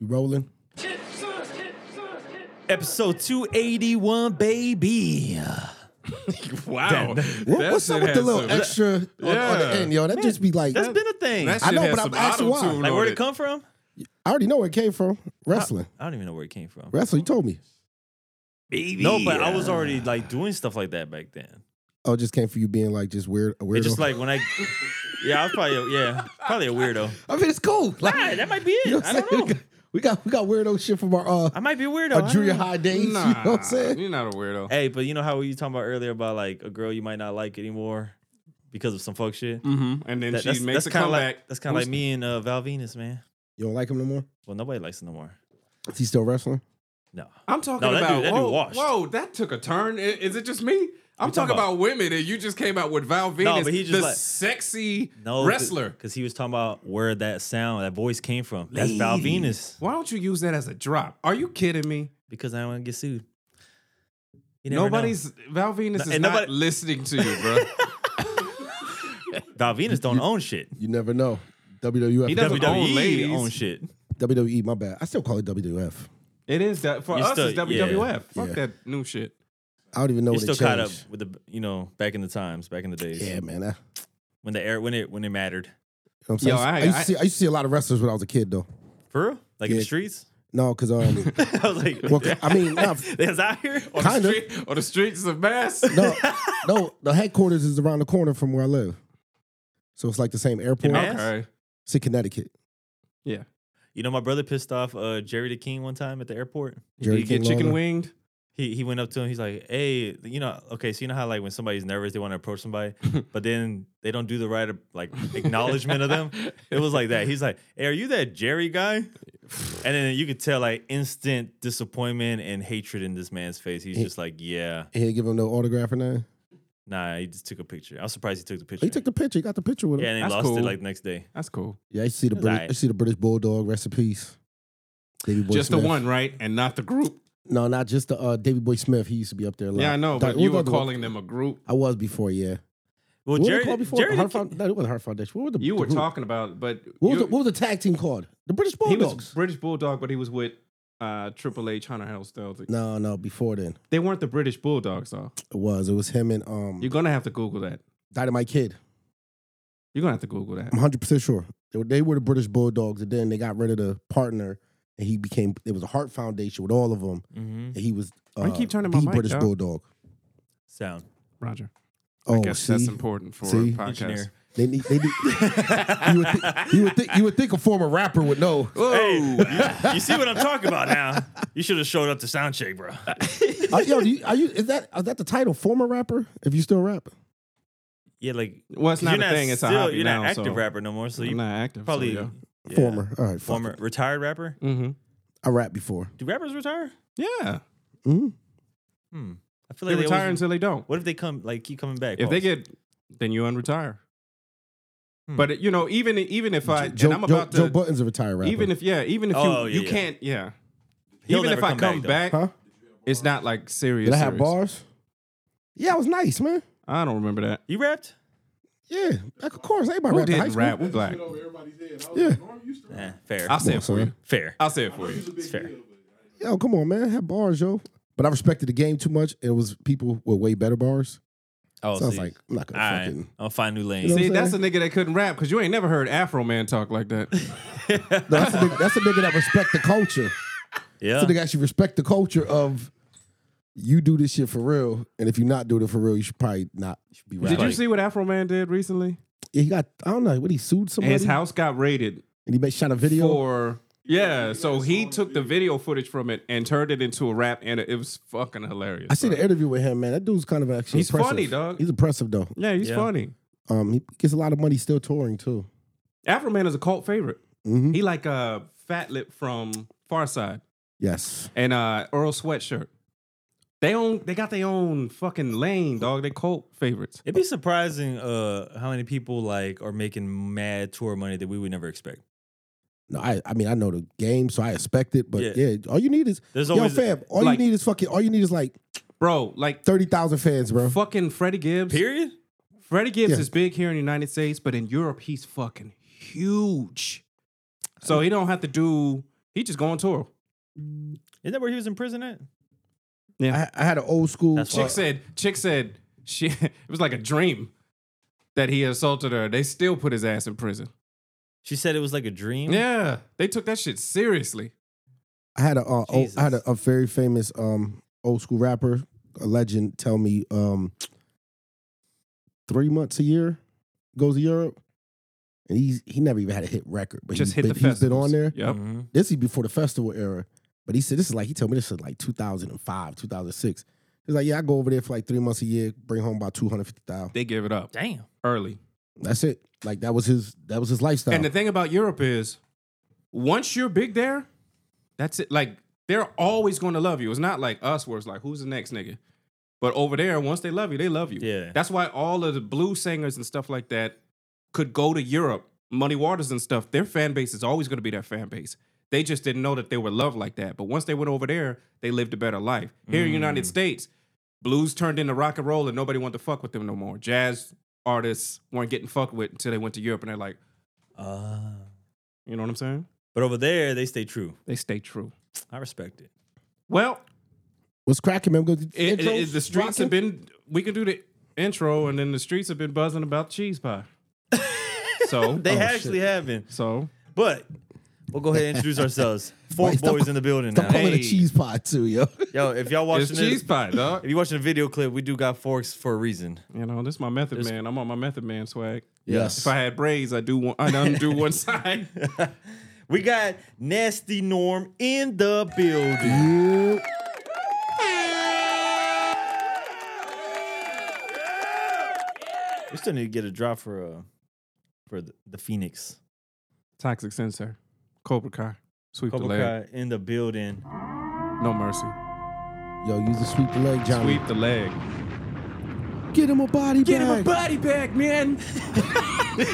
We rolling? Episode 281, baby. Wow. What- That what's up shit with the has little some- extra on, on the Yeah. end, yo? That just be like, That's been a thing. That Like, I shit know, has but I'm some asking why. auto-tune on where'd it come from? I already know where it came from. Wrestling. I don't even know where it came from. Wrestling, you told me. Baby. No, but I was already like doing stuff like that back then. Oh, it just came for you being like just weird. A weirdo. It's just like when I, yeah, I was probably, yeah, probably a weirdo. I mean, it's cool. Like, Nah, that might be you know it. what I I'm don't saying? know. We got we got weirdo shit from our uh I might be a weirdo. I our don't junior know. high days. Nah, You know what I'm saying? You're not a weirdo. Hey, but you know how we were talking about earlier about like a girl you might not like anymore because of some fuck shit? Mm-hmm. And then That- she that's makes that's a kind of comeback. like, that's kind of like me and uh, Val Venus, man. You don't like him no more? Well, nobody likes it no more. Is he still wrestling? No. I'm talking No, that about dude- that dude whoa, washed. whoa, that took a turn. I- Is it just me? I'm You talking talking about- about women, and you just came out with Val Venus, but he just the like- sexy No wrestler. because he was talking about where that sound, that voice came from. That's Val Lady. Venus. Why don't you use that as a drop? Are you kidding me? Because I don't want to get sued. You never know. Nobody's Val Venus No, is and not nobody- listening to you, bro. Val Venus don't own shit. You never know. WWF. He doesn't- WWE own own, ladies. shit. WWE, E, my bad. I still call it WWF. it is that for You us. still- it's WWF. yeah. Fuck that new shit. I don't even know You're what it still changed. caught up with the you know back in the times, back in the days. Yeah, man. I, you know When the air when it when it mattered. what I'm saying? Yo, I- used to I- see, I used to see a lot of wrestlers when I was a kid though. For real? Like in the Yeah. streets? No, because um I was like, well, I mean nah, they was out here? On Kinda. the street, on the streets of Mass. no, no, the headquarters is around the corner from where I live. So it's like the same airport. Mass? Okay. It's in Connecticut. Yeah. You know, my brother pissed off uh, Jerry the King one time at the airport. Jerry you get King chicken Lawler. winged. He he went up to him. He's like, "Hey, you know, okay, so you know how like when somebody's nervous, they want to approach somebody, but then they don't do the right like acknowledgement of them. It was like that. He's like, "Hey, are you that Jerry guy?" And then you could tell like instant disappointment and hatred in this man's face. He's just like, "Yeah, And he give him no autograph or nothing. nah." He just took a picture. I was surprised he took the picture. He took the picture. He got the picture with him. yeah, and he That's lost it cool. like the next day. That's cool. Yeah, I used to see the It's British. alright. I see the British Bulldog recipes. Davy Boy just Smith. the one, right? And not the group. No, not just the uh, Davy Boy Smith. He used to be up there. A lot. Yeah, I know, Doc- but what you was were the other one? calling them a group. I was before. Yeah. Well, what Jerry, were they called before? Jerry the Heart King, Found- no, it wasn't Heart Foundation. What were the You the were group? talking about, but What was, you- the, what was the tag team called? The British he Bulldogs. was British Bulldog, but he was with uh, Triple H, Hunter Helms. Celtic. no, no. Before then, They weren't the British Bulldogs, though. it was. It was him and um You're gonna have to Google that. Dynamite Kid. You're gonna have to Google that. I'm 100 percent sure they were, they were the British Bulldogs, and then they got rid of the partner, and he became. It was a Heart Foundation with all of them, hmm and he was. Uh, Why you keep turning my the mic, British dog? Bulldog. sound Roger. Oh, I guess see, that's important for See? a podcast. engineer. they need. They need you, would thi- you would think. You would think a former rapper would know. Whoa! Hey, you see what I'm talking about now? You should have showed up to sound check, bro. Uh, yo, do you, are you? Is that is that the title? Former rapper? If you still rap? Yeah, like Well, it's 'Cause not a thing. It's a hobby You're now. not active so rapper no more, so I'm you not active. probably So, yeah. Former. All right. Former. former retired rapper. yeah. Mm-hmm. I rapped before. Do rappers retire? Yeah. hmm Hmm. I feel They like they retire always- until they don't. What if they come like keep coming back? If they Pause. get, then you unretire. Hmm. But you know, even even if I, Joe, and I'm Joe- about Joe to, Button's a retired rapper. even if yeah, even if Oh, you yeah, you yeah. can't yeah, He'll even never if I come come back, though. back, huh? it's not like serious. Did I have serious. bars? Yeah, I was nice, man. I don't remember that. you rapped? Yeah, like, of course, everybody Who rapped in high didn't school. rap? We're black. Yeah, Nah, fair, I'll say it for son. you. fair. I'll say it for you. It's fair. yo, come on, man, have bars, yo. But I respected the game too much. It was people with way better bars. Oh, so I was see. like, I'm not all gonna right, fucking. I'll find new lanes. You know See, what I'm that's a nigga that couldn't rap because you ain't never heard Afro Man talk like that. No, that's a nigga, that's a nigga that respect the culture. yeah, That's a nigga actually respect the culture of you do this shit for real, and if you're not doing it for real, you should probably not you should be Did rapping. you see what Afro Man did recently? Yeah, he got I don't know what he sued somebody. His house got raided and he made shot a video. for yeah. So he took the video footage from it and turned it into a rap, and it was fucking hilarious. I see bro. the interview with him, man. That dude's kind of actually He's impressive. funny, dog. He's impressive though. Yeah, he's Yeah. funny. Um, he gets a lot of money still touring too. Afro Man is a cult favorite. Mhm. He like uh, Fat Lip from Far Side Yes, and uh, Earl Sweatshirt. They own. They got their own fucking lane, dog. They cult favorites. it'd be surprising uh how many people like are making mad tour money that we would never expect. no, I I mean I know the game, so I expect it. But Yeah. yeah, all you need is There's yo always fam. All like- you need is fucking. All you need is like bro. Like thirty thousand fans, bro. fucking Freddie Gibbs. period. Freddie Gibbs Yeah. is big here in the United States, but in Europe he's fucking huge. So he don't have to do He just go on tour. Isn't that where he was in prison at? I, I had an old school. That's Chick Well- said, Chick said, she, it was like a dream that he assaulted her. They still put his ass in prison. She said it was like a Mm-hmm. dream. Yeah, they took that shit seriously. I had a uh, old, I had Jesus. a, a very famous um old school rapper, a legend, tell me um three months a year goes to Europe, and he's he never even had a hit record, but just he's hit the been, he's been festivals. on there. Yep. Mhm. This is before the festival era, but he said this is like he told me this is like 2005, 2006. He's like, yeah, I go over there for like three months a year, bring home about two hundred fifty thousand. They give it up Damn. early. That's it. Like that was his that was his lifestyle. And the thing about Europe is, once you're big there, that's it. Like they're always going to love you. It's not like us where it's like, who's the next nigga? But over there, once they love you, they love you. Yeah. That's why all of the blue singers and stuff like that could go to Europe. Muddy Waters and stuff, their fan base is always going to be their fan base. They just didn't know that they were loved like that. But once they went over there, they lived a better life. Here in the United Mm. States, blues turned into rock and roll and nobody wanted to fuck with them no more. Jazz artists weren't getting fucked with until they went to Europe and they're like, Ah. you know what I'm saying? but over there, they stay true. They stay true. I respect it. Well, What's cracking, man? Go it, it- intros, the streets rocking? have been, we can do the intro and then the streets have been buzzing about cheese pie. so, uh, They Oh, actually have been. so But we'll go ahead and introduce ourselves. Four Wait, stop- boys in the building now. Stop calling it a Hey. cheese pot too, yo. Yo, if y'all watching it's this, cheese pie, if dog. you watching the video clip, we do got forks for a reason. You know, this is my method It's- man. I'm on my method man swag. Yes. If I had braids, I do one. I undo one side. We got Nasty Norm in the building. Yeah. We still need to get a drop for uh for the, the Phoenix. Toxic sensor, Cobra Kai, sweep Cobra the leg, Kai in the building. no mercy, Yo, use the sweep the leg, Johnny. sweep the leg. Get him a body bag. body back, man.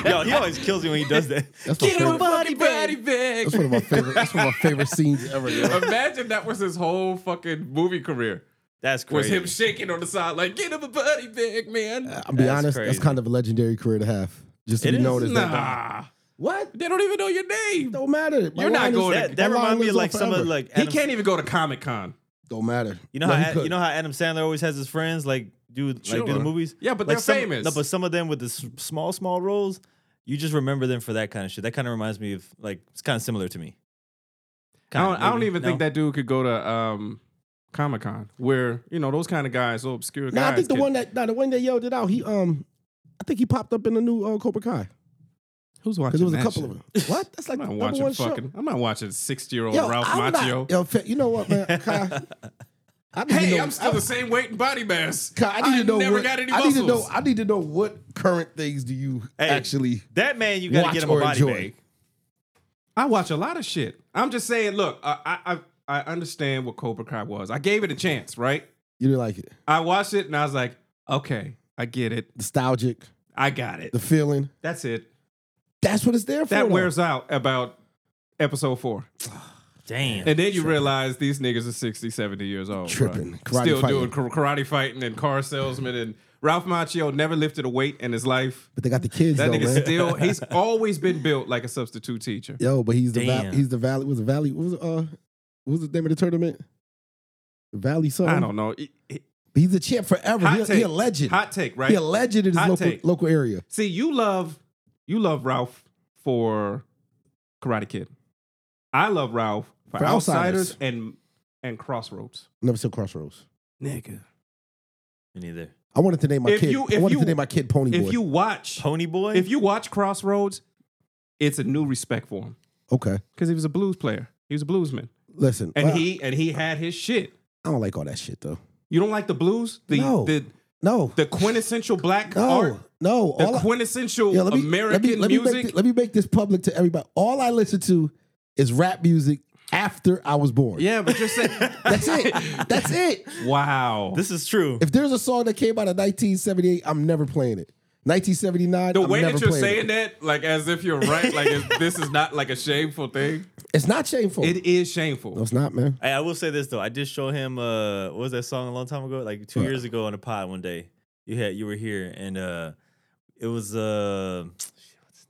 Yo, he always kills me when he does that. that's, my favorite, body body back. that's one of my favorite. That's one of my favorite scenes ever. Yo. Imagine that was his whole fucking movie career. That's Was crazy. him shaking on the side like, get him a body bag, man. I'll be That's honest. crazy. That's kind of a legendary career to have. Just to It be is? known as that. guy. Nah. What? They don't even know your name. Don't matter. My You're not line going to- that that my line reminds me lives on of like some of forever. like He Adam- can't even go to Comic Con. Don't matter. You know No, he how Ad- you couldn't. know how Adam Sandler always has his friends like do like do Sure. the movies. Yeah, but Like, they're some- famous. No, but some of them with the s- small small roles, you just remember them for that kind of shit. That kind of reminds me of like it's kind of similar to me. I don't, I don't maybe. even No? think that dude could go to um, Comic Con, where you know those kind of guys, so obscure Nah, guys. I think the can- one that nah, the one that yelled it out. He um, I think he popped up in the new uh, Cobra Kai who's because watching there was a that couple of shit? them. What? That's like I'm the number not watching one show. fucking. I'm not watching six year old Yo, Ralph I'm Macchio. not, yo, fa- you know what, man? Kai, I didn't hey, know- I'm still the same weight and body mass. Kai, I need to know never what, got any I muscles. need to know. I need to know what current things do you Hey. actually that man you gotta watch get him a or body enjoy. bag. I watch a lot of shit. I'm just saying. Look, uh, I I I I understand what Cobra Kai was. I gave it a chance, right? You didn't like it. I watched it and I was like, okay, I get it. Nostalgic, I got it. the feeling. That's it. That's what it's there for. That though. wears out about episode four. Damn. And then you realize these niggas are 60, 70 years old. bruh. Tripping. Karate Still fighting. doing kar- karate fighting and car salesman. And Ralph Macchio never lifted a weight in his life. But they got the kids That though, nigga man. still, he's always been built like a substitute teacher. Yo, but he's the val- Damn. he's the valley. Was the valley? What was uh? What was the name of the tournament? The Valley something. I don't know. It- it- He's a champ forever. Hot He, a- take. he a legend. Hot take, right? He a legend in his Hot local take. local area. See, you love, you love Ralph for Karate Kid. I love Ralph for, For outsiders. Outsiders. and and Crossroads. Never seen Crossroads. Nigga. Me neither. I wanted to name my If kid. you- I if wanted you- to name my kid Pony Boy. If you watch, Pony boy. if you watch Crossroads, it's a new respect for him. okay, because he was a blues player. He was a bluesman, listen. and well, he and he had his shit. I don't like all that shit though. You don't like the blues? The No. the, No, the quintessential black no, art, no. the All I- quintessential Yeah, let me, let American me, let me music. Make this, let me make this public to everybody. All I listen to is rap music after I was born. yeah, but you're saying That's it. That's it. wow. this is true. If there's a song that came out of 1978, I'm never playing it. 1979, the I'm way never that you're playing saying it. that, like as if you're right, like it- this is not like a shameful thing. It's not shameful. It is no, shameful. it's not, man. Hey, I will say this though. I did show him uh what was that song a long time ago? Like two What? years ago on a pod one day. You had you were here and uh it was uh shit, what's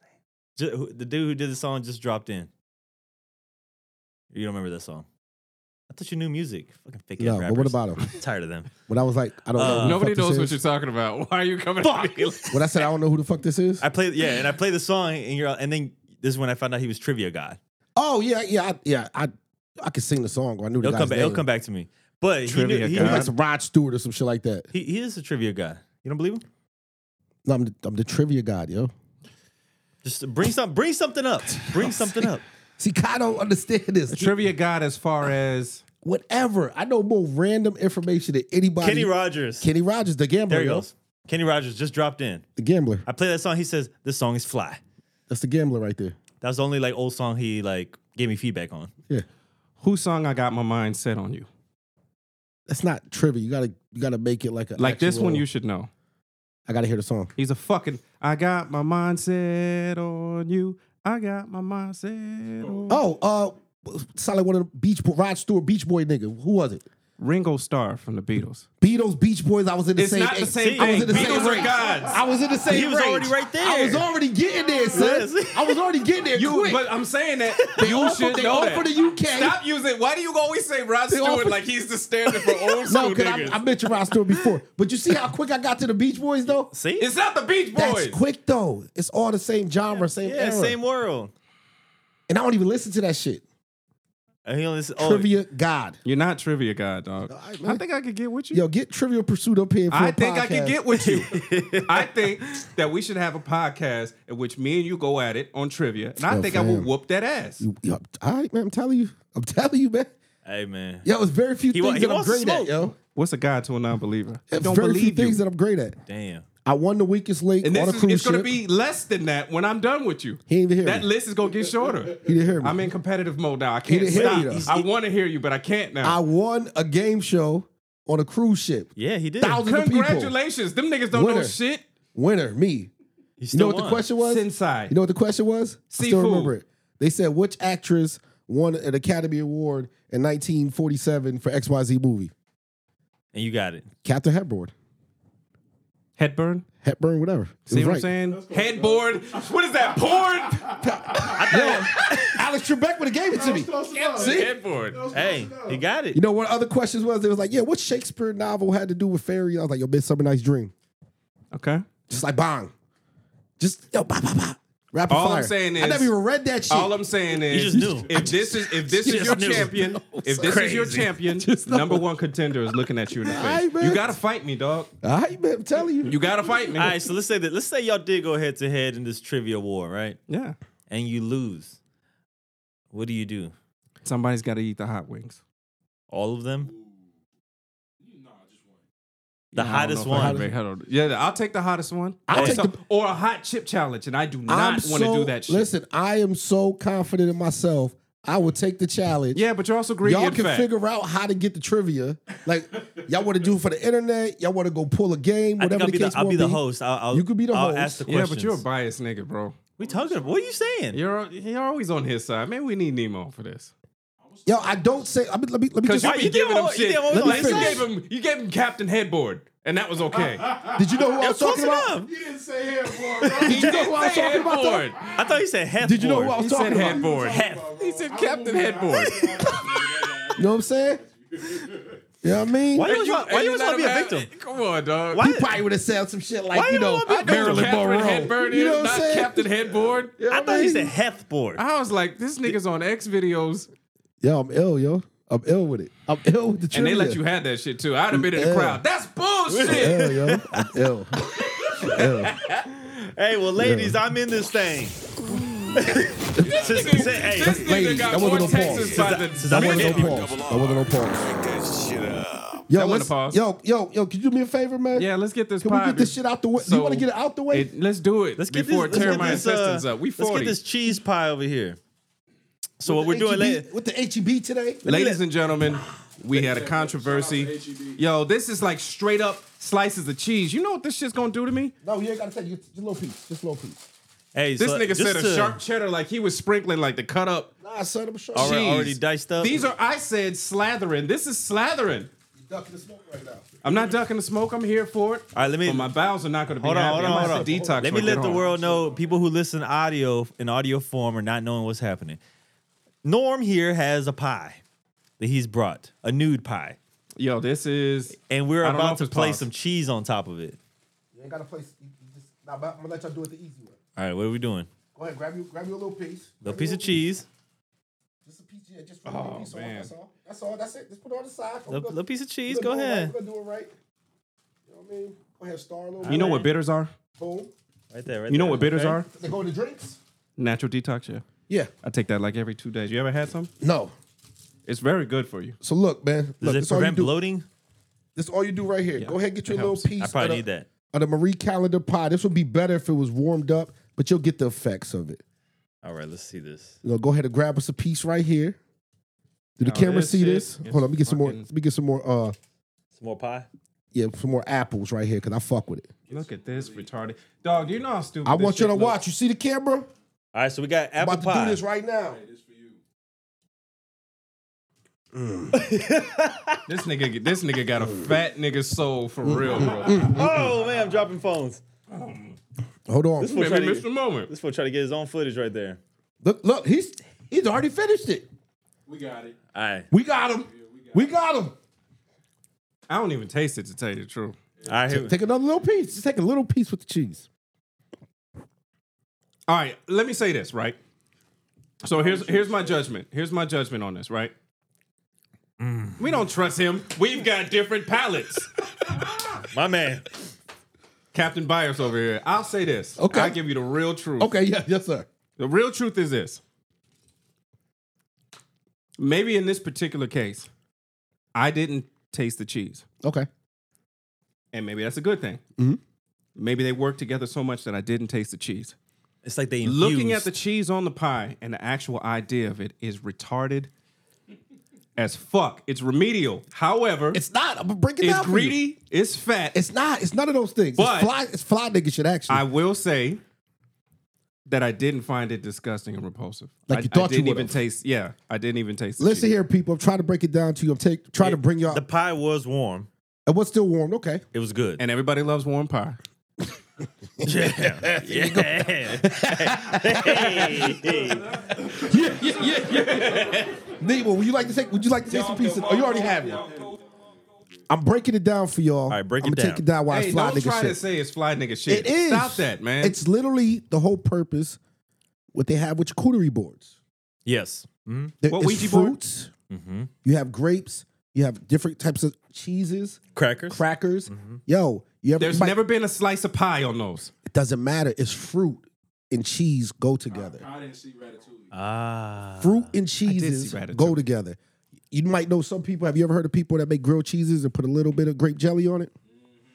his name? Ju- who- the dude who did the song just dropped in. You don't remember this song? I thought you knew music. Fucking fake No, ass but rappers. what about him? Tired of them. When I was like, I don't know. Uh, who the Nobody fuck this knows what is. you're talking about. Why are you coming Fuck! at me? like- When I said I don't know who the fuck this is. I played yeah, and I played the song, and you're and then this is when I found out he was trivia god. oh yeah, yeah, I, yeah. I I could sing the song. I knew the He'll guy's come back. He'll name. come back to me. But he, knew, Trivia he, He was God. like some Rod Stewart or some shit like that. he he is a trivia guy. You don't believe him? No, I'm the, I'm the trivia god, yo. Just bring some bring something up. Bring something up. See, Kai don't understand this. Trivia God, as far as Whatever. I know more random information than anybody. Kenny Rogers. Kenny Rogers, the gambler. there he yo. goes. Kenny Rogers just dropped in. The gambler. I play that song. He says this song is fly. That's the gambler right there. That was the only like old song he like gave me feedback on. Yeah. whose song I got my mind set on you. That's not trivia. You gotta you gotta make it like a Like this actual- one, you should know. I gotta hear the song. He's a fucking. I got my mind set on you. I got my mind set on. Oh, uh sound like one of the Beach Boy Rod Stewart Beach Boy nigga. Who was it? Ringo Starr from the Beatles. Beatles, Beach Boys, I was in the It's same not the eight. same I was thing. in the same Beatles are range. gods. I was in the same He was range. already right there. I was already getting there, son. Yes. I was already getting there. You, quick. but I'm saying that They you all from- should they know all that. from the UK. Stop using. Why do you always say Rod They all Stewart from- like he's the standard for old school no, because niggas? I, I mentioned Rod Stewart before. But you see how quick I got to the Beach Boys though? See? it's not the Beach That's Boys. quick though. It's all the same genre, same yeah, era. same world. And I don't even listen to that shit. And he only said, oh, Trivia God. You're not trivia god, dog. right, I man. think I could get with you. Yo, get Trivial Pursuit up here. For I a think I podcast. could get with you. I think that we should have a podcast in which me and you go at it on trivia, and I Yo, think I will fam. whoop that ass. Yo, all right, man. I'm telling you. I'm telling you, man. Hey man. Yo, it's very few He wa- things he that I'm wants to great at, smoke. yo. What's a guide to a non-believer? They It's don't very few believe you. things that I'm great at. Damn. I won the weakest link And on this a is, cruise it's going to ship. be less than that when I'm done with you. he didn't even hear That me. list is going to get shorter. He didn't hear me. I'm in competitive mode now. I can't didn't hear stop. you, though. I want to hear you, but I can't I now. won a game show on a cruise ship. Yeah, he did. Thousand- the people. Congratulations. Them niggas don't know Winner. shit. Winner, me. He You know still what the won. question was? Sensei. You know what the question was? I Seafood. still remember it. They said which actress won an Academy Award in 1947 for XYZ movie? And you got it. Captain Hepburn. Headburn? Hepburn, whatever. It See was what I'm right. saying? Headboard. What is that? Porn? Alex Trebek would have gave it to me. See? Headboard. Hey, he got it. You know what other questions was? They was like, yeah, what Shakespeare novel had to do with fairy? I was like, yo, Midsummer Night's Dream. Okay. Just like bang. Just yo, bah, bah, bah. Rapid All I'm fire. saying I is- never even read that shit. All I'm saying is, just knew. if this is if this just is your knew. champion, if this is your champion, number one contender is looking at you in the face. Aight, man. You gotta fight me, dog. All right, man, I'm telling you. You gotta fight me. All right, so let's say that let's say y'all did go head to head in this trivia war, right? Yeah. And you lose. What do you do? Somebody's gotta eat the hot wings. All of them? The Yeah, I don't hottest know if I one. can make- I don't- Yeah, I'll take the hottest one. I'll or, take some- the- or a hot chip challenge, and I do not I'm want to so- do that shit. Listen, I am so confident in myself. I will take the challenge. yeah, but you're also greedy. Y'all and can fat. figure out how to get the trivia. Like, y'all want to do it for the internet. Y'all want to go pull a game. I think Whatever I'll be the the, case I'll may be the be. host. I'll, I'll, You could be the I'll host. ask the Yeah, questions. but you're a biased nigga, bro. We talking about? What are you saying? You're you're always on his side. Maybe we need Nemo for this. Yo, I don't say. I mean, let me let me Because just. you Why, be you giving did him what- you shit. did what was Like, on you his gave side. him you gave him Captain Headboard, and that was okay. Did you know who I was Close talking about? enough. Did you know who I was Say talking about? though? headboard. I thought you said half. Did you know who I board. was He said talking about? headboard. half? He said Captain Headboard. You know what I'm saying? You know what I mean? Why And you you- want? Why and you you want let to be him a have- victim? Come on, dog. Why- He probably would have said some shit like, Why you you know, wanna be a Marilyn Catherine Monroe. Hepburn you is know what not I'm saying? Captain Headboard. I thought you said half board. I was like, this nigga's on X videos, Yo, I'm ill, yo. I'm ill with it. I'm ill with the and trivia. they let you have that shit too. I'd have been in the Yeah. crowd. That's bullshit. ill, yo. I'm ill. ill. Hey, well, ladies, I'm in this thing. Since- since- hey, This nigga Ladies, got that more wasn't no pause. Texas by the That wasn't minute. no pause. That wasn't no pause. That Yo, wasn't a let's, pause. yo, yo, yo, could you do me a favor, man? Yeah, let's get this. Can we pod- get this shit out the way? So, you want to get it out the way? It, let's do it. let's get before this. it let's tear get my this, intestines uh, up. We Let's forty. get this cheese pie over here. So what we're HEB doing, later? E with the HEB today? Ladies and gentlemen, we had a controversy. Yo, this is like straight up slices of cheese. You know what this shit's gonna do to me? No, you ain't got to take it. Just a little piece. Just a little piece. hey, This so nigga just said a to- sharp cheddar like he was sprinkling like the cut up Nah, son, I'm sure. All right, cheese. already diced up. These are I said slathering. This is slathering. You're ducking the smoke right now. I'm not ducking the smoke. I'm here for it. All right, let me- But my bowels are not gonna be Hold on, happy. hold I'm on, gonna hold on. have to Detox Let when me I let get the home. world know people who listen audio in audio form are not knowing what's happening. Norm here has a pie that he's brought, a nude pie, Yo, this is and we're I don't know about if to it's play paused. some cheese on top of it. You ain't got a place. You, you just, I'm gonna let y'all do it the easy way. All right, what are we doing? Go ahead, grab you, grab you a little piece. The Grab you piece a of cheese, Just a piece, yeah, just for oh, Oh, piece man. man. That's all. That's all. That's it. Just put it on the side. the, We're gonna- the piece of cheese. we're Go gonna do it right. ahead, We're gonna do it right. You know what I mean? Go ahead, star a little you bit. know what bitters are? Boom. right there. Right You know there. what bitters Okay. are? They go to drinks. Natural detox, yeah. Yeah. I take that like every two days. You ever had some? No. It's very good for you. So look, man. Does Look, it this all you prevent do. bloating? This all you do right here. Go ahead, get it your little helps. I piece. uh, I of the- probably need that. of the Marie Calendar pie. This would be better if it was warmed up, but you'll get the effects of it. All right, let's see this. You know, go ahead and grab us a piece right here. Do the Now, camera this see shit this? is Hold on, let me get some more. fucking- Let me get some more. Uh, Some more pie. yeah, some more apples right here because I fuck with it. Look at this retarded dog. You know how stupid. I this want you shit to looks. watch. You see the camera? All right, so we got I'm apple about to do pie. this right now. This nigga, this nigga got a fat nigga soul for real, bro. Oh man, I'm dropping phones. Hold on. This fool Maybe trying to missed a get, moment. this fool trying to get his own footage right there. Look, look, he's he's already finished it. We got it. All right, We got him. We got him. I don't even taste it to tell you the truth. all right. Here, Take another little piece. Just take a little piece with the cheese. All right, let me say this, right? So here's here's my judgment. Here's my judgment on this, right? Mm. We don't trust him. We've got different palates. my man. Captain Byers over here. I'll say this. Okay. I'll give you the real truth. Okay, yeah, yes, sir. The real truth is this. Maybe in this particular case, I didn't taste the cheese. Okay. And maybe that's a good thing. Mhm. Maybe they worked together so much that I didn't taste the cheese. It's like they infused. Looking at the cheese on the pie and the actual idea of it is retarded as fuck. It's remedial. However, it's, It's not. I'm gonna break it down. for you. greedy, it's fat. It's not. It's none of those things. But- it's fly. It's fly nigga shit. Actually, I will say that I didn't find it disgusting and repulsive. Like I, you thought I you didn't would've. even taste. Yeah, I didn't even taste. the Listen cheese. here, people. I'm trying to break it down to you. I'm take, trying to bring y'all. the pie was warm. and what's still warm? Okay. It was good. and everybody loves warm pie. yeah. yeah. Yeah, yeah, yeah, Nemo, would you like to take? Would you like to take some pieces? Oh, you already have one. I'm breaking it down for y'all. All right, break I'm it gonna take down. it down while Hey, it's fly don't nigga try shit. to say it's fly nigga it shit. is. Stop that, man. It's literally the whole purpose. What they have with charcuterie boards. Yes. hmm There What is Ouija board? Mm-hmm. fruits. You have grapes. You have different types of cheeses, Crackers. crackers. Yo, you ever? Mm-hmm. There's bite- never been a slice of pie on those. It doesn't matter. It's fruit and cheese go together. ah. fruit and cheeses ratatouille. go together. You might know some people. Have you ever heard of people that make grilled cheeses and put a little bit of grape jelly on it?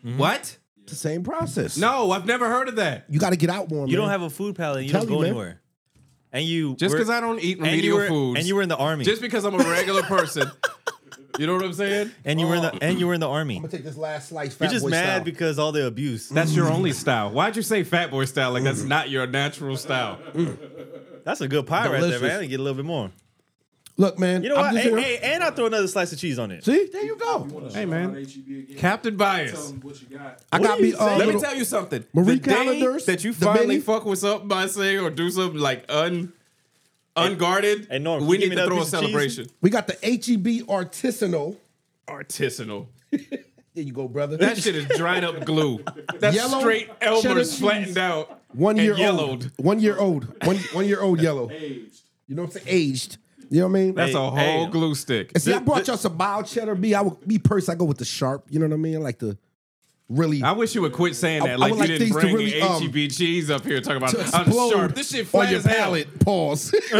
What? It's the same process. No, I've never heard of that. you got to get out more. You don't have a food palate. You Tell don't you, go man. anywhere. And you Just were- because I don't eat and you remedial were foods. and you were in the army. just because I'm a regular person. you know what I'm saying? and you were in the and you were in the army. I'm gonna take this last slice. You're Fat just Boy mad style. because all the abuse. That's your only style. Why'd you say fat boy style? Like Mm. that's not your natural style. That's a good pie right Delicious. there, man. I didn't get a little bit more. look, man. You know I'm what? just Hey, here- hey, and I throw another slice of cheese on it. See, there you go. Hey man, Captain Bias. I got me. Uh, Let me little- tell you something. Marie the day Callender's, that you the finally mini- fuck with something by saying or do something like un unguarded, Hey, Norm, we can you give need me to another throw a piece of cheese? celebration. we got the HEB artisanal. Artisanal. There you go, brother. That shit is dried up glue. That's Yellow straight cheddar Elmer's cheese. flattened out. one and year yellowed. old. One year old. One one year old yellow. Aged. You know what I'm saying? Aged. You know what I mean? That's a whole hey. glue stick. And see, I brought y'all some mild cheddar. Me, I would me personally, I go with the sharp. You know what I mean? I like the really I wish you would quit saying I- that. I Like would you like didn't things to bring really, um, HEB cheese up here talking about to I'm explode sharp. This shit on flat your as hell. palate. Pause.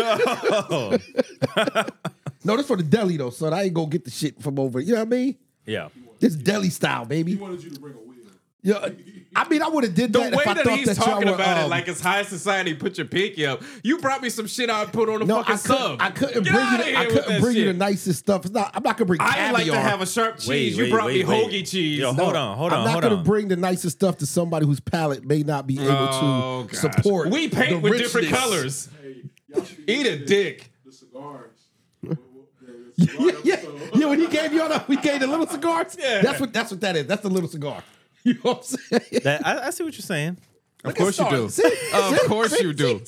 no, that's for the deli though, son. I ain't gonna get the shit from over. You know what I mean? Yeah. This deli style, baby. wanted you to bring a wheel. Yeah, I mean, I would have did The that way if I that thought he's that talking y'all were, about it um, like it's high society, put your pinky up. You brought me some shit I put on a no, I fucking sub. couldn't, I couldn't Get bring you. outta The, here I with couldn't that bring you the shit. nicest stuff. It's not. I'm not gonna bring. I caviar. like to have a sharp cheese. Wait, you wait, brought me wait, wait. hoagie cheese. Yo, hold on, hold I'm on, not hold gonna on. bring the nicest stuff to somebody whose palate may not be able Oh, to gosh. support. We paint the with different richness. colors. Hey, y'all should be Eat a listening dick. to The cigars. yeah, yeah, yeah. When he gave y'all the, we gave the little cigars. Yeah. that's what that's what that is. That's the little cigar. You know what I'm saying? That I, I see what you're saying. Of course you do. Of course you do.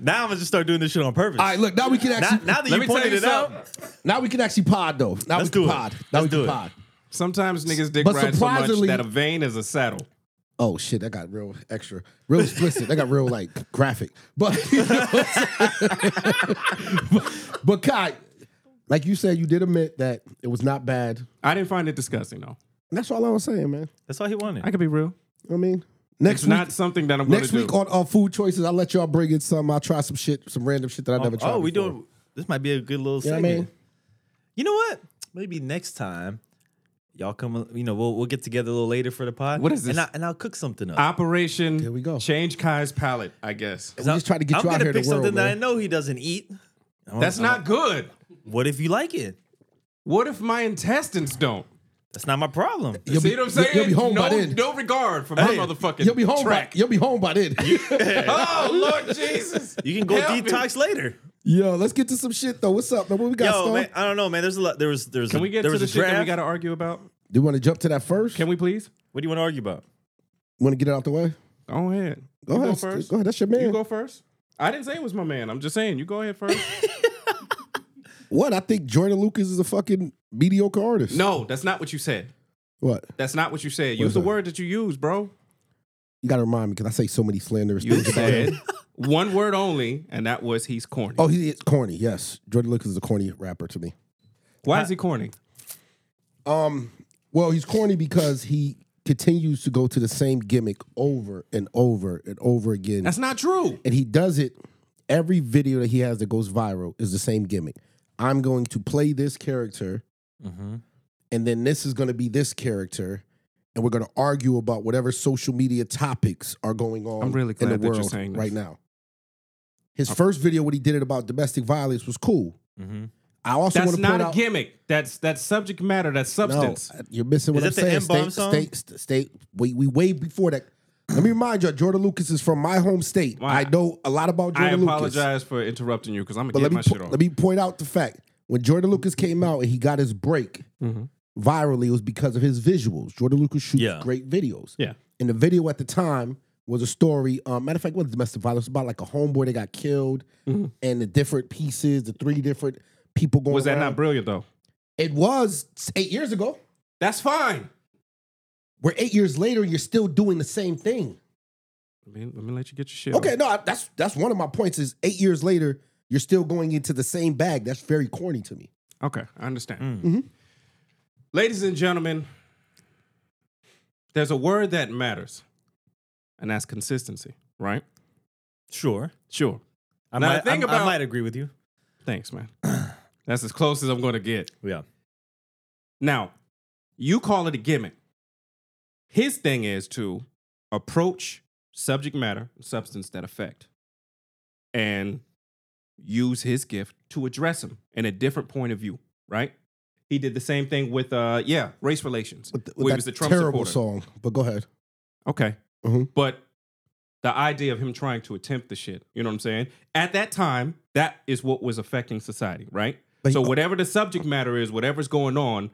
Now I'm gonna just start doing this shit on purpose. All right, look, now we can now, actually now that Let you me tell pointed you it out, now we can actually pod though. Now we can Let's do it. pod. Now Let's we do can it. pod. Sometimes niggas dick But ride so much surprisingly- that a vein is a saddle. Oh shit, that got real extra, real explicit. that got real like graphic. But you know what I'm saying? but Kai, like you said, you did admit that it was not bad. And I didn't find it disgusting though. that's all I was saying, man. that's all he wanted. I could be real. You know what I mean, next It's week, not something that I'm going to next do. week on uh, food choices, I'll let y'all bring in some. I'll try some shit, some random shit that I never tried. oh, we before. doing this might be a good little You know what I segment. mean? You know what? Maybe next time y'all come. You know, we'll we'll get together a little later for the pod. What is And, this? I, and I'll cook something up. Operation. Here we go. Change Kai's palate, I guess. 'Cause We I'm- just try to get I'm you out gonna here in the pick something world, that I man. know he doesn't eat. I'm- That's I'm- not good. What if you like it? What if my intestines don't? That's not my problem. You'll See be- what I'm saying? You'll be home no, by then. no regard for my Hey, motherfucking You'll be home track. by. You'll be home by then. Oh Lord Jesus! You can go Help me. detox later. Yo, let's get to some shit though. What's up, man? What we got? Yo, Star? man, I don't know, man. There's a lot. There was. There was. Can a, we get there to was the a shit draft. that we got to argue about? Do you want to jump to that first? Can we please? What do you want to argue about? Want to get it out the way? Go ahead. Go You ahead. Go first. Go ahead. That's your man. You go first. I didn't say it was my man. I'm just saying you go ahead first. What? I think Jordan Lucas is a fucking mediocre artist. no, that's not what you said. What? That's not what you said. What Use is the that? word that you use, bro. You gotta remind me because I say so many slanderous You things about him. said one word only, and that was he's corny. Oh, he is corny. Yes, Jordan Lucas is a corny rapper to me. Why is he corny? Um, well, he's corny because he continues to go to the same gimmick over and over and over again, That's not true. and he does it. Every video that he has that goes viral is the same gimmick. I'm going to play this character, Mm-hmm. and then this is going to be this character, and we're going to argue about whatever social media topics are going on I'm really in the glad that you're world saying this. right now. His first video, what he did it about domestic violence, was cool. Mm-hmm. I also want That's to not point a out, gimmick. That's that's subject matter. That's substance. No, uh, you're missing what Is I'm that the saying. N-bomb State, song? state, st- state. We we way before that. Let me remind you, Jordan Lucas is from my home state. Wow. I know a lot about I Jordan Lucas. apologize for interrupting you because I'm But gonna let get me my shit po- on. let me point out the fact when Jordan Lucas came out and he got his break Mhm. virally, it was because of his visuals. Jordan Lucas shoots Yeah. great videos. Yeah. And the video at the time was a story. Um, matter of fact, it was domestic violence it was about like a homeboy that got killed and the different pieces, the three different people going. Was that not around. brilliant though? It was eight years ago. That's fine. We're eight years later, and you're still doing the same thing. Let me, let me let you get your shit. Okay, no, I- that's that's one of my points. Is eight years later, you're still going into the same bag. That's very corny to me. on. Okay, I understand. Mhm. Ladies and gentlemen, there's a word that matters, and that's consistency. Right? Sure. Sure. I Now, might. think I'm- I about- might agree with you. Thanks, man. that's as close as I'm going to get. Yeah. Now, you call it a gimmick. His thing is to approach subject matter, substance that affect, and use his gift to address them in a different point of view, right? He did the same thing with, uh, yeah, race relations. With, the- where with he that was the Trump terrible supporter. song, but go ahead. Okay. Mhm. But the idea of him trying to attempt the shit, you know what I'm saying? At that time, that is what was affecting society, right? But so he- Oh. whatever the subject matter is, whatever's going on,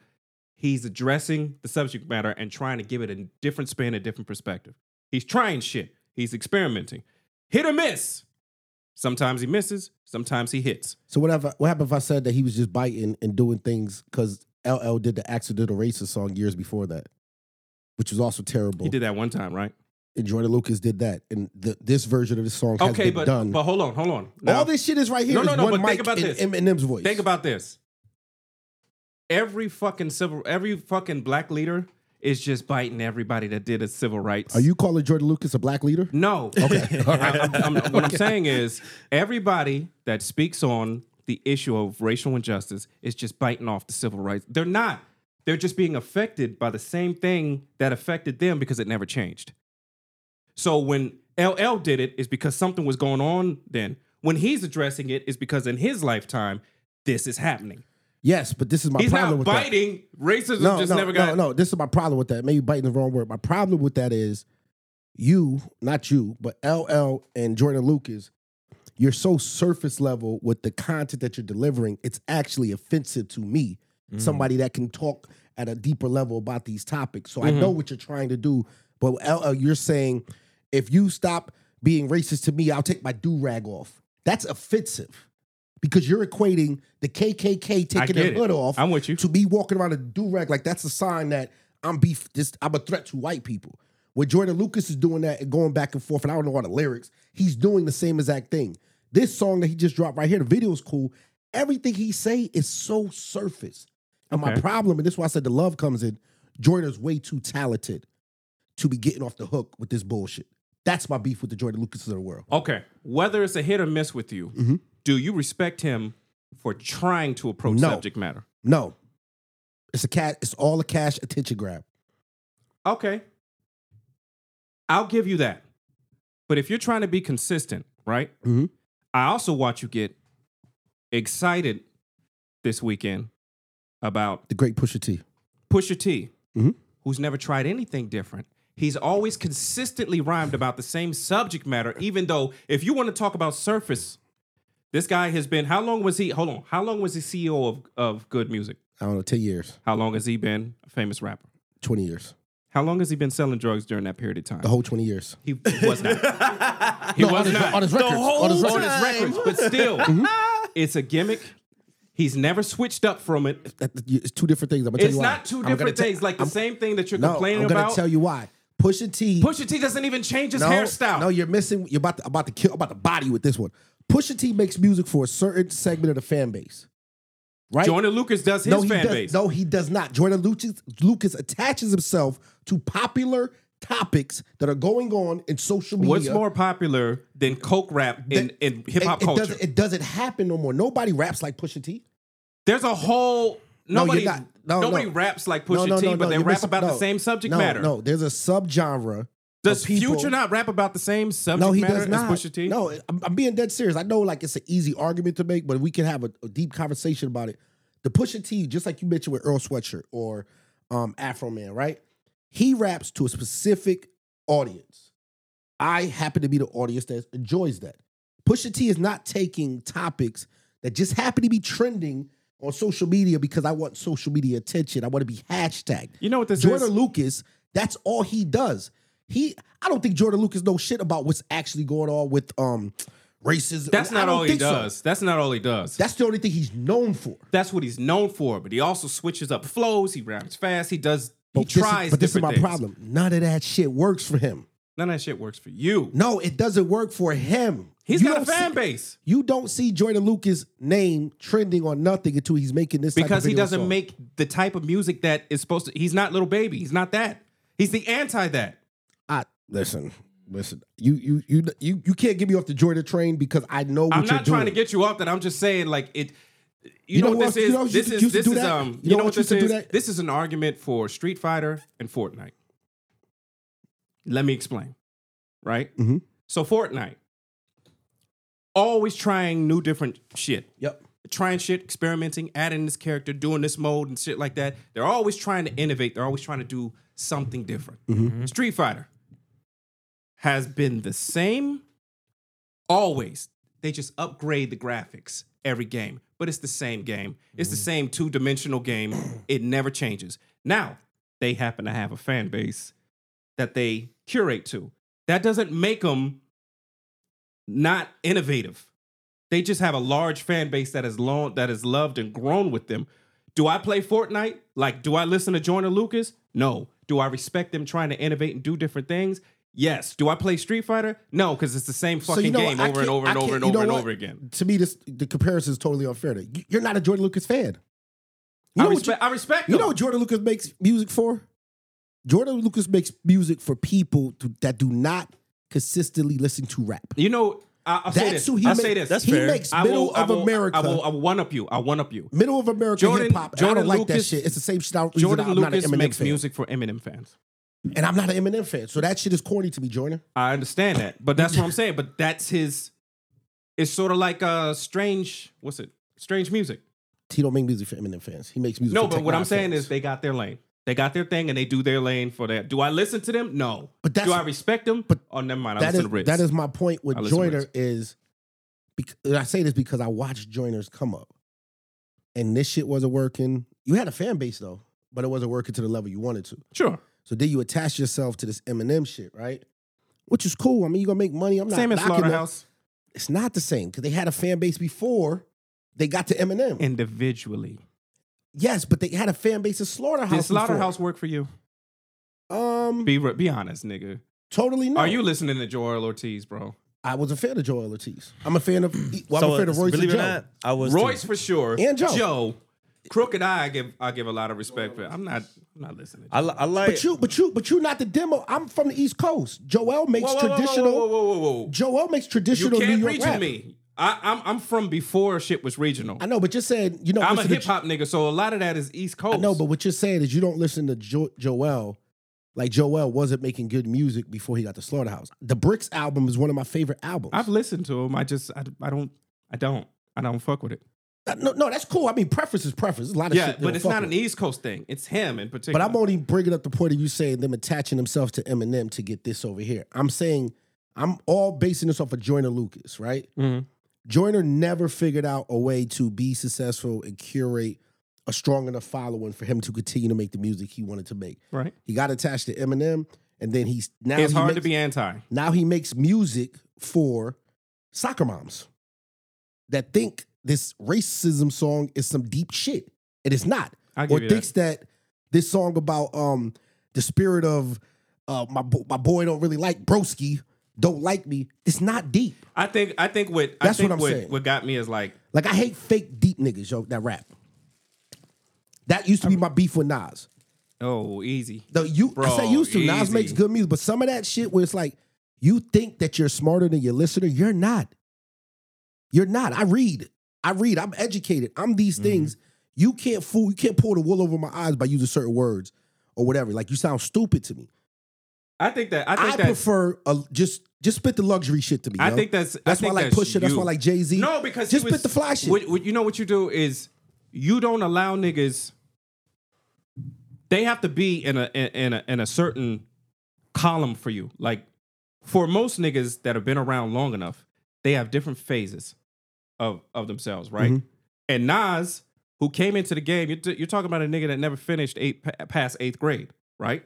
he's addressing the subject matter and trying to give it a different spin, a different perspective. He's trying shit. He's experimenting. Hit or miss. Sometimes he misses, sometimes he hits. So what, if I- what happened if I said that he was just biting and doing things because LL did the accidental racist song years before that, which was also terrible. He did that one time, right? And Jordan Lucas did that, and the, this version of the song has Okay, been but done. but hold on, hold on. All Now- this shit is right here. No, is no, no, one but think mic about and this. Eminem's voice. Think about this. Every fucking civil, every fucking black leader is just biting everybody that did a civil rights. Are you calling Jordan Lucas a black leader? No. Okay. All right. I- I'm- I'm- what I'm saying is, everybody that speaks on the issue of racial injustice is just biting off the civil rights. They're not. They're just being affected by the same thing that affected them because it never changed. So when LL did it, it's because something was going on then. When he's addressing it, it's because in his lifetime, this is happening. Yes, but this is my He's problem not with that. biting. Racism no, just no, never got. no, no. This is my problem with that. Maybe biting the wrong word. My problem with that is you, not you, but LL and Jordan Lucas. You're so surface level with the content that you're delivering. It's actually offensive to me, Mm-hmm. somebody that can talk Mm-hmm. at a deeper level about these topics. So I know what you're trying to do, but LL, you're saying If you stop being racist to me, I'll take my do rag off. That's offensive because you're equating the KKK I taking get their it. hood off I'm with you. to be walking around a do rag like that's a sign that I'm beef. This I'm a threat to white people. When Jordan Lucas is doing that and going back and forth, and I don't know all the lyrics, he's doing the same exact thing. This song that he just dropped right here, the video's cool. Everything he say is so surface. And my Okay. problem, and this is why I said the love comes in, Jordan's way too talented to be getting off the hook with this bullshit. That's my beef with the Jordan Lucas of the world. Okay. Whether it's a hit or miss with you, Mhm. do you respect him for trying to approach No. subject matter? No. It's a cat, it's all a cash attention grab. Okay. I'll give you that. But if you're trying to be consistent, right? Mhm. I also watch you get excited this weekend about The great Pusha T. Pusha T, Mhm. who's never tried anything different. He's always consistently rhymed about the same subject matter, even though if you want to talk about surface, this guy has been how long was he? Hold on, how long was he CEO of of Good Music? I don't know, 10 years, How long has he been a famous rapper? 20 years. How long has he been selling drugs during that period of time? The whole 20 years. he was not. He No, on was his, not. on his records. whole on his time. records. on his records, but still, Mm-hmm. it's a gimmick. He's never switched up from it. That- that- It's two different things. I'm gonna tell It's you why. not two I'm gonna different te- things. Like the I'm- same thing that you're No, complaining I'm gonna about. tell you why. Pusha T. Pusha T doesn't even change his no, hairstyle. No, you're missing. You're about to, about to kill. About to body with this one. Pusha T makes music for a certain segment of the fan base. Right. Jordan Lucas does his he fan does, base. No, he does not. Jordan Lucas, Lucas attaches himself to popular topics that are going on in social media. What's more popular than coke rap in, in hip hop It- it culture? doesn't, it doesn't happen no more. Nobody raps like Pusha T. There's a whole No, nobody you're not. No, nobody no. raps like No, Pusha no, T, no, but no, they you're rap missing- about the no, same subject no, matter. No, there's a subgenre. Does of people- Future not rap about the same subject No, he matter does not. as Pusha T? No, I'm, I'm being dead serious. I know like it's an easy argument to make, but we can have a, a deep conversation about it. The Pusha T, just like you mentioned with Earl Sweatshirt or um, Afro Man, right? He raps to a specific audience. I happen to be the audience that enjoys that. Pusha T is not taking topics that just happen to be trending on social media because I want social media attention. I want to be hashtagged. You know what this Jordan is? Lucas, that's all he does. He, I don't think Jordan Lucas knows shit about what's actually going on with um racism. That's I not don't all he think so. does. That's not all he does. That's the only thing he's known for. That's what he's known for, but he also switches up flows. He raps fast. He does. He But this is- tries. but this is my different things. problem. None of that shit works for him. None of that shit works for you. No, it doesn't work for him. He's You got a don't see- fan base You don't see Jordan Lucas' name trending on nothing until he's making this type of because he video doesn't song. make the type of music that is supposed to. He's not little baby. He's not that. He's the anti that. I listen, listen. You you you you you can't get me off the Jordan train because I know what I'm you're not trying to doing. get you off that. I'm just saying like it. You, You know, know what what- this you is. know what you used this to- is used to this do is that? um. You You know know what what you this used to do is. that? This is an argument for Street Fighter and Fortnite. Let me explain. Right. Mhm. So Fortnite, always trying new different shit. Yep. trying shit, experimenting, adding this character, doing this mode and shit like that. They're always trying to innovate. They're always trying to do something different. Street Fighter has been the same always. They just upgrade the graphics every game, but it's the same game. It's the same two dimensional game. It never changes. Now, they happen to have a fan base that they curate to. That doesn't make them not innovative. They just have a large fan base that is long, that is loved and grown with them. Do I play Fortnite? Like, do I listen to Jordan Lucas? No. Do I respect them trying to innovate and do different things? Yes. Do I play Street Fighter? No, because it's the same So fucking you know game what? I over and can't- over and I over can't- and you know over and what? over again. To me, this the comparison is totally unfair. To you. You're not a Jordan Lucas fan. You I know, what respect. I respect. you, you them. know what Jordan Lucas makes music for? Jordan Lucas makes music for people to, that do not consistently listen to rap. You know. I, I'll say That's this. who he I'll makes. say this. That's he fair. makes I middle will- I of will- America, I will. I will one up you. I one up you. middle of America Jordan- hip hop. and I Jordan don't like that Lucas- shit. It's the same shit. I, reason Jordan I'm Lucas not an Eminem makes fan. music for Eminem fans. and I'm not an Eminem fan, so that shit is corny to me, Jordan. I understand that, but that's what I'm saying. But that's his. It's sort of like uh strange. What's it? Strange music. He don't make music for Eminem fans. He makes music. No, for but Tech what I'm Nine saying fans. is they got their lane. They got their thing, and they do their lane for that. Do I listen to them? No. But that's- do I respect them? but oh, never mind. I that listen is to Ritz. that is my point with I listen to Joyner Ritz. is because I say this because I watched Joyner's come up, and this shit wasn't working. You had a fan base though, but it wasn't working to the level you wanted to. sure. So then you attach yourself to this Eminem shit, right? which is cool. I mean, you're gonna make money. I'm not Same as knocking them. Slaughterhouse. It's not the same because they had a fan base before they got to Eminem. Individually, yes, but they had a fan base in Slaughterhouse. did before. Slaughterhouse work for you? Um, Be re- be honest, nigga. totally no. Are you listening to Joel Ortiz, bro? I was a fan of Joel Ortiz. I'm a fan of. Well, I'm So, a fan of Royce and believe it Joe. or not, I was Royce too. for sure, And Joe. Crooked Eye, I give I give a lot of respect for. I'm not I'm not listening. I, li- I like. But you, but you, but you not the demo. I'm from the East Coast. Joel makes Whoa, whoa, whoa, traditional. Whoa, whoa, whoa, whoa, whoa. Joel makes You traditional New can't York reach rap. me. I, I'm I'm from before shit was regional. I know, but you're saying you know. I'm a listen to hip hop nigga, so a lot of that is East Coast. I know, but what you're saying is you don't listen to jo- Joel. Like Joel wasn't making good music before he got to Slaughterhouse. The Bricks album is one of my favorite albums. I've listened to him. I just I, I don't I don't I don't fuck with it. Uh, no, no, that's cool. I mean, preference is preference. There's a lot of Yeah, shit. they but don't it's fuck not with. an East Coast thing. It's him in particular. But I'm only bringing up the point of you saying them attaching themselves to Eminem to get this over here. I'm saying I'm all basing this off of Joyner Lucas, right? Mhm. Joyner never figured out a way to be successful and curate a strong enough following for him to continue to make the music he wanted to make. right. He got attached to Eminem, and then he's now It's he hard makes, to be anti. now he makes music for soccer moms that think this racism song is some deep shit. It is not. I give Or you thinks that. this song about um the spirit of uh my bo- my boy don't really like broski, don't like me. It's not deep. that. I think I think what I That's think what I'm what, saying. what got me is like Like I hate fake deep niggas, yo, that rap. That used to be my beef with Nas. oh easy. The you I say Bro, used to. Nas easy. makes good music, but some of that shit where it's like you think that you're smarter than your listener, you're not. You're not. I read. I read. I'm educated. I'm these Mm-hmm. things. You can't fool. You can't pull the wool over my eyes by using certain words or whatever. Like you sound stupid to me. I think that I I, think that prefer a, just just spit the luxury shit to me. I yo. think that's I that's think why I like that's Pusha. That's you. why I like Jay Z. No, because he just was- spit the fly shit. What, what- you know what you do is you don't allow niggas. They have to be in a in in a, in a certain column for you. Like for most niggas that have been around long enough, they have different phases of of themselves, right? Mhm. And Nas, who came into the game, you're, t- you're talking about a nigga that never finished eight pa- past eighth grade, right?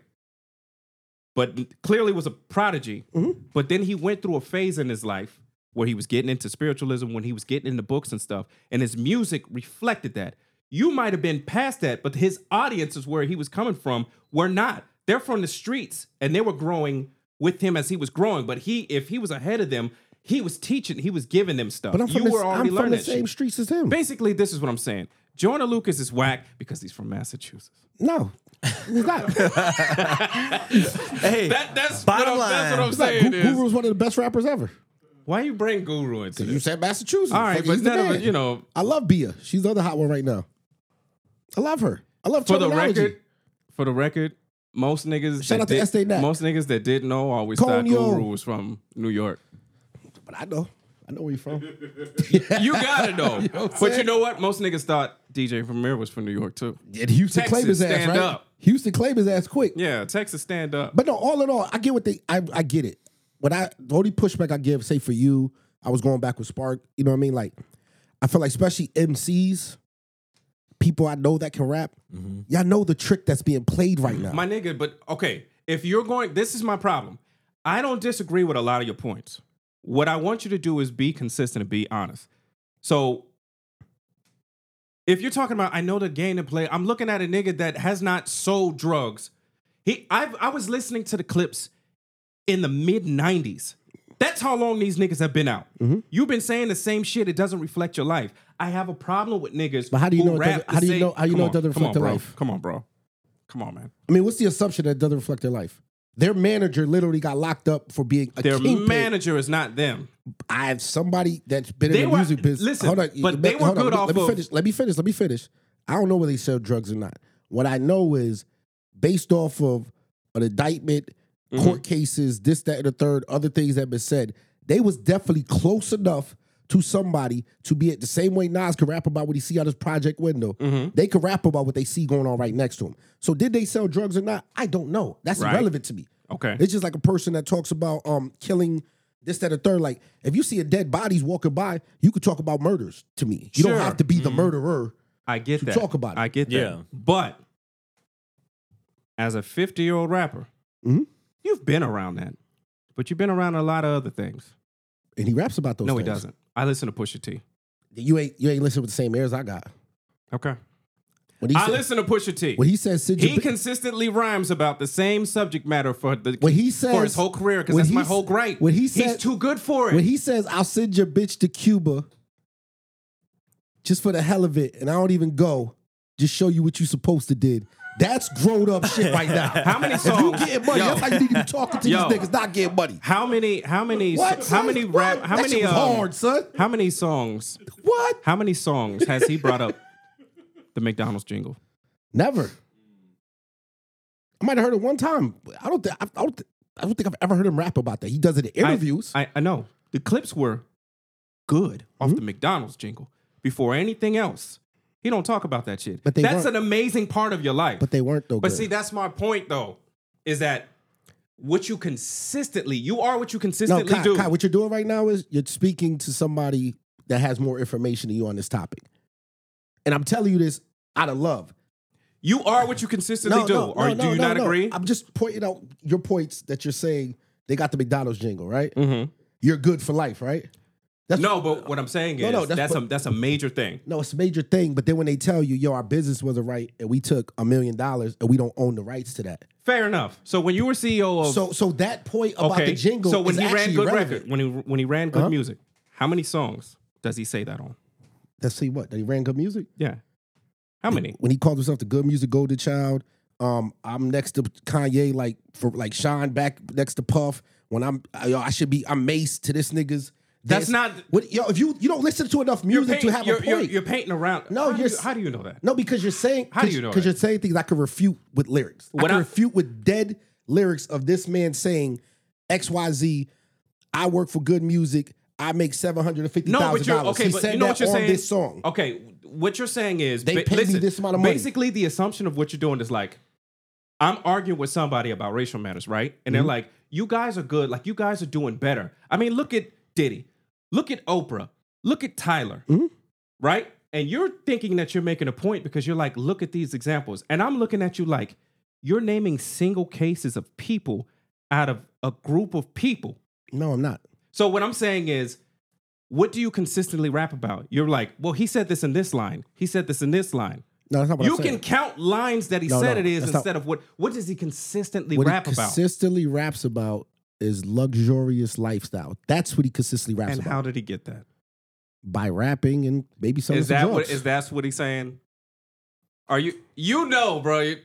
But clearly was a prodigy. Mhm. But then he went through a phase in his life where he was getting into spiritualism, when he was getting into books and stuff, and his music reflected that. You might have been past that, but his audiences where he was coming from were not. They're from the streets and they were growing with him as he was growing. But he, if he was ahead of them, he was teaching, he was giving them stuff. but I'm from you the, were already I'm from learning the that same shit. streets as him. Basically, this is what I'm saying. Jonah Lucas is whack because he's from Massachusetts. No, he's not. He's not. hey, That, that's, Bottom what I'm, that's line. what I'm Gu- saying. is, Guru's one of the best rappers ever. why you bring Guru into You this? said Massachusetts. All right, Fuck, but he's the none of man. it, you know, I love Bia. She's the other hot one right now. I love her. I love for the terminology. record, for the record, most niggas Shout that out to did- Estee Knack. most niggas that didn't know always thought Coño. Guru was from New York. But I know. I know where you're from. You gotta know, what I'm but you saying? know what? Most niggas thought DJ Premier was from New York too. And Houston Texas, claim his ass, stand right? up. Houston claim his ass quick. Yeah, Texas stand up. But no, all in all, I get what they. I, I get it. What I the only pushback I give, say for you, I was going back with Spark. You know what I mean? Like, I feel like especially MCs, people I know that can rap. Y'all know the trick that's being played right now. My nigga, but okay, if you're going, this is my problem. I don't disagree with a lot of your points. What I want you to do is be consistent and be honest. So, if you're talking about, I know the game to play, I'm looking at a nigga that has not sold drugs. He, I've, I was listening to the clips in the mid 90s. That's how long these niggas have been out. Mm-hmm. You've been saying the same shit. It doesn't reflect your life. I have a problem with niggas. But how do you who know it doesn't- rap to how do you say- know- how do you Come know it on, doesn't come reflect on, their bro. life? Come on, bro. Come on, man. I mean, what's the assumption that it doesn't reflect their life? Their manager literally got locked up for being a Their kingpin. manager is not them. I have somebody that's been They in the were- music business. listen, hold on, but they were hold on, let good me- off Let me of- finish. Let me finish. Let me finish. I don't know whether they sell drugs or not. What I know is based off of an indictment, Mm-hmm. court cases, this, that, and the third, other things that have been said. They was definitely close enough to somebody to be it the same way Nas could rap about what he see out his project window. Mm-hmm. They could rap about what they see going on right next to him. So did they sell drugs or not? I don't know. That's Right. irrelevant to me. Okay. It's just like a person that talks about um killing this, that, or third. Like if you see a dead bodies walking by, you could talk about murders to me. You Sure. Mm-hmm. don't have to be the murderer. I get to that. talk about it. I get that. Yeah. But as a 50 year old rapper, Mhm. you've been around that. But you've been around a lot of other things. and he raps about those. no, he things. doesn't. I listen to Pusha T. You ain't you ain't listening with the same ears I got. Okay. When he I said, listen to Pusha T. when he says Sid He Jabi- consistently rhymes about the same subject matter for the When he for says- his whole career because when that's my he- whole gripe. when he he's said- too good for it. when he says I'll send your bitch to Cuba just for the hell of it, and I don't even go, just show you what you supposed to did. That's grown up shit right now. How many If songs- you getting money, Yo. that's how you need to be talking to Yo. these niggas, not getting money. how many? How many? What? How many What? rap? How That many? shit was um, hard, son. How many songs? What? How many songs has he brought up? The McDonald's jingle. Never. I might have heard it one time. but I don't think I, I don't thi- I don't think I've ever heard him rap about that. He does it in I- interviews. I, I, know the clips were good off Mm-hmm. the McDonald's jingle before anything else. He don't talk about that shit. But they that's weren't. an amazing part of your life. but they weren't though. But good. see, that's my point though, is that what you consistently, you are what you no, consistently Kai, do. Kai, what you're doing right now is you're speaking to somebody that has more information than you on this topic. And I'm telling you this out of love. you are what you consistently do. or do you not no. agree? I'm just pointing out your points that you're saying they got the McDonald's jingle, right? Mhm. You're good for life, right? That's No, but what I'm saying is No, no, that's that's, a what- that's a major thing. No, it's a major thing. But then when they tell you, yo, our business wasn't right and we took a million dollars and we don't own the rights to that. Fair enough. So when you were CEO of So so that point about okay, the jingle. so when is he ran actually good relevant. Uh-huh. record, when he when he ran good Huh? music, how many songs does he say that on? Let's see what that he ran good music. Yeah, how many? When he called himself the good music golden child. Um, I'm next to Kanye, like for like Sean back next to Puff. When I'm, I, yo, I should be. I'm Mace to this niggas. That's this. not- What, yo, if you you don't listen to enough music painting- to have you're, a point. you're- you're painting around. No, how, you're do you, s- how do you know that? No, because you're saying How do you know Because that? you're saying things I can refute with lyrics. I What can I- refute with dead lyrics of this man saying X Y Z. I work for good music. I make seven hundred and fifty No, thousand but you're dollars. okay. He but said you know that what you're on saying. Oh. this song. Okay, what you're saying is They ba- paid me listen, this amount of money. Basically, the assumption of what you're doing is like, I'm arguing with somebody about racial matters, right? Mm-hmm. And they're like, "You guys are good. Like, you guys are doing better." I mean, look at Diddy, look at Oprah, look at Tyler, Mm-hmm. right? And you're thinking that you're making a point because you're like, "Look at these examples," and I'm looking at you like, you're naming single cases of people out of a group of people. No, I'm not. So what I'm saying is, what do you consistently rap about? You're like, well, he said this in this line. He said this in this line. No, that's not what you I'm can saying. count lines that he No, said no, it is that's not- instead of what. What does he consistently what rap he about? consistently raps about is luxurious lifestyle. That's what he consistently raps and about how did he get that? by rapping and maybe some Is of that some what? drugs. Is that's what he's saying? Are you? You know, bro.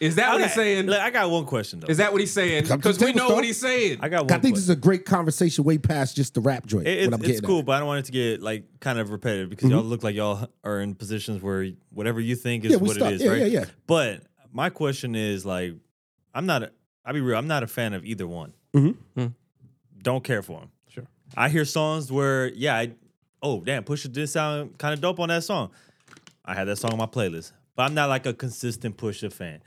Is that what Okay, he's saying? Look, I got one question though. Is that what he's saying? I'm Because just we table know stuff. what he's saying. I got one. I think this question. is a great conversation, way past just the rap joint. what It- I'm it's, it's getting at. Mm-hmm. cool, but I don't want it to get like kind of repetitive because y'all look like y'all are in positions where whatever you think is Yeah, we what stuck. it is, Yeah, right? yeah, yeah. But my question is like, I'm not. A, I'll be real. I'm not a fan of either one. Mhm. Mm. Don't care for them. Sure. I hear songs where yeah, I, oh damn, Pusha did sound kind of dope on that song. I had that song on my playlist, but I'm not like a consistent Pusha fan.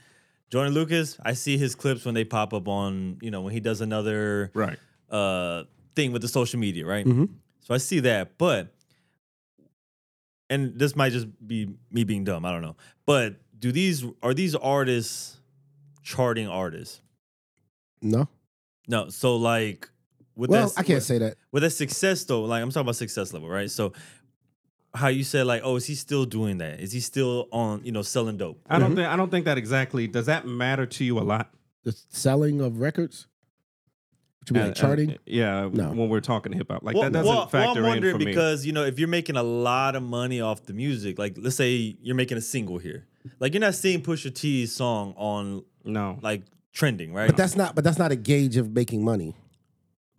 Jordan Lucas, I see his clips when they pop up on you know when he does another Right. uh thing with the social media, right? Mm-hmm. So I see that, but and this might just be me being dumb, I don't know. But do these are these artists charting artists? No, No, so like with well, that, I can't with, say that. with that success though, like I'm talking about success level, right? So how you said like, oh, is he still doing that? Is he still on, you know, selling dope? I Mm-hmm. don't think. I don't think that exactly. Does that matter to you a lot? the selling of records? What you mean, Uh, like charting? uh, yeah, No. when we're talking hip hop, like well, that doesn't well- well, factor I'm in wondering for me. because you know if you're making a lot of money off the music, like let's say you're making a single here, like you're not seeing Pusha T's song on no, like trending, right? but that's not. But that's not a gauge of making money.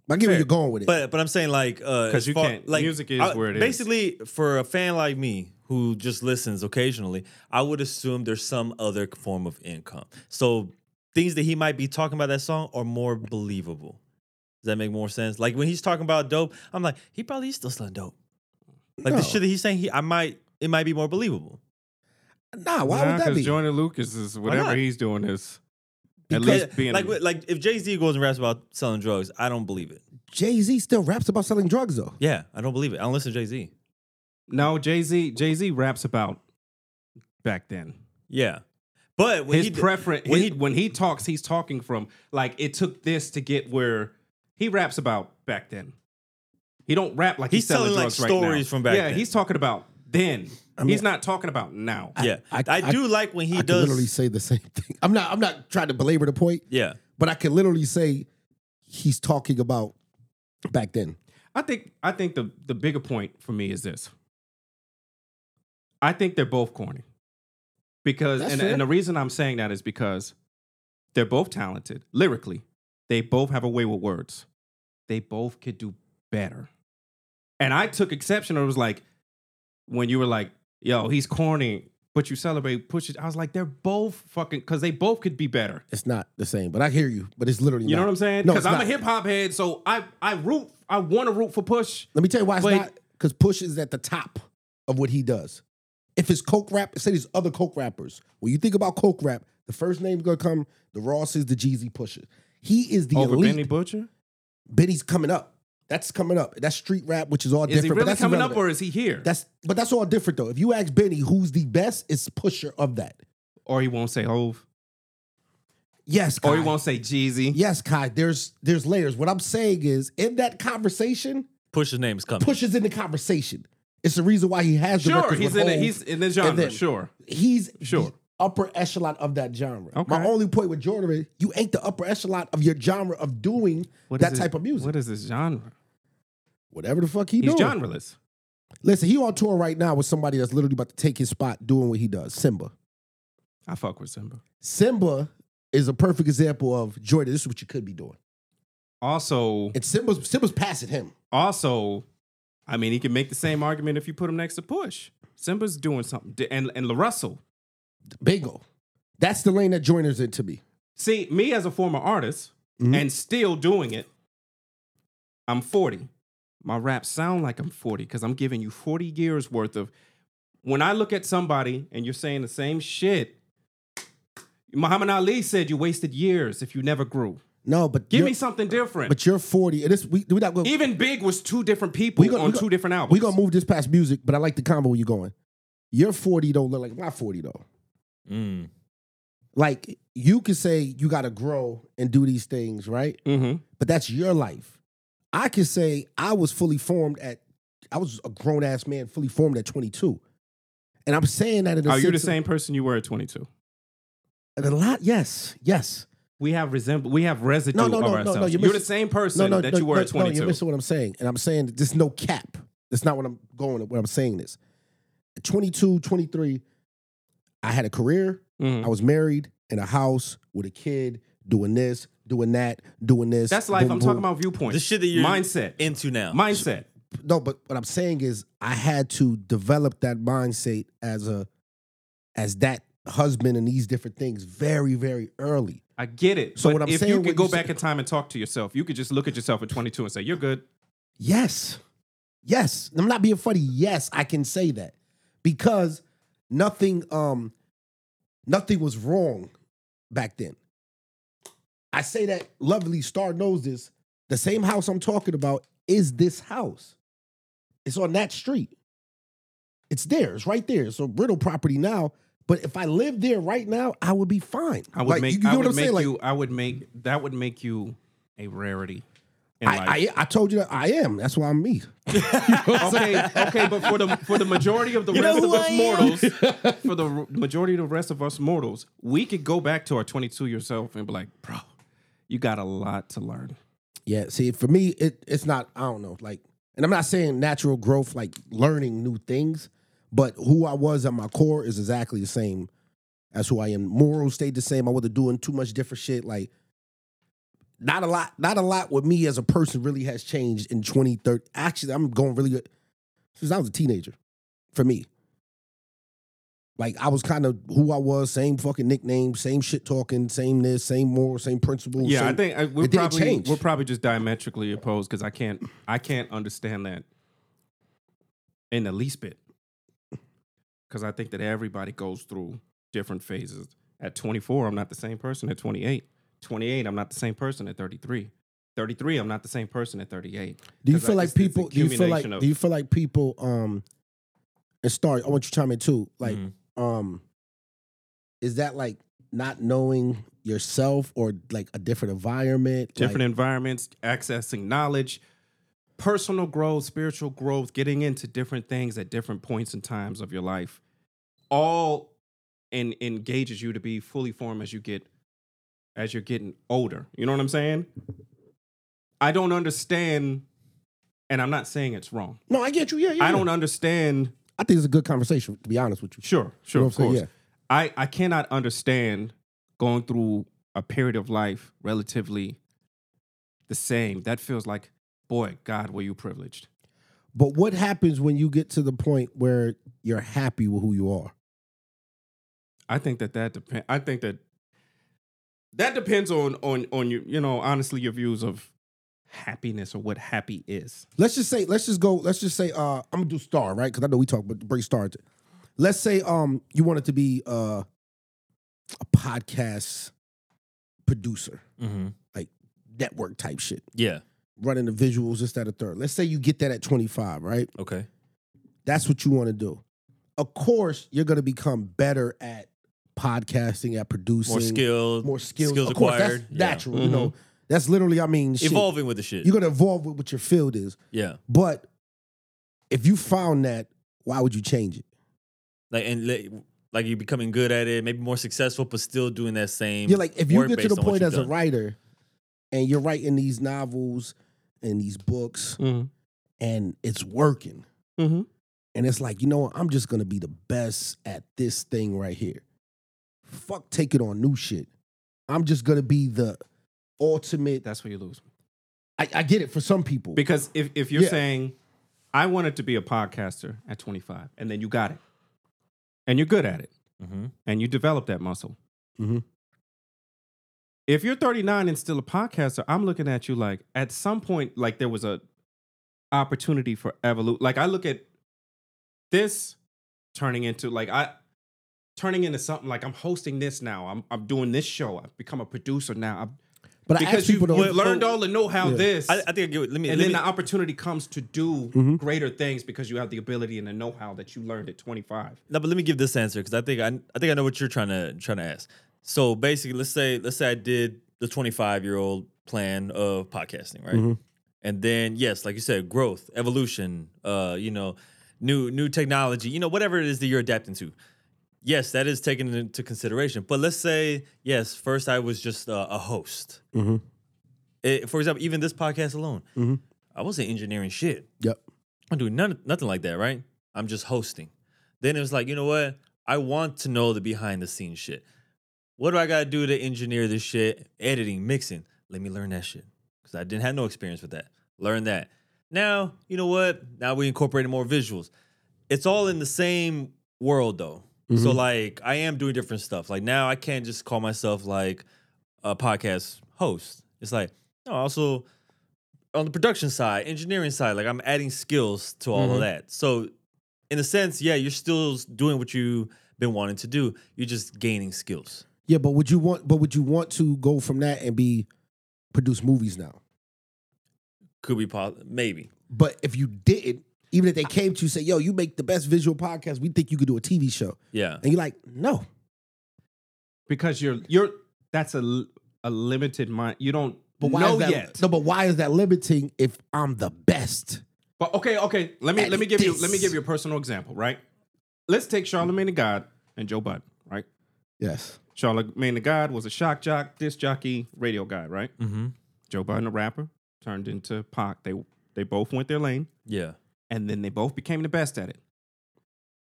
I get where Fair. you're going with it. But but I'm saying like uh, 'Cause as you can't- music is where it is. Basically, for a fan like me who just listens occasionally, I would assume there's some other form of income. So things that he might be talking about that song are more believable. Does that make more sense? Like when he's talking about dope, I'm like he probably is still selling dope. Like the No. shit that he's saying, he I might it might be more believable. nah, why would that be? Jordan Lucas is whatever not? he's doing is Because- at least being like like if Jay Z goes and raps about selling drugs, I don't believe it. Jay Z still raps about selling drugs though. Yeah, I don't believe it. I don't listen to Jay Z. no Jay Z. Jay Z raps about back then. Yeah, but when His he d- preference when when he- he when he talks, he's talking from like it took this to get where he raps about back then. He don't rap like he's, He's selling, telling, like, drugs right now. stories from back Yeah, then. he's talking about then. mean- he's not talking about now. yeah, I- I, I- do like when he I can literally does. say the same thing. I'm not. I'm not trying to belabor the point, Yeah, but I can literally say he's talking about back then. I think I think the the bigger point for me is this. I think they're both corny. Because That's and, fair. and the reason I'm saying that is because they're both talented lyrically. They both have a way with words. They both could do better. And I took exception. It was like when you were like, "Yo, he's corny," but you celebrate push it. I was like, "They're both fucking because they both could be better." It's not the same, but I hear you. But it's literally. You know what I'm saying? No, Because it's I'm a not. hip hop head, so I I root I want to root for Push. Let me tell you why it's But- not. Because Push is at the top of what he does. If it's coke rap, say these other coke rappers. When you think about coke rap, the first name's gonna come the Rosses, the Jeezy Pushes. He is the over elite. Benny Butcher? Benny's coming up. That's coming up. That's street rap, which is all Is different. he but really that's coming up irrelevant. or is he here? That's but that's all different though. If you ask Benny who's the best, it's pusher of that. or he won't say Hove. Yes, Kai. Or Oh, he won't say Jeezy. Yes, Kai. There's there's layers. What I'm saying is in that conversation, push his name's coming. pushes in the conversation. It's the reason why he has the Sure, records he's with in the, Hov. he's in the genre. then- sure. he's Sure. the upper echelon of that genre. Okay. My only point with Jordan is you ain't the upper echelon of your genre of doing What is that this- type of music. What is this genre? Whatever the fuck he He's doing. genreless. Listen, he on tour right now with somebody that's literally about to take his spot doing what he does. Simba. I fuck with Simba. Simba is a perfect example of Jordan. This is what you could be doing. Also, And Simba's Simba's passing him. also, I mean, he can make the same argument if you put him next to Push. Simba's doing something. di- And and LaRussell. Bingo. That's the lane that Joyner's in to me. See, me as a former artist Mhm. and still doing it, I'm 40. My raps sound like I'm 40 because I'm giving you 40 years worth of. When I look at somebody and you're saying the same shit, Muhammad Ali said you wasted years if you never grew. No, but Give you're- me something different. But you're 40, and this we we not going. Even Big was two different people We gonna- on we two gonna- different albums. We gonna move this past music, but I like the combo where you're going. Your 40 don't look like my 40 though. Mm. Like you can say you gotta grow and do these things, right? Mhm. But that's your life. I can say I was fully formed at. I was a grown ass man, fully formed at 22, and I'm saying that in a Are you Oh, the sense of- same person you were at 22? And a lot, yes, yes. We have resemble. We have residue No, no, of no, no, ourselves. no, you're you're the missing- same person that you were at no, 22. you're missing what I'm saying. And I'm saying that there's no cap. That's not what I'm going with when I'm saying this. At 22, 23, I had a career. Mhm. I was married in a house with a kid, doing this, doing that, doing this. That's life. boom, I'm boom. talking about viewpoint. The shit that you're mindset. into now. mindset. No, but what I'm saying is I had to develop that mindset as a as that husband and these different things very, very early. I get it. So but what I'm if saying you could when go you say- back in time and talk to yourself, you could just look at yourself at 22 and say, "You're good." Yes. Yes. I'm not being funny. Yes, I can say that. Because nothing um nothing was wrong back then. I say that lovely star knows this. The same house I'm talking about is this house. It's on that street. It's there. It's right there. It's a brittle property now. But if I lived there right now, I would be fine. I would Like, make. you, you know I what would I'm make saying? Like, you. I would make that would make you a rarity. In life. I, I I told you that I am. That's why I'm me. okay, okay, but for the for the majority of the rest of us mortals, for the r- majority of the rest of us mortals, we could go back to our 22 year self and be like, "Bro, you got a lot to learn." Yeah, see, for me, it it's not. I don't know, like, and I'm not saying natural growth, like learning new things, but who I was at my core is exactly the same as who I am. Morals stayed the same. I wasn't doing too much different shit. Like, not a lot. Not a lot with me as a person really has changed in 2030. Actually, I'm going really good since I was a teenager. For me, like I was kind of who I was, same fucking nickname, same shit talking, same this, same moral, same principles. Yeah, I same- think I, we're it didn't probably change. we're probably just diametrically opposed because I can't I can't understand that in the least bit because I think that everybody goes through different phases. At 24, I'm not the same person. At 28, 28, I'm not the same person. At 33, 33, I'm not the same person. At 38, Do you 'Cause I feel like just- it's people? Do you feel like? accumulation of- do you feel like people? Um, and start. Mm-hmm. I want you to chime in too. Like, Mhm. um, is that like not knowing yourself or like a different environment. like- different environments, accessing knowledge, personal growth, spiritual growth, getting into different things at different points and times of your life, all and engages you to be fully formed as you get as you're getting older. You know what I'm saying? I don't understand, and I'm not saying it's wrong. no, I get you. Yeah, yeah. I yeah. don't understand. I think it's a good conversation. To be honest with you, Sure, You sure, know of what I'm saying? course. I, I cannot understand going through a period of life relatively the same. That feels like, boy, God, were you privileged. But what happens when you get to the point where you're happy with who you are? I think that that depends. I think that that depends on on on you. You know, honestly, your views of happiness or what happy is. Let's just say, let's just go, let's just say, uh, I'm gonna do star, right? Because I know we talk, but bring star. To, let's say um you want it to be uh a podcast producer, Mm-hmm. network type shit, Yeah. running the visuals, this, that, a third. Let's say you get that at 25, right? Okay. That's what you want to do. Of course, you're gonna become better at podcasting, at producing, More skilled. more skills, skills of course, acquired. That's Yeah. natural, Mm-hmm. you know. That's literally, I mean, shit. Evolving with the shit. You're gonna evolve with what your field is. yeah. But if you found that, why would you change it? Like and like, like you're becoming good at it, maybe more successful, but still doing that same. Yeah, like if you work get to based the on what point you've as a done. writer and you're writing these novels and these books Mm-hmm. and it's working. Mm-hmm. And it's like, you know what, I'm just gonna be the best at this thing right here. Fuck take it on new shit. I'm just gonna be the ultimate That's where you lose. I, I get it for some people. Because if if you're Yeah. saying, I wanted to be a podcaster at 25, and then you got it, and you're good at it, Mhm. and you develop that muscle. Mhm. If you're 39 and still a podcaster, I'm looking at you like at some point, like there was a opportunity for evolution. Like I look at this turning into like I turning into something like I'm hosting this now. I'm I'm doing this show. I've become a producer now. I'm, but I ask because you've people to you've learned but- all the know how Yeah. this, I, I think I get. What, let me. and let then me- the opportunity comes to do Mhm. greater things because you have the ability and the know how that you learned at 25. No, but let me give this answer because I think I, I think I know what you're trying to trying to ask. So basically, let's say let's say I did the 25 year old plan of podcasting, right? Mhm. And then yes, like you said, growth, evolution, uh, you know, new new technology, you know, whatever it is that you're adapting to. Yes, that is taken into consideration. But let's say yes, first I was just uh, a host. Mhm. Eh, for example, even this podcast alone, I wasn't engineering shit. Yep. I'm doing none, nothing like that, right? I'm just hosting. Then it was like, you know what? I want to know the behind the scenes shit. What do I gotta do to engineer this shit? Editing, mixing. Let me learn that shit. Cause I didn't have no experience with that. Learn that. Now, you know what? Now we incorporated more visuals. It's all in the same world though. So like I am doing different stuff. Like now I can't just call myself like a podcast host. It's like, no, I also on the production side, engineering side, like I'm adding skills to all of Mhm. that. So, in a sense, yeah, you're still doing what you've been wanting to do. You're just gaining skills. Yeah, but would you want? But would you want to go from that and be produce movies now? Could be pos- maybe. But if you didn't, even if they came to you say, "Yo, you make the best visual podcast," we think you could do a TV show, Yeah. and you're like, "No, because you're you're that's a l- a limited mind. You don't but why know is that? yet. No, but why is that limiting if I'm the best?" But okay, okay. Let me At let me give you let me this. give you a personal example. Right. Let's take Charlemagne the God and Joe Budden. Right. Yes. Charlemagne the God was a shock jock, disc jockey, radio guy. Right. Mm-hmm. Joe Budden, a rapper, turned into Pac. They they both went their lane, Yeah. and then they both became the best at it.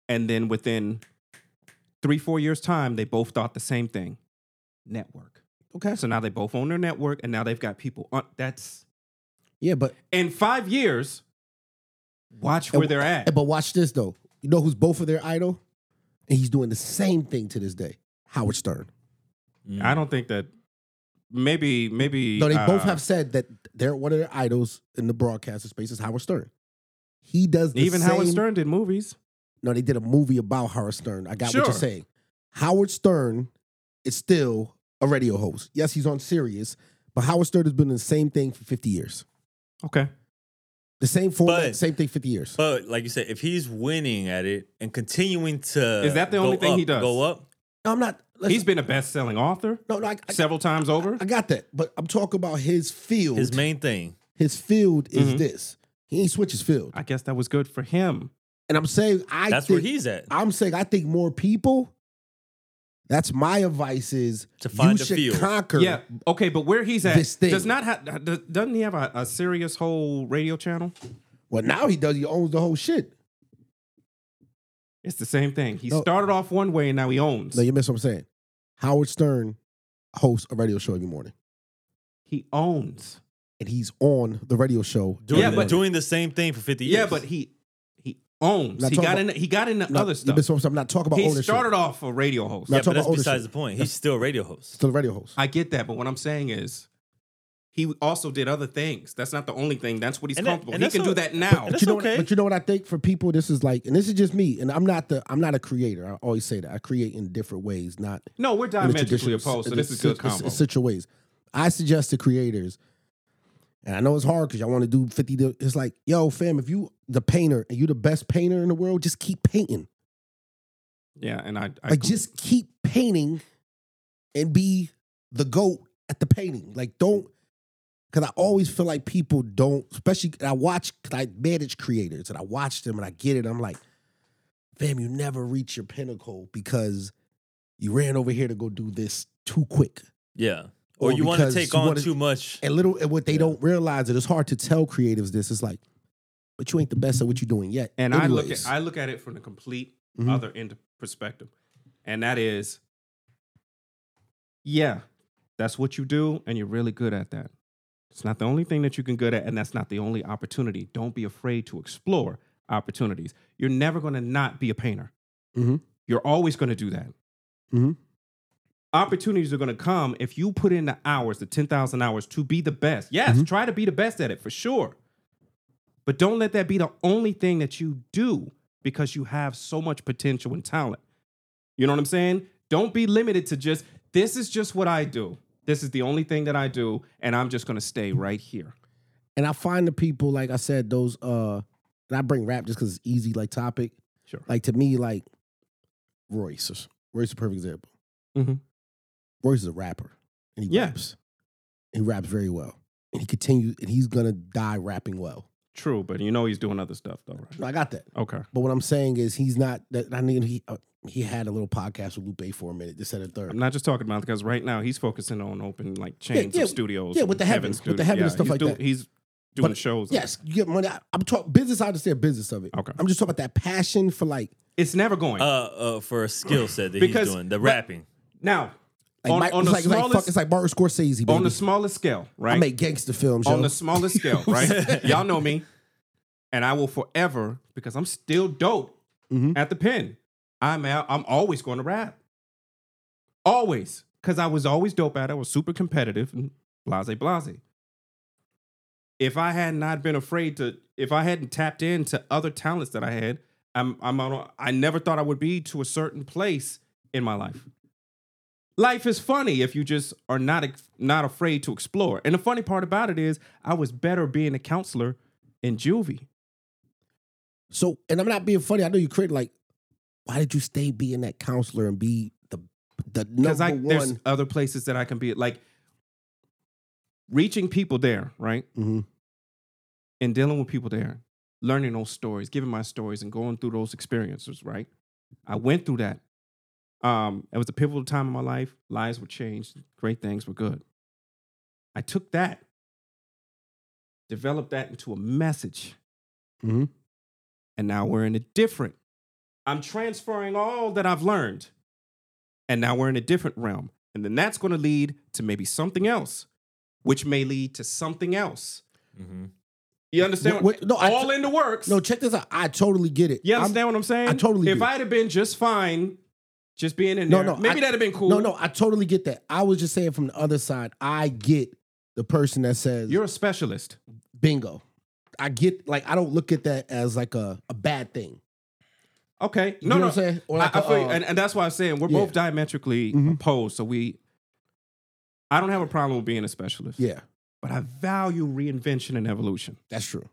And then within three four years time, they both thought the same thing: network. Okay. So now they both own their network, and now they've got people. On, that's Yeah, but in five years, watch where they're at. but watch this though. You know who's both of their idol, and he's doing the same thing to this day. Howard Stern. Mm. I don't think that. Maybe, maybe. No, they both uh, have said that they're one of their idols in the broadcaster space is Howard Stern. He does the Even Howard same- Stern did movies. No, they did a movie about Howard Stern. I got what Sure. you're saying. Howard Stern is still a radio host. Yes, he's on Sirius, but Howard Stern has been in the same thing for 50 years. Okay. The same format, But- same thing 50 years. But like you said, if he's winning at it and continuing to Is that the go only thing up, he does? Go up. no, I'm not. listen, He's been a best-selling author no, no, I, I, several times over. I got that, but I'm talking about his field. His His, Mm-hmm. main thing. field is Mhm. this. He ain't switch his field, I guess that was good for him. and I'm saying I. That's think, where he's at. I'm saying I think more people. That's my advice: is To find you a should field. conquer. Yeah. Okay, but where he's at This thing. does not have. Does, doesn't he have a, a serious whole radio channel? Well, now he does. He owns the whole shit. It's the same thing. He No. started off one way and now he owns. No, you miss what I'm saying. Howard Stern hosts a radio show every morning, he owns. and he's on the radio show. Doing, Yeah, the, but- doing the same thing for 50 years. Yeah, but he he owns. Not He talking got in. about- He got into No, other You stuff. miss what I'm saying. I'm not talking about He ownership. started off a radio host. No. yeah, I'm but talking that's about besides the ownership. point. He's still a radio host. Still a radio host. I get that, but what I'm saying is, he also did other things. That's not the only thing. That's what he's And that- comfortable. and he that's can do what- that now. and But you know, That's okay. what, but you know what I think for people, this is like, and this is just me, and I'm not the, I'm not a creator. I always say that I create in different ways, not no, we're in the traditional- diametrically opposed. So in this the is good sit- in combo. Situ ways. I suggest to creators, and I know it's hard because y'all want to do 50. di- It's like, yo, fam, if you the painter and you the best painter in the world, just keep painting. Yeah, and I, I Like, com- just keep painting, and be the goat at the painting. Like, don't. Cause I always feel like people don't, especially and I watch, cause I manage creators and I watch them and I get it. I'm like, fam, you never reach your pinnacle because you ran over here to go do this too quick. Yeah. Or, Or you want to because take you on wanna- too much. And little and what they Yeah. don't realize that it's hard to tell creatives this. It's like, but you ain't the best at what you're doing yet. and I look anyways. at I look at it from the complete Mhm. other end perspective, and that is, yeah, that's what you do, and you're really good at that. It's not the only thing that you can good at, and that's not the only opportunity. Don't be afraid to explore opportunities. You're never going to not be a painter. Mhm. You're always going to do that. Mhm. Opportunities are going to come if you put in the hours, the ten thousand hours, to be the best. Yes, try to be the best at it for sure. But don't let that be the only thing that you do because you have so much potential and talent. You know what I'm saying? Don't be limited to just, this is just what I do. This is the only thing that I do, and I'm just gonna stay right here. and I find the people, like I said, those uh and I bring rap just because it's easy, like topic. Sure. Like to me, like Royce. is- Royce is a perfect example. Mhm. Royce is a rapper. And he Yeah. raps. He raps very well. And he continues and he's gonna die rapping well. True, but you know he's doing other stuff though, right? No, I got that. Okay. But what I'm saying is he's not that I mean he uh, he had a little podcast with Lupe for a minute, this that, and third. I'm not just talking about it because right now he's focusing on open like chains yeah, of studios. yeah, with the and having heaven- with the heaven and stuff he's like doing- that. He's doing But- shows. Yes, you get money. I, I'm talking business. I understand business of it. Okay. I'm just talking about that passion for like, It's never going. Uh, uh, for a skill set that Because- he's doing, the but- rapping. now, like on, Mike- on it's, the like, like fuck, smallest, it's like Martin Scorsese. Baby. on the smallest scale, right? I make gangster films. on yo. the smallest scale, right? Y'all know me, and I will forever because I'm still dope Mhm. at the pen. I'm out. I'm always going to rap, always because I was always dope at it. I was super competitive and blase blase. If I had not been afraid to, if I hadn't tapped into other talents that I had, I'm, I'm on. a- I never thought I would be to a certain place in my life life is funny if you just are not ex- not afraid to explore. And the funny part about it is, I was better being a counselor in juvie. So, and I'm not being funny. I know you created like, why did you stay being that counselor and be the the because number I there's one? other places that I can be like reaching people there, right? Mhm. And dealing with people there, learning those stories, giving my stories, and going through those experiences, right? I went through that. Um, it was a pivotal time in my life. Lives were changed. Great things were good. I took that, developed that into a message, Mhm. and now we're in a different. I'm transferring all that I've learned and now we're in a different realm. And then that's going to lead to maybe something else, which may lead to something else. Mm-hmm. hmm You understand? What- What, what- no, I- all in the works. No, check this out. I totally get it. you I'm- understand what I'm saying? I totally If do. I'd have been just fine, just being in No, there, no, maybe I- that'd have been cool. No, no, I totally get that. I was just saying from the other side. I get the person that says you're a specialist. bingo. I get like I don't look at that as like a, a bad thing. Okay, You no, know no, what I'm saying? Or I- like I a, feel you. uh, and, and that's why I'm saying we're yeah. both diametrically Mhm. opposed. So we, I don't have a problem with being a specialist. yeah, but I value reinvention and evolution. that's true.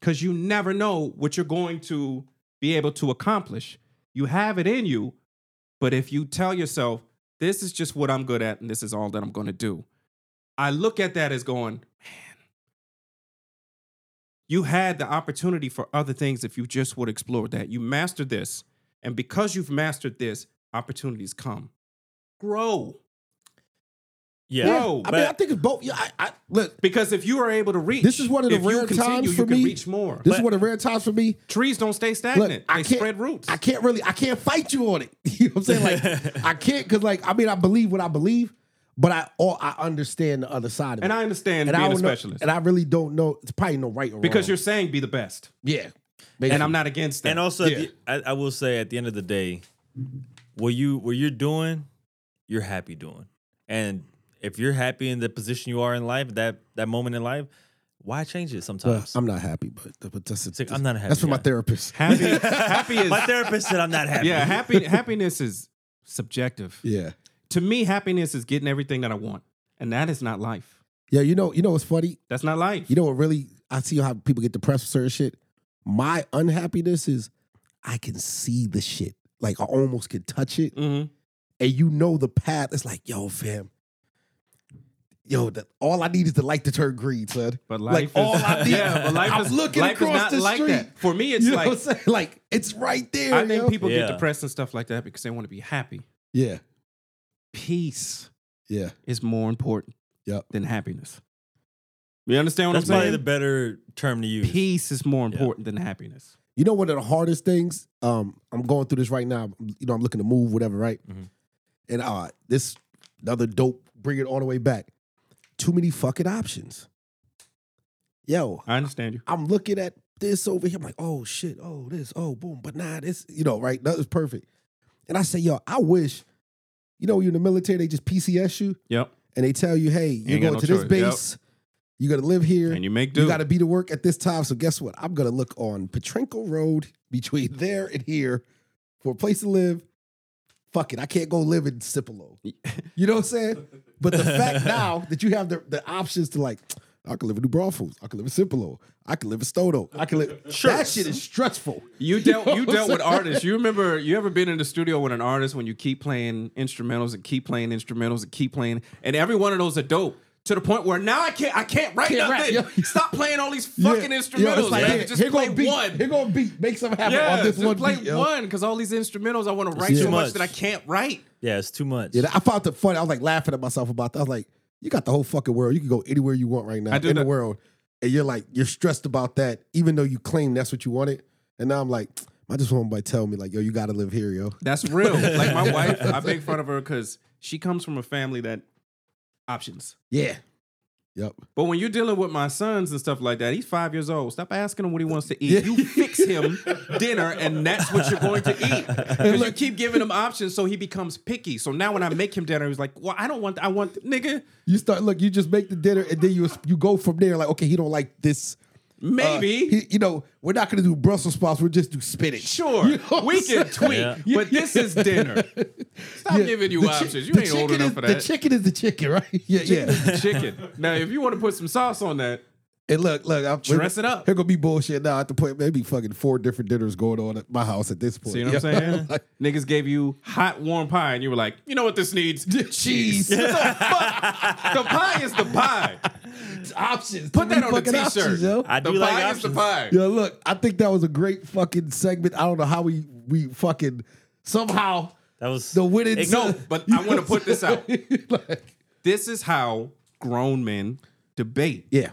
because you never know what you're going to be able to accomplish. You have it in you, but if you tell yourself, this is just what I'm good at and this is all that I'm going to do. I look at that as going, man, you had the opportunity for other things if you just would explore that. You mastered this. And because you've mastered this, opportunities come. Grow. Yeah, Bro, I but, mean, I think it's both. Yeah, I, I look. Because if you are able to reach, This is one of the if you rare continue, times you for can me- reach more. This But- is one of the rare times for me. Trees don't stay Look, stagnant. I they can't spread roots. I can't really. I can't fight you on it. You know what I'm saying? Like, I can't because, like, I mean, I believe what I believe, but I all I understand the other side of and it. I understand I being a don't know- specialist and I really don't know. It's probably no right or because wrong. you're saying be the best, yeah. and I'm not against that. and also, at the- I, I will say at the end of the day, what you what you're doing, you're happy doing, and if you're happy in the position you are in life, that that moment in life, why change it Well, sometimes? I'm not happy, but but that's like, I'm not a happy That's for my guy. therapist. happy, happy is My therapist said I'm not happy. yeah, happy happiness is subjective. Yeah. To me, happiness is getting everything that I want, and that is not life. Yeah. You know. You know what's funny? That's not life. You know what really? I see how people get depressed with certain shit. My unhappiness is I can see the shit. Like I almost can touch it, Mhm. and you know the path. It's like, yo, fam. Yo, the, all I need is the light to turn green, son. But Like, life is, all I need- yeah, but life I'm is, looking life across is not the like street. That. For me, it's you know like what I'm saying? Like it's right there. I think yo. people Yeah. get depressed and stuff like that because they want to be happy. Yeah. Peace Yeah. is more important Yep. than happiness. You understand what that's I'm probably saying? the better term to use. Peace is more Yeah. important than happiness. You know, one of the hardest things. Um, I'm going through this right now. You know, I'm looking to move, whatever, right? Mm-hmm. Mhm. And uh, this another dope. Bring it all the way back. Too many fucking options. Yo, I understand you. I'm looking at this over here. I'm like, oh shit, oh this, oh boom, but nah, this, you know, right? That was perfect. And I say, yo, I wish, you know, you're in the military, they just PCS you Yep. and they tell you, hey, you're Ain't got going no to this choice. Yep. base, you got to live here, And you make do. you got to be to work at this time. So guess what? I'm gonna look on Petrenko Road between there and here for a place to live. Fuck it, I can't go live in Cipolo. You know what I'm saying? But the fact now that you have the, the options to like, I could live in New Braunfels, I could live in Cipolo, I could live in Stono, I could live. Sure. That shit is stressful. You dealt you dealt with I'm saying? artists. You remember you ever been in the studio with an artist when you keep playing instrumentals and keep playing instrumentals and keep playing and every one of those are dope to the point where now I can't I can't write Can't rap, nothing. yo. Stop playing all these Yeah. fucking Yo, it's instrumentals. like, man. here- just here play gonna beat, one. Here gonna beat, make something happen yeah, on this just one. play beat, yo. one because all these instrumentals I want to write too so much much. that I can't write. Yeah, it's too much. Yeah, I found it funny. I was like laughing at myself about that. I was like, you got the whole fucking world. You can go anywhere you want right now I in do the that. world. And you're like, you're stressed about that, even though you claim that's what you wanted. And now I'm like, I just want somebody to tell me, like, yo, you gotta live here, yo. That's real. like my wife, I make fun of her because she comes from a family that options. Yeah. Yep. But when you're dealing with my sons and stuff like that, he's five years old. Stop asking him what he wants to eat. Yeah. You fix him dinner, and that's what you're going to eat. Because you keep giving him options, so he becomes picky. So now when I make him dinner, he's like, "Well, I don't want. I want nigga. You start look, you just make the dinner and then you you go from there, like, okay, he don't like this. uh, Maybe he- you know, we're not gonna do Brussels sprouts, we'll just do spinach. sure You know what we I'm can saying? tweak, Yeah. but this is dinner. Stop Yeah. giving you The chi- options. the you ain't old chicken enough is- for The that. chicken is the chicken, right? Yeah, yeah. chicken. Now, if you want to put some sauce on that, And look, look, I'm Dress it up. Here gonna be bullshit now. At the point, maybe fucking four different dinners going on at my house at this point. see what I'm Yeah. saying? Like, Niggas gave you hot warm pie, and you were like, "You know what this needs." cheese the pie is the pie. options. Put Too many that on a fucking t-shirt. options, yo. I The do like pie is the options. pie. Yo, look, I think that was a great fucking segment. I don't know how we we fucking somehow That was the winning. It- No, but I want to put this out. Like, This is how grown men debate. yeah,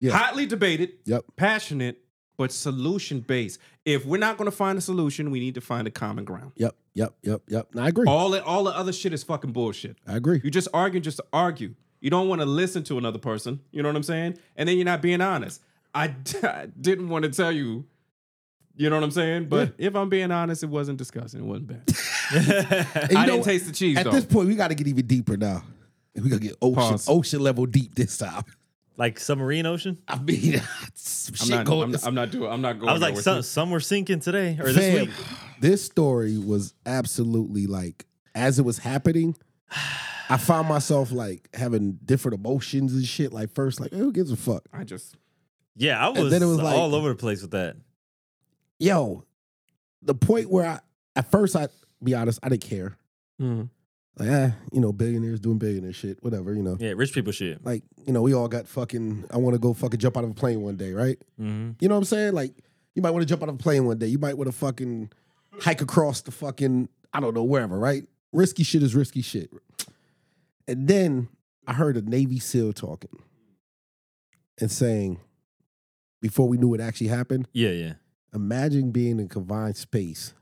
Yeah. Hotly debated, yep, passionate, but solution based. If we're not going to find a solution, we need to find a common ground. yep, yep, yep, yep. No, I agree. All the, all the other shit is fucking bullshit. I agree. You just arguing just to argue. You don't want to listen to another person. You know what I'm saying? And then you're not being honest. I, d- I didn't want to tell you. You know what I'm saying? But if I'm being honest, it wasn't disgusting. It wasn't bad. And you I know didn't what? taste the cheese At though. this point, we got to get even deeper now. We gotta get ocean Pause. ocean level deep this time. like submarine ocean. I mean, some I'm shit not, going. I'm, I'm not doing. I'm not going. I was like, nowhere. some, some were sinking today or Fam, this week. this story was absolutely like as it was happening. I found myself like having different emotions and shit. Like first, like who gives a fuck? I just Yeah, I And was, then it was like- all over the place with that. Yo, the point where I at first I be honest, I didn't care. Like, ah, you know, billionaires doing billionaire shit, whatever, you know. Yeah, rich people shit. Like, you know, we all got fucking, I want to go fucking jump out of a plane one day, right? Mm-hmm. You know what I'm saying? Like, you might want to jump out of a plane one day. You might want to fucking hike across the fucking, I don't know, wherever, right? Risky shit is risky shit. And then I heard a Navy SEAL talking and saying, before we knew it actually happened, Yeah, yeah. imagine being in confined space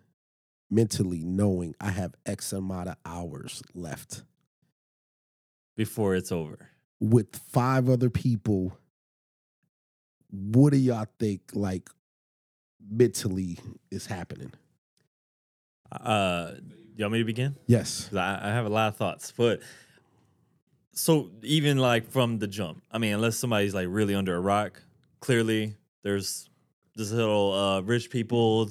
mentally knowing I have X amount of hours left Before it's over. with five other people. What do y'all think, like, mentally is happening? Uh, you want me to begin? Yes. 'Cause I, I have a lot of thoughts, but so even like from the jump, I mean, unless somebody's like really under a rock, clearly there's this little uh, rich people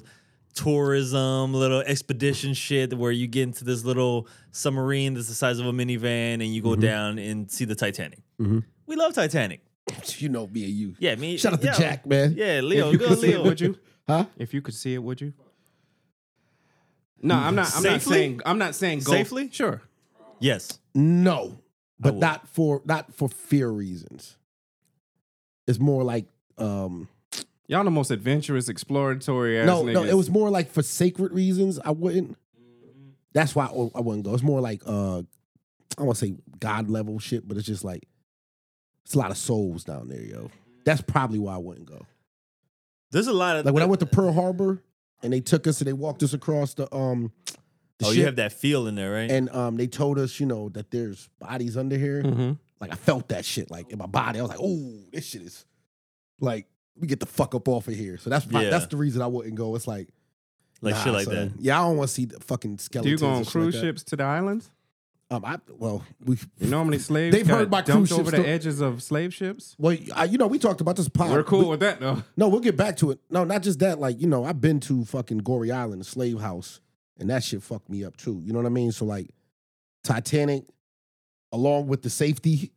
tourism little expedition shit where you get into this little submarine that's the size of a minivan and you go Mhm. down and see the Titanic. Mhm. We love Titanic. You know me and you. Yeah, me. Shout out to yeah, Jack, man. Yeah, Leo. If you Go could see Leo. it, would you? Huh? If you could see it, would you? No, I'm not. I'm not Safely? saying. I'm not saying go Safely? Sure. Yes. No, but will. not for not for fear reasons. It's more like um Y'all the most adventurous, exploratory ass no niggas. no. It was more like for sacred reasons. I wouldn't. That's why I I wouldn't go. It's more like uh I want to say God level shit, but it's just like it's a lot of souls down there, yo. That's probably why I wouldn't go. There's a lot of Like when I went to Pearl Harbor and they took us and they walked us across the um. The Oh, ship, you have that feel in there, right? and um, they told us, you know, that there's bodies under here. Mhm. Like I felt that shit like in my body. I was like, oh, this shit is like we get the fuck up off of here. So that's probably, Yeah. that's the reason I wouldn't go. It's like like nah, shit like son. that. Yeah, I don't want to see the fucking Do you skeletons. go on and shit cruise like that. ships to the islands? Um, I well we You know how many slaves They've got heard my dumped cruise over ships the too. edges of slave ships? well I, you know we talked about this pod. We're cool We- with that though. no, we'll get back to it. No, not just that. Like you know, I've been to fucking Gory Island, the slave house, and that shit fucked me up too. You know what I mean? So like Titanic, along with the safety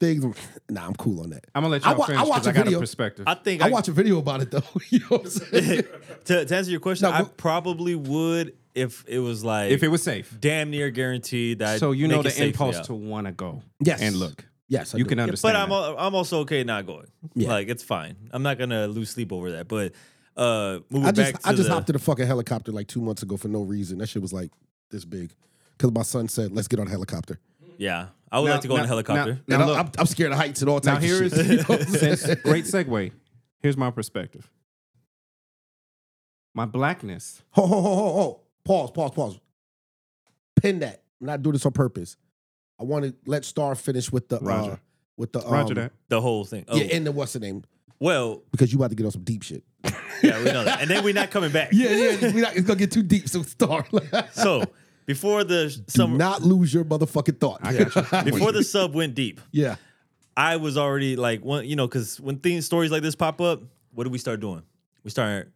things. Nah, I'm cool on that. I'm gonna let I y'all wa- I finish because watch I, a got video. a perspective. I think I I, watch a video about it though. you know what I'm saying? to, to answer your question, No, I go- probably would if it was like if it was safe. damn near guaranteed that. I'd So you make know it the safely impulse out. to want to go. Yes. And look, Yes, I you do. can uh, Yeah, understand. but I'm that. al- I'm also okay not going. Yeah. Like it's fine. I'm not gonna lose sleep over that. But uh, moving I just back to I just the, hopped in a fucking helicopter like two months ago for no reason. That shit was like this big. Cause my son said, "Let's get on a helicopter." yeah, I would Now- like to go on now- a helicopter. now- and now I- look. I'm, I'm scared of heights and all Now types. here of is shit. You know what I'm since, saying? great segue. Here's my perspective. My blackness. Ho ho ho ho ho! Pause, pause, pause. Pin that. I'm not doing this on purpose. I want to let Star finish with the uh, Roger. with the um, Roger that. the whole thing. Oh, Yeah, and the what's the name? well, Because you about to get on some deep shit. yeah, we know that. And then we're not coming back. Yeah, yeah. we not, it's gonna get too deep. So Star, So before the do some not lose your motherfucking thought. before the sub went deep, yeah. I was already like, one, you know, because when things stories like this pop up, what do we start doing? We start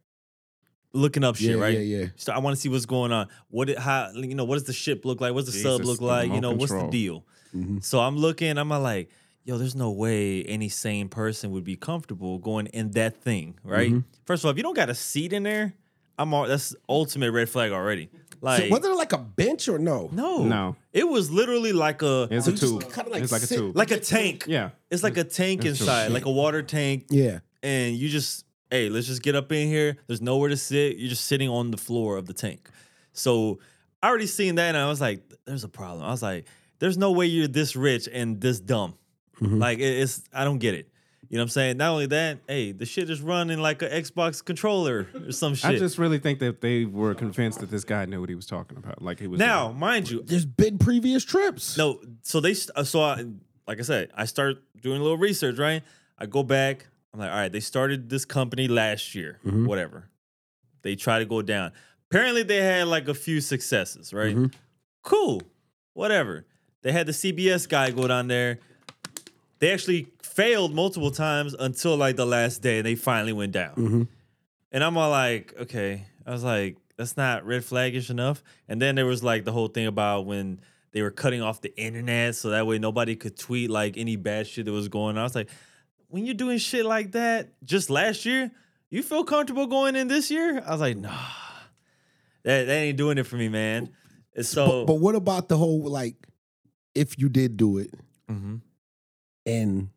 looking up shit, Yeah, right? yeah, yeah. So I want to see what's going on. What it, how you know what does the ship look like? What's the sub Jesus, look like? You know remote what's the control. deal? Mm-hmm. So I'm looking. I'm like, yo, there's no way any sane person would be comfortable going in that thing, right? Mm-hmm. First of all, if you don't got a seat in there, I'm all, that's ultimate red flag already. So Like, was it like a bench or no? no, No. it was literally like a It's So a you just tube. kinda like it's like a sit- tube. like a tank. yeah. It's like a tank That's true. inside, like a water tank. Yeah. And you just, hey, let's just get up in here. There's nowhere to sit. You're just sitting on the floor of the tank. So I already seen that and I was like, there's a problem. I was like, there's no way you're this rich and this dumb. Mm-hmm. Like, it- it's, I don't get it. You know what I'm saying? Not only that, hey, the shit is running like an Xbox controller or some shit. I just really think that they were convinced that this guy knew what he was talking about. Like he was now, mind you, There's been previous trips. No, so they st- uh, so I like I said, I start doing a little research, right? I go back, I'm like, all right, they started this company last year, whatever. They try to go down. Apparently they had like a few successes, right? Cool. Whatever. They had the CBS guy go down there. They actually failed multiple times until like the last day and they finally went down. Mm-hmm. And I'm all like, okay. I was like, that's not red flaggish enough. And then there was like the whole thing about when they were cutting off the internet so that way nobody could tweet like any bad shit that was going on. I was like, when you're doing shit like that just last year, you feel comfortable going in this year? I was like, nah. That, that ain't doing it for me, man. It's But, so. but what about the whole like, if you did do it Mhm. and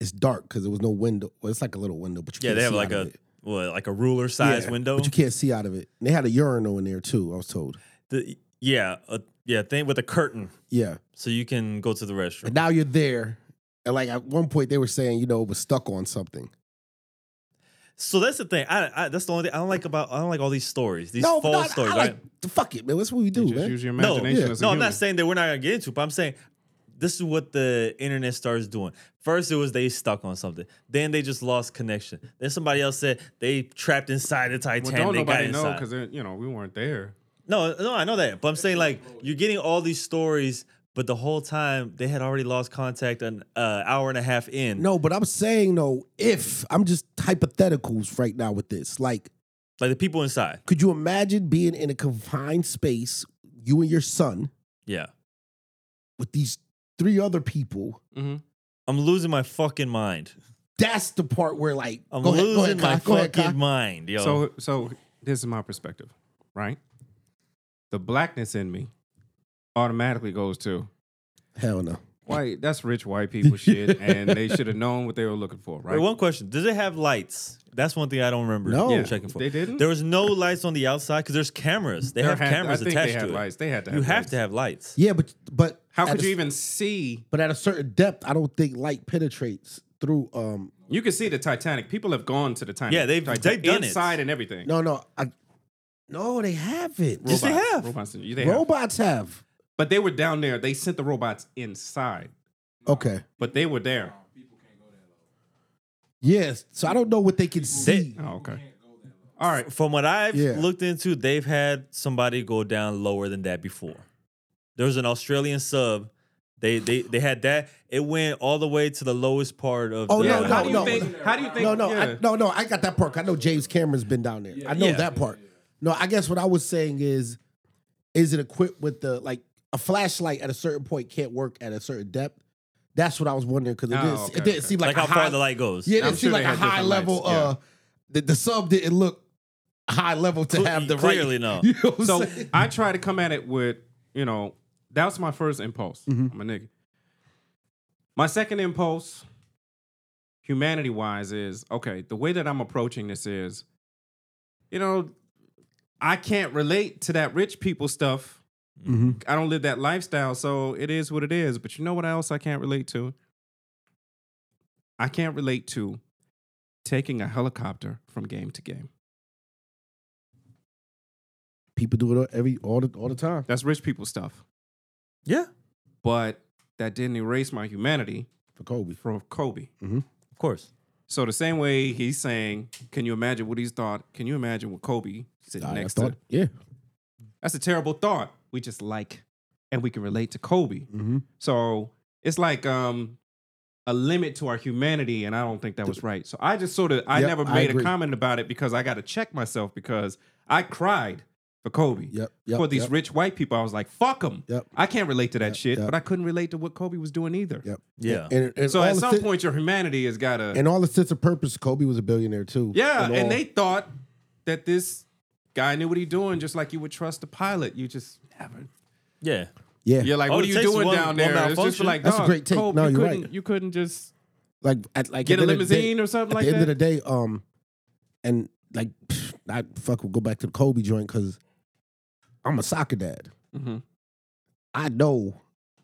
it's dark because there was no window. Well, it's like a little window, but you Yeah, can't they have see out like a of it. what, like a ruler size Yeah, window. but you can't see out of it. And they had a urinal in there too. I was told. The- yeah, a, yeah, thing with a curtain Yeah, so you can go to the restroom. and now you're there. And like at one point they were saying, you know, it was stuck on something. so that's the thing. I, I that's the only thing I don't like about I don't like all these stories, these no, but false no, I- stories. I right? like, fuck it, man. That's what we do, You just man. use your No, imagination yeah. as a No, I'm human. not saying that we're not gonna get into, it, but I'm saying this is what the internet starts doing. First, it was they stuck on something. Then they just lost connection. Then somebody else said they trapped inside the Well, Titanic. don't they got nobody know inside. because you know we weren't there. No, no, I know that, but I'm saying like you're getting all these stories, but the whole time they had already lost contact an uh, hour and a half in. No, but I'm saying though, if I'm just hypotheticals right now with this, like, like the people inside. could you imagine being in a confined space, you and your son, Yeah, with these three other people? Mm-hmm. I'm losing my fucking mind. That's the part where like, I'm go ahead, losing go ahead, my Kai, go ahead, fucking Kai. mind, yo. So, so this is my perspective, right? The blackness in me automatically goes to Hell no. white. That's rich white people shit, and they should have known what they were looking for, right? Wait, one question: Does it have lights? That's one thing I don't remember. No. Yeah. checking for. They didn't? There was no lights on the outside because there's cameras. They There have had- cameras I think attached they had to it. lights. They had to. Have You have lights. to have lights. Yeah, but but How at could a- you even see? But at a certain depth, I don't think light penetrates through. Um, You can see the Titanic. People have gone to the Titanic. Yeah, they've- Titan- they've done it. inside and everything. no, no, I, no, they have it. Yes, they Robots. have. Robots. They have. Robots have. But they were down there. They sent the robots inside, Okay. but they were there. Yes. So I don't know what they can see. Oh, okay. All right. From what I've Yeah. looked into, they've had somebody go down lower than that before. There was an Australian sub. They they they had that. It went all the way to the lowest part of. Oh, the, no, Yeah. no, how do you no. think? How do you think? no, no, yeah. I, no, no. I got that part. I know James Cameron's been down there. I know Yeah. that part. No, I guess what I was saying is, is it equipped with the like a flashlight at a certain point can't work at a certain depth? That's what I was wondering because it, Oh, didn't okay, it didn't okay. seem like, Like, a how high, far the light goes. Yeah, it I'm didn't sure seem like they a had different high level. lights, yeah. Uh, the, the sub didn't look high level to Cle- have the clearly right. no. You know what I'm So saying? I try to come at it with, you know, that was my first impulse. I'm a nigga. My second impulse, humanity wise, is okay, the way that I'm approaching this is, you know, I can't relate to that rich people stuff. I don't live that lifestyle, so it is what it is. But you know what else I can't relate to? I can't relate to taking a helicopter from game to game. People do it every all the all the time. That's rich people stuff. Yeah, of but that didn't erase my humanity For Kobe, from Kobe. course. So the same way he's saying, can you imagine what he's thought? Can you imagine what Kobe sitting I next thought- to? yeah, That's a terrible thought. We just like and we can relate to Kobe. Mhm. So it's like um a limit to our humanity, and I don't think that was right. So I just sort of I Yep, never I made a agree. comment about it because I got to check myself because I cried for Kobe. Yep, yep, for these yep. rich white people, I was like, "Fuck them." Yep. I can't relate to that shit, yep. but I couldn't relate to what Kobe was doing either. yep, Yeah. And, and So all at the some sen- point, your humanity has got to. and all the sense of purpose, Kobe was a billionaire too. Yeah, and, all- they thought that this guy knew what he doing, just like you would trust a pilot. You just never. Yeah. yeah, You're like, All what are it you takes is doing one- down one there? It's just malfunction. like, That's a dog, great take. Kobe, No, you you're couldn't, right. You couldn't just like at like get at a the end of the day- limousine or something at like the end that. of the day, um, and like, pfft, I fuck, will go back to the Kobe joint because I'm a soccer dad. Mhm. I know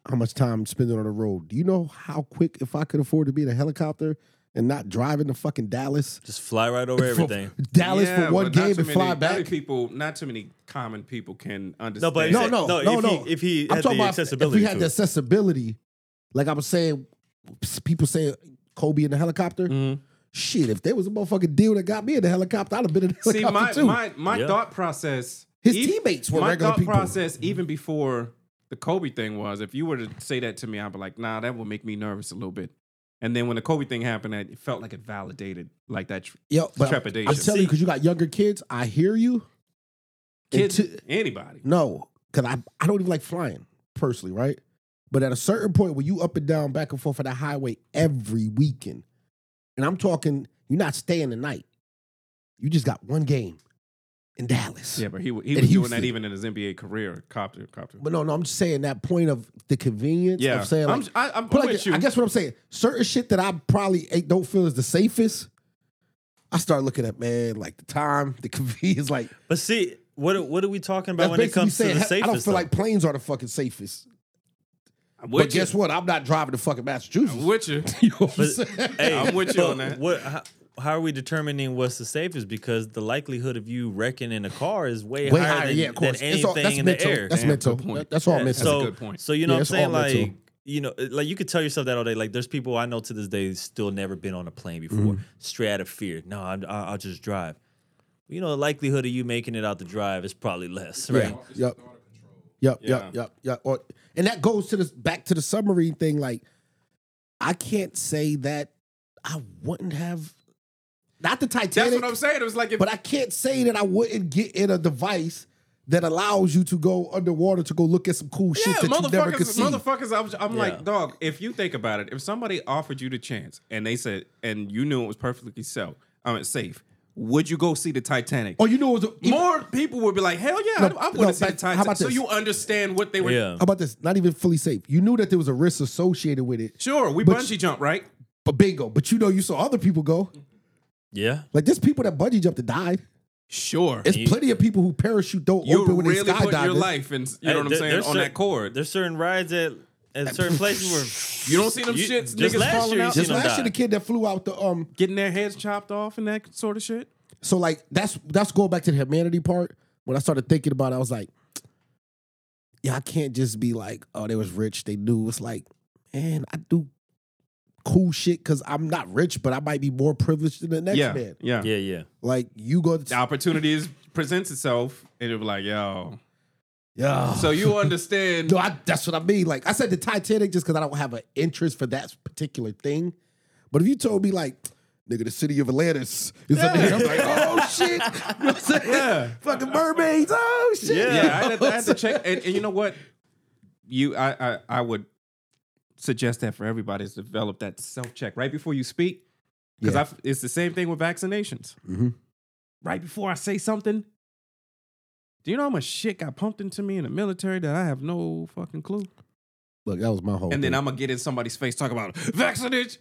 how much time I'm spending on the road. Do you know how quick if I could afford to be in a helicopter and not driving to fucking Dallas, Just fly right over everything. for, Dallas Yeah, for one but not game too and fly many- back? Not many people, not too many common people can No, understand. but No, if- no, no, if no. He, if he I'm had talking the about accessibility, if you had to the it. accessibility, like I was saying, s- people say Kobe in the helicopter. Shit, if there was a motherfucking deal that got me in the helicopter, I'd have been in the See, helicopter my too. my my Yeah. thought process. His teammates were my regular thought people. process even before the Kobe thing was. If you were to say that to me, I'd be like, nah, that would make me nervous a little bit. And then when the Kobe thing happened, it felt like it validated like that. tr- Yo, but Trepidation. I'm telling you, because you got younger kids, I hear you. And Kids, to- anybody. no, because I, I don't even like flying personally, right? But at a certain point, when you up and down, back and forth on the highway every weekend, and I'm talking, you're not staying the night. You just got one game. in Dallas. Yeah, but he wa- he In was doing Houston. that even in his NBA career. Copter, copter. But no, no, I'm just saying that point of the convenience yeah, of saying like, I'm, I, I'm But like, with you. I guess what I'm saying, certain shit that I probably ain't- don't feel is the safest. I start looking at man, like the time, the convenience, like But see, what what are we talking that's about when it basically comes to saying the "Heck, safest? I don't feel though? like planes are the fucking safest. I'm But with you. guess what? I'm not driving to fucking Massachusetts. I'm with you. You know what I'm But- saying? hey, I'm with you but on that. What, how, how are we determining what's the safest? Because the likelihood of you wrecking in a car is way, Way higher, higher, than, yeah, of course. than It's anything all- that's in mental. the air. That's Damn, mental. good point. That- that's all Yeah, mental. so, good point. So you Yeah, know it's what I'm saying? all mental. Like you know, like you could tell yourself that all day. Like there's people I know to this day still never been on a plane before, Mm-hmm. straight out of fear. No, I, I, I'll just drive. You know, the likelihood of you making it out the drive is probably less, right? Yeah. Yep. Yep. Yeah. Yep. Yep. Yep. Or, and that goes to this back to the submarine thing. Like, I can't say that I wouldn't have not the Titanic. That's what I'm saying. It was like if But I can't say that I wouldn't get in a device that allows you to go underwater to go look at some cool shit that you never could see. motherfuckers. I was, I'm Yeah. like, dog. If you think about it, if somebody offered you the chance and they said, and you knew it was perfectly so, I mean, safe, would you go see the Titanic? Or you know, it was a, More people would be like, hell yeah, Oh, No, I, I want no, to see the but how Titanic. about so this? you understand what they were. Yeah. how about this? Not even fully safe. You knew that there was a risk associated with it, Sure, we But- bungee jump, right? but bingo. But you know, you saw other people go. Yeah. Like there's people that bungee jumped and died. Sure. It's You- plenty of people who parachute don't you open when really they put skydive. your life in, you know Hey, what I'm there- saying, there's on cer- that cord. There's certain rides at at certain places where You don't see them You- just shits, niggas last falling year you out, seen Just Just last die. year, the kid that flew out the um. getting their heads chopped off and that sort of shit. So like that's that's going back to the humanity part. When I started thinking about it, I was like, yeah, I can't just be like, oh, they was rich, they knew. It's like, man, I do cool shit because I'm not rich, but I might be more privileged than the next Yeah, man. yeah, yeah, yeah. Like you go, to, The opportunity is, presents itself, and it'll be like, yo. yeah. So you understand No, I, that's what I mean. Like I said, the Titanic, just because I don't have an interest for that particular thing. But if you told me, like, nigga, the city of Atlantis is up here, I'm like, oh shit, you know what I'm saying? Yeah. Fucking mermaids, oh shit. Yeah. yeah, I had, to, I had to check. And, and you know what? You, I, I, I would suggest that for everybody is develop that self check right before you speak, because Yeah. it's the same thing with vaccinations. Mhm. Right before I say something, do you know how much shit got pumped into me in the military that I have no fucking clue? Look, that was my whole. And then thing. I'm gonna get in somebody's face talk about vaccination.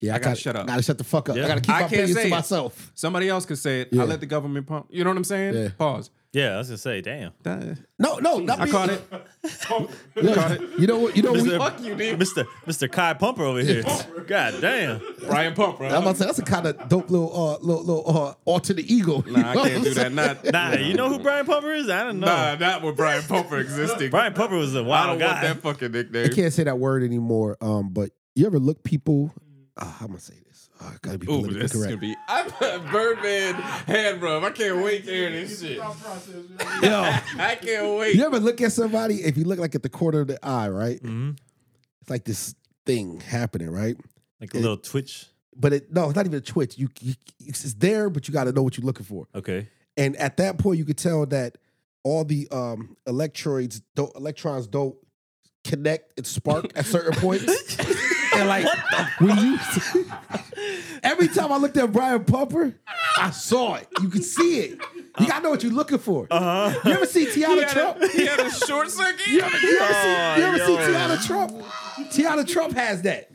yeah, I gotta gotta- shut up. Gotta shut the fuck up. I Yeah. gotta keep my I can't opinions say to it. myself. Somebody else could say it. Yeah. I let the government pump. You know what I'm saying? Yeah. Pause. Yeah, I was gonna say, damn. That- No, no, not I me. caught it. Look, You know what? You know what? we- Fuck you, dude. Mr. Mr. Kai Pumper over here. God damn. Brian Pump, bro. I'm about to say that's a kind of dope little, uh, little, little uh, alter the ego. You Nah, I know can't what do I'm that. saying? Not Nah, you know who Brian Pumper is? I don't know. Nah, not with Brian Pumper existing. Brian Pumper was a I wild don't guy. want that fucking I nickname. can't say that word anymore. Um, but you ever look people? Uh, I'm gonna say this. Uh, I gotta be Mm. Ooh, politically this is gonna correct. be I put Birdman hand rub. I can't wait to hear this shit. Thought process, you know what I mean? Yo, I can't wait. you ever look at somebody? If you look like at the corner of the eye, right? It's like this thing happening, right? Like a little twitch. But it no, it's not even a twitch. You, you it's there, but you got to know what you're looking for. Okay. And at that point, you could tell that all the um, electroids don't electrons don't connect and spark at certain points. and like when you every time I looked at Brian Pumper, I saw it. You could see it. You gotta know what you're looking for. Uh-huh. You ever see He Tiana had, Trump? a, he had a short circuit. You ever, you ever see, you ever Oh, see yo. Tiana Trump? Tiana Trump has that.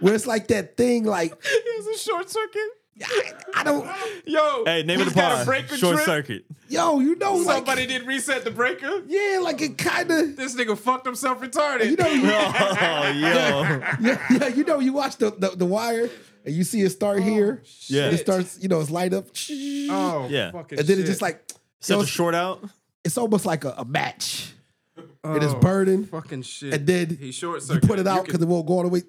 Where it's like that thing, like He has a short circuit. I, I don't, Yo, Hey, name he's of the gotta pod. break the Short trip. circuit. yo, you know, like, Somebody did reset the breaker. yeah, like it kind of, This nigga fucked himself retarded. you know, you, Oh yo. yeah, yeah, you know, you watch the, the the wire and you see it start here. Yeah. It starts, you know, it's light up. oh, Yeah. fucking and then it's shit. just like Such yo, a short out. it's almost like a, a match. It is Oh, burning. Fucking shit. And then he short You circuit. put it out because it won't go all the way.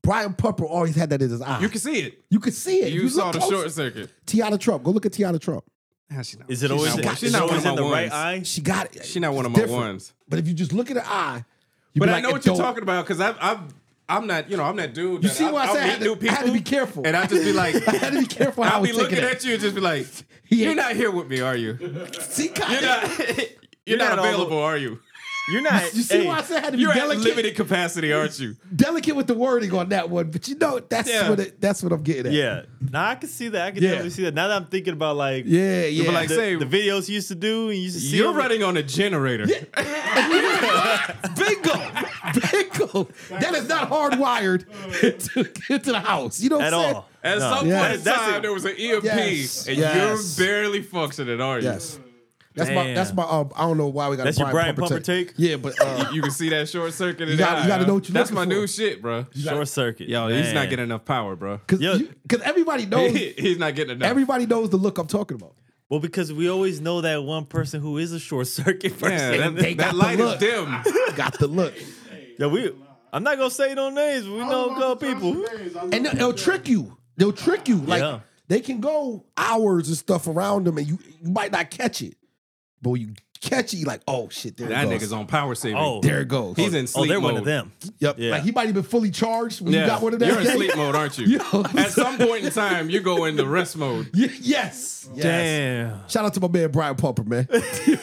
Brian Pumper always had that in his eye. you can see it. you could see it. You, look saw the close. short circuit. Tiana Trump. Go look at Tiana Trump. Nah, she not- Is it she's always, not one- is she's it not one always in of my the right ones. eye? She got it. She's not one of It's my different. ones. But if you just look at her eye, you But I know what you're talking about because I'm, I'm, I'm not, you know, I'm that dude. You that- see I- why I I'll said I meet had, new to, I had to be careful. And I just be like, I had to be careful how I I'll was be taking looking that. at you and just be like, He you're ain't- not here with me, are you? See, You're kinda- not, you're, You're not, not all the- available, are you? You're not. You see hey, why I said I had to be You're at delicate, limited capacity, aren't you? delicate with the wording on that one. But you know, that's Yeah. what it, that's what I'm getting at. Yeah. Now I can see that. I can Yeah. definitely see that. Now that I'm thinking about like, yeah, the- yeah. like, the, say- the videos you used to do, and you used to see You're them. running on a generator. bingo, bingo. That is not hardwired to, to the house. You know what at I'm saying? all. At No. some Yes. point in That's time, it. there was an EMP, Yes. and Yes. you're barely functioning, are you? Yes. That's my. Damn. That's my. Um, I don't know why we got. a That's your Brian Pumper take? Yeah, but uh, You can see that short circuit. in You the gotta- you eye, gotta know huh? what you're That's my looking for. new shit, bro. Short circuit. Yo, he's Man. not getting enough power, bro. Yo. because because everybody knows he's not getting enough. everybody knows the look I'm talking about. Well, because we always know that one person who is a short circuit yeah, person. that, they got that the light is look. dim. Got the look, Yo, we. I'm not gonna say no names. But we Oh, know a couple people. and they'll, they'll trick you. They'll trick you. Like Yeah. they can go hours and stuff around them, and you, you might not catch it. But when you catch it, you like, oh shit, there That it goes. nigga's on power saving. Oh, there it goes. he's in sleep oh, they're mode. one of them. Yep. Yeah. Like he might even fully charged when you got one of that. You're in thing. sleep mode, aren't you? Yo. At some point in time, you go into rest mode. Y- yes. yes. Damn. Shout out to my man Brian Pumper, man.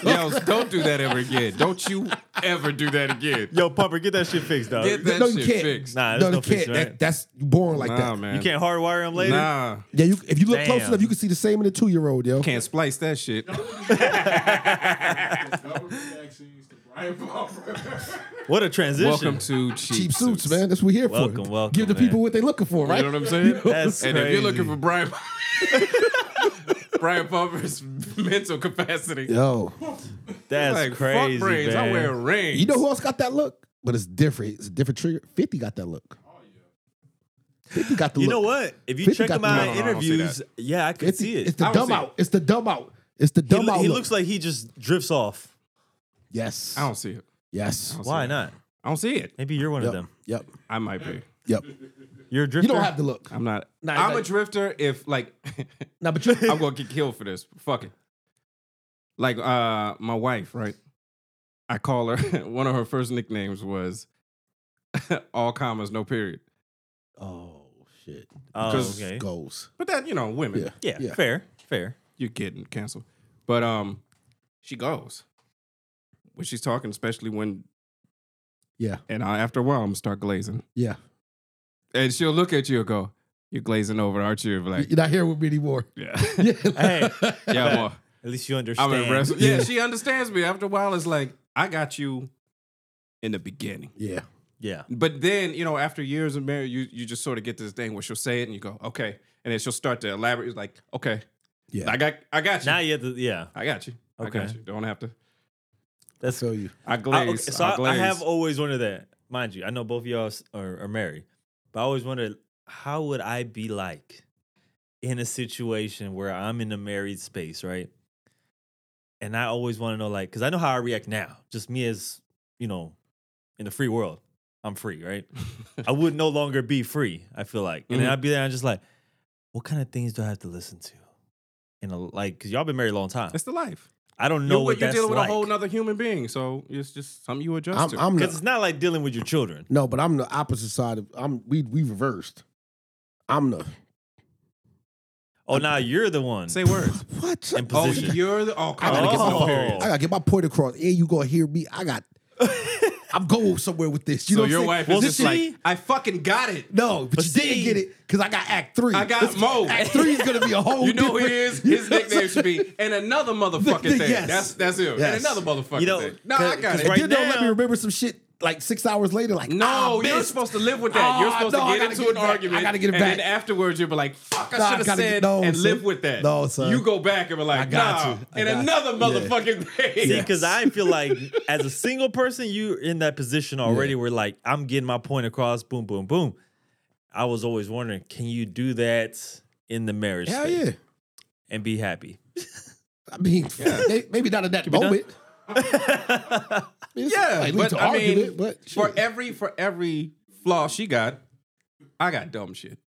Yo, don't do that ever again. Don't you ever do that again. Yo, Pumper, get that shit fixed, dog. Get that no, you shit can't. fixed. Nah, no, there's no, you fix, can't. right? That, that's you born like nah that. man. you can't hardwire them later. Nah. Yeah, you, if you look Damn. close enough, you can see the same in the two year old, yo. Can't splice that shit. What a transition. Welcome to cheap, Cheap suits, man. That's what we're here for. Welcome, welcome, Give the people man. what they're looking for, right? You know what I'm saying? That's and if you're looking crazy. for Brian, Brian Pumper's mental capacity, Yo, That's like crazy, fuck brains. man. I wear rings. you know who else got that look? But it's different. It's a different trigger. Fifty got that look. Fifty got the You look. know what? If you Fifty check got him the- out No, in no, no, I don't see interviews, yeah, I could 50 see it. It's the I don't dumb see out. It's the dumb out. It's the he, dumb lo- out. he look. looks like he just drifts off. yes. I don't see it. Yes. I don't see Why it. not? I don't see it. Maybe you're one Yep. of them. Yep. I might be. Yep. You're a drifter. You don't have the look. I'm not. Nah, I'm nah. a drifter. If like, Now, but you. I'm gonna get killed for this. Fuck it. Like uh, my wife, right? I call her. one of her first nicknames was all commas, no period. Oh shit. Oh, Because- okay. Goals. But that you know, women. Yeah. Yeah, fair, fair. you're kidding, cancel. But um, she goes when she's talking, especially when Yeah. and I, after a while I'm gonna start glazing, Yeah. and she'll look at you and go, "You're glazing over, aren't you?" And be like, You're not here with me anymore. yeah, Yeah. Hey, yeah, I'm, a- at least you understand. I'm impressed. Yeah, she understands me. After a while, it's like I got you in the beginning. yeah. Yeah, But then, you know, after years of marriage, you, you just sort of get this thing where she'll say it and you go, okay. And then she'll start to elaborate. It's like, okay, Yeah. I got I got you. now you have to. Yeah, I got you. I Okay. got you. Don't have to. that's feel you. I I- glaze. Uh, okay, so I, I, I glaze. have always wondered that, mind you. I know both of y'all s- are, are married, but I always wondered how would I be like in a situation where I'm in the married space, right? And I always want to know, like, because I know how I react now. Just me as you know, in the free world, I'm free, right? I would no longer be free. I feel like, and then Mhm. I'd be there. And I'm just like, what kind of things do I have to listen to? And uh, like, because y'all been married a long time, It's the life. I don't know You're, what you're that's dealing with like. a whole nother human being, so it's just something you adjust I'm, to. I'm Because it's the, not like dealing with your children. no, but I'm the opposite side of I'm we we reversed. I'm the Oh, now you're the one. Say words. what? In oh, Position. you're the. Oh, I come gotta, on. get my Oh. no point, period. I gotta get my point across. Yeah, you gonna hear me. I got I'm going somewhere with this. You so know what your I'm wife saying? is Well, just see? like, I fucking got it. No, but, But you see- didn't get it because I got act three. I got It's- Mo. Act three is gonna be a whole You know who different- he is. His nickname should be and another motherfucking thing. Yes. That's that's him. Yes. And another motherfucking You know, thing. No, I got 'cause it. right Then don't let me now- remember some shit like six hours later. Like ah, No, I you're missed. supposed to live with that. you're Ah, supposed no, I to get gotta into get it an back. argument. I gotta get it and back. then afterwards, you'll be like, "Fuck, I Nah, I should have gotta get- said," no, and son. live with that. No, son. You go back and be like, got "Nah," you. I and got another you. Yeah. motherfucking thing. Because I feel like as a single person, you're in that position already where like I'm getting my point across, boom, boom, boom. I was always wondering, can you do that in the marriage Hell space yeah. and be happy? I mean, may- maybe not in that be done. moment. It's yeah, like, lead but to I mean, argument, but shit. for every for every flaw she got, I got dumb shit.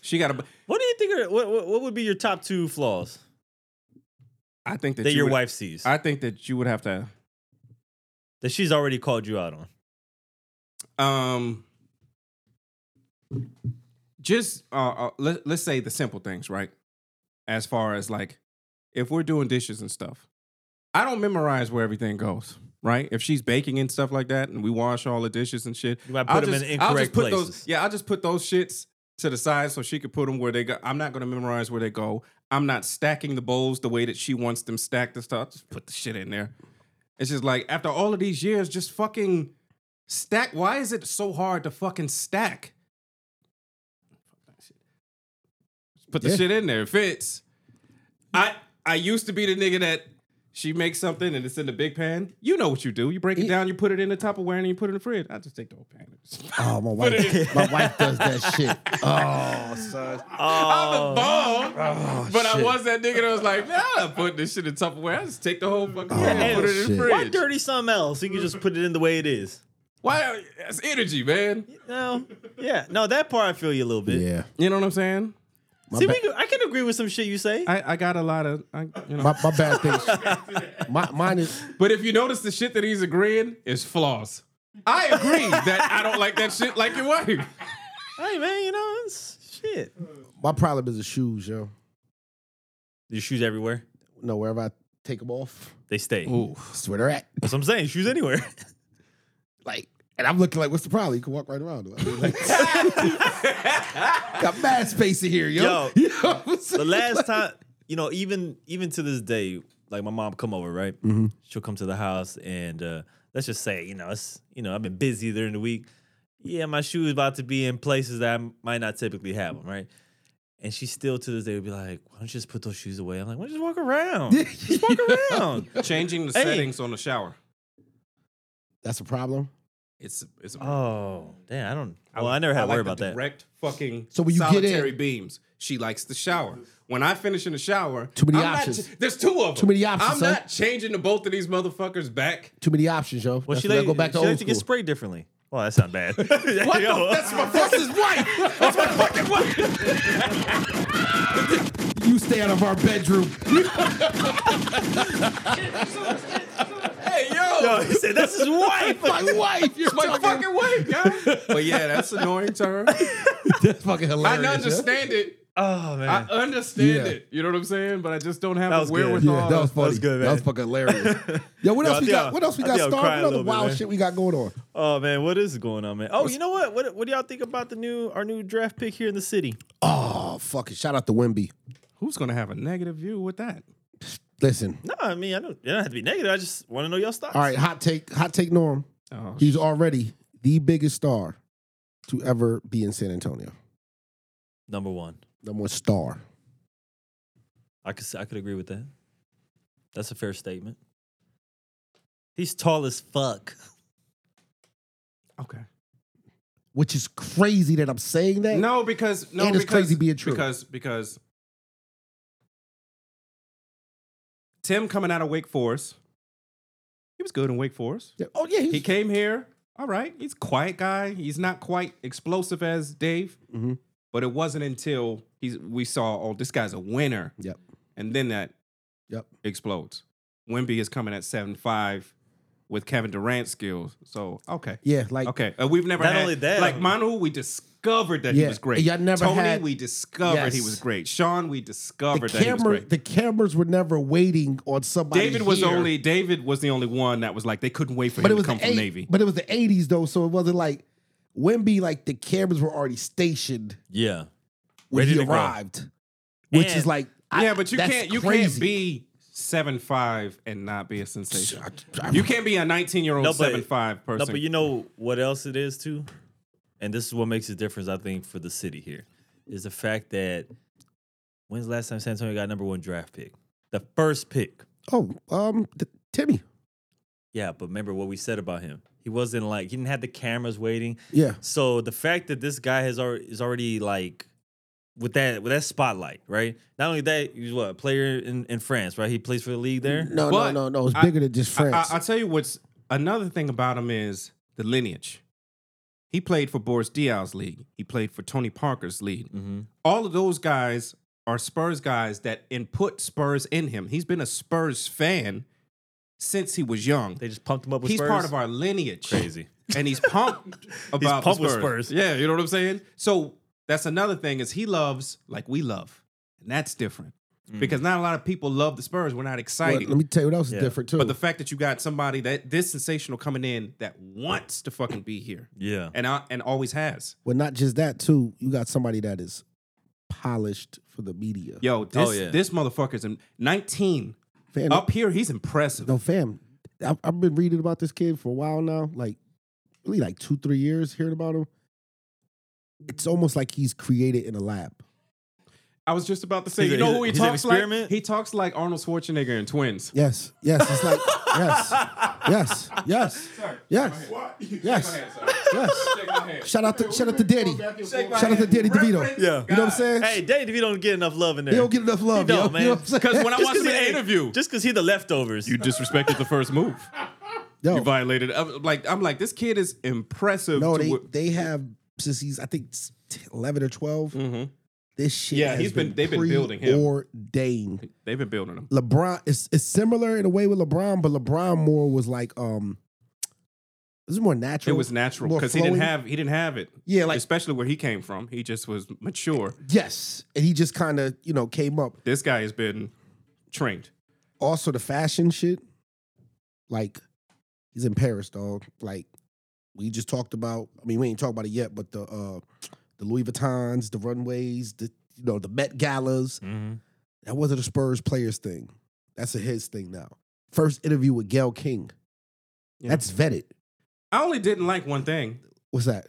She got a. What do you think are what, what what would be your top two flaws I think that, that you your would- wife sees? I think that you would have to. that she's already called you out on. Um, just uh, uh let, let's say the simple things, right? As far as like, if we're doing dishes and stuff, I don't memorize where everything goes. right? If she's baking and stuff like that, and we wash all the dishes and shit, You might I'll put 'em in I'll incorrect just put Those, places. yeah, I'll just put those shits to the side so she could put them where they go. I'm not going to memorize where they go. I'm not stacking the bowls the way that she wants them stacked and stuff. Just put the shit in there. It's just like after all of these years, just fucking stack. Why is it so hard to fucking stack? Just Put the Yeah. shit in there. It fits. I I used to be the nigga that she makes something and it's in the big pan. You know what you do. You break it Yeah. down, you put it in the Tupperware, and you put it in the fridge. I just take the whole pan. and just- Oh, my wife. my wife does that shit. Oh, son. I'm Oh, involved, Oh, but I shit. was that nigga that was like, man, I'm not putting this shit in Tupperware. I just take the whole fucking Yeah, pan and put it in Oh, shit. the why fridge. dirty something else? You can just put it in the way it is. Why? are- That's energy, man. No, yeah, no, that part I feel you a little bit. Yeah. You know what I'm saying? My See, ba- we could, I can agree with some shit you say. I, I got a lot of, I, you know. my, my bad things. My, mine is But if you notice, the shit that he's agreeing is flaws. I agree that I don't like that shit like your wife. hey, man, you know, it's shit. my problem is the shoes, yo. Your shoes everywhere. No, wherever I take them off, They stay. Ooh. that's where they're at. That's what I'm saying. Shoes anywhere. Like, and I'm looking like, what's the problem? You can walk right around. them. I mean, like, got mad space in here, yo. Yo, You know what I'm the saying? last time, you know, even even to this day, like my mom come over, right? She'll come to the house, and uh, let's just say, you know, it's you know, I've been busy during the week. Yeah, my shoe is about to be in places that I might not typically have them, right? And she still to this day would be like, "Why don't you just put those shoes away?" I'm like, "Why don't you just walk around? just walk around." Changing the Hey. settings on the shower. That's a problem. It's it's. Oh, damn! I don't. Well, I never had to worry about that. Direct fucking. So when you get in- solitary beams, she likes the shower. When I finish in the shower, Too many I'm not options. ch- there's two of them. Too many options, I'm son. not changing the both of these motherfuckers back. Too many options, yo. Well, That's she why I like, go back to she old like to school. get sprayed differently. Well, that sounds bad. what What the, that's my boss's wife. That's my fucking wife. you stay out of our bedroom. Hey yo, Yo, he said, "That's his wife." my wife. You're my talking, fucking wife, yo. But yeah, that's annoying to her. that's fucking I hilarious. yo. understand it. Oh man, I understand Yeah. it. You know what I'm saying? But I just don't That have was the good. wherewithal. Yeah, that was funny. was Oh, good, That man. was fucking hilarious. Yo, what Yo, else we I think got? I- what else we I got? think I'm Star, what crying a other little bit, wild man. shit we got going on? Oh man, what is going on, man? Oh, you know what? What what do y'all think about the new our new draft pick here in the city? Oh, fucking shout out to Wimby. Who's gonna have a negative view with that? Listen, No, I mean I don't. It don't have to be negative. I just want to know your thoughts. all right, hot take, hot take, Norm. Oh, He's already the biggest star to ever be in San Antonio. number one. Number one star. I could s- I could agree with that. That's a fair statement. He's tall as fuck. okay. which is crazy that I'm saying that. No, because no, And it's because- crazy being true. Because because Tim coming out of Wake Forest, he was good in Wake Forest. Yeah. Oh yeah, he's, He came here. All right, he's a quiet guy. He's not quite explosive as Dave, Mhm. but it wasn't until he's we saw oh this guy's a winner. Yep. and then that Yep. explodes. Wimby is coming at seven five with Kevin Durant skills. So okay, yeah, like Okay, uh, we've never Not had only that- like Manu. We discovered that he Yeah, was great. y'all never Tony. had- we discovered he Yes. was great. Sean. We the discovered that he was camera, great. the cameras were never waiting on somebody. David was here. only David was the only one that was like they couldn't wait for but it him to was come the from eight- Navy. But it was the '80s though, so it wasn't like Wimby. Like the cameras were already stationed Yeah. when Ready he to go. arrived, which And- is like I- yeah, but you that's can't you can't crazy. be seven five and not be a sensation. I- I- You can't be a nineteen year No, old but- seven five person. No, but you know what else it is too, and this is what makes the difference. I think for the city here is the fact that when's the last time San Antonio got a number one draft pick? The first pick. oh um th- Timmy. Yeah, but remember what we said about him. He wasn't like he didn't have the cameras waiting. Yeah, So the fact that this guy has already is already like with that with that spotlight, right? Not only that, he's what a player in, in France, right? He plays for the league there. no, But no, no, no. It's I- bigger than just I, France. will tell you what's another thing about him is the lineage. He played for Boris Diaw's league. He played for Tony Parker's league. Mm-hmm. all of those guys are Spurs guys that input Spurs in him. He's been a Spurs fan since he was young. They just pumped him up with He's Spurs. part of our lineage. crazy. And he's pumped about the pumped with Spurs. Spurs. Yeah, you know what I'm saying? So that's another thing is he loves like we love. And that's different. Mm. because not a lot of people love the Spurs. We're not Well, excited. let me tell you what else Yeah. is different too. but the fact that you got somebody that this sensational coming in that wants to fucking be here Yeah. and I, and always has. well, not just that too. You got somebody that is polished for the media. Yo, this Oh, yeah. this motherfucker's in 19 Fam, up here. He's impressive. no fam. I've, I've been reading about this kid for a while now. Like really, like two three years hearing about him. It's almost like he's created in a lab. I was just about to say, He's a- you know who he he's an talks like? experiment? He talks like Arnold Schwarzenegger in Twins. Yes, yes. It's like yes, yes, yes, Sorry. Yes. What? yes, yes. Shake my hand. Shout out to shout out to Daddy. Shake Shout out to Danny DeVito. Yeah. You know what I'm saying? Hey, Dave, if you don't get enough love in there. He don't get enough love, He yo. don't, You know man. what I'm saying? Because when I watched Just 'cause the he- interview, Just because he the leftovers. you disrespected the first move. Yo, You violated. I'm like I'm like this kid is impressive. no, to they what- they have since he's I think s- t- eleven or 12 This shit, Yeah, has he's been- they've been building him. preordained. they've been building him. LeBron is it's similar in a way with LeBron, but LeBron more was like um, this is more It natural. was natural more because he didn't flowing. have he didn't have it. Yeah, like- especially where he came from, he just was mature. yes, and he just kind of you know came up. This guy has been trained. Also, the fashion shit, like he's in Paris, dog. Like we just talked about. I mean, we ain't talked about it yet, but the uh the Louis Vuittons, the runways, the you know the Met galas. Mhm. That wasn't a Spurs players thing. That's a his thing now. First interview with Gail King. Yeah. That's vetted. I only didn't like one thing What's that?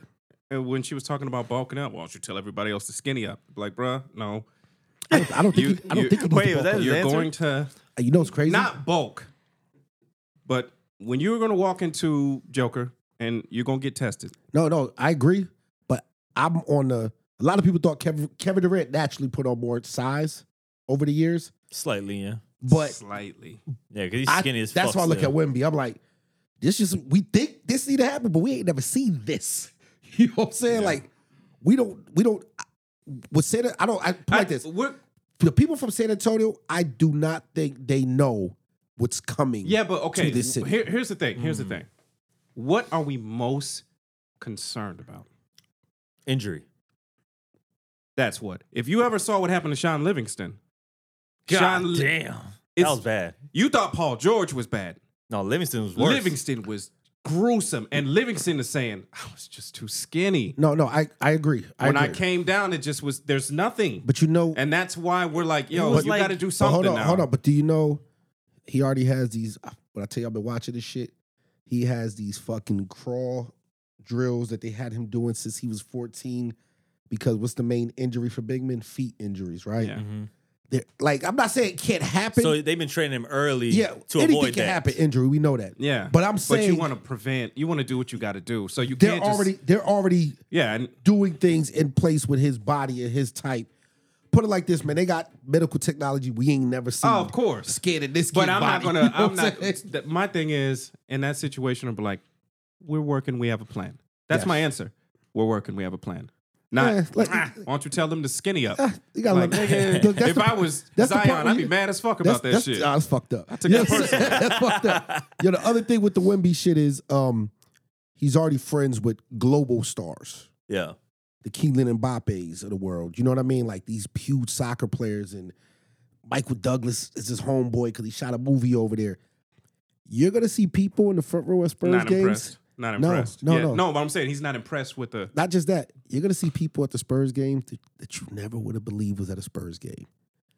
uh, when she was talking about bulking up. Why don't you tell everybody else to skinny up? Like, bruh, no. I don't, I don't think. You- he, I don't you- think he needs wait, to bulk was that up. his You're answer? going to Uh, You know it's crazy. not bulk, but when you're going to walk into Joker and you're going to get tested. No, no, I agree. But I'm on the. A lot of people thought Kevin Kevin Durant naturally put on more size over the years, Slightly, yeah. but slightly. Yeah, because he's I- skinny as fuck. that's why I look still. at Wimby. I'm like, this just we think this need to happen, but we ain't never seen this. You know what I'm saying? Like, we don't, we don't. I- With San, I don't. I put it like this: We're- the people from San Antonio, I do not think they know what's coming. yeah, but okay. To this city. Mm. Here, here's the thing. Here's the thing. What are we most concerned about? Injury. That's what. If you ever saw what happened to Sean Livingston, God Sean Li- damn. That it's- was bad. you thought Paul George was bad. No, Livingston was worse. Livingston was gruesome, and Livingston is saying, "I was just too skinny." No, no, I, I agree. I when I agree. came down, it just was. There's nothing. but you know, And that's why we're like, yo, was you like- got to do But something hold on, now. hold on. But do you know he already has these? When I tell you, I've been watching this shit. He has these fucking crawl drills that they had him doing since he was fourteen. Because what's the main injury for big men? Feet injuries, right? Yeah. Mhm. They're- Like I'm not saying it can't happen. So they've been training him early yeah, to anything avoid can that. happen. Injury, we know that. Yeah. But I'm But you saying want to prevent, you want to do what you got to do. So you they're can't just- already they're already yeah, and doing things in place with his body and his type. Put it like this, man. They got medical technology we ain't never seen. oh, of course. Scared of this, But kid I'm not body. gonna. You know I'm what not. saying? th- My thing is in that situation, I'm like, we're working. We have a plan. That's Yes. my answer. We're working. We have a plan. Not. Yeah, like- "Ah, why don't you tell them to skinny up? Ah, you gotta Like, let- nigga, Th- that's if the- I was that's the part Zion, where I'd be you- mad as fuck that's, about that that's, shit. ah, that's fucked up. took You it know what I'm saying? that's fucked up. You know, the other thing with the Wimby shit is um, he's already friends with global stars, Yeah. the Keelan Mbappes of the world. You know what I mean? Like these huge soccer players and Michael Douglas is his homeboy because he shot a movie over there. You're gonna see people in the front row at Spurs not games. impressed. Not No, impressed. no, yeah. no. no. But I'm saying he's not impressed with the. Not just that, you're gonna see people at the Spurs game that, that you never would have believed was at a Spurs game.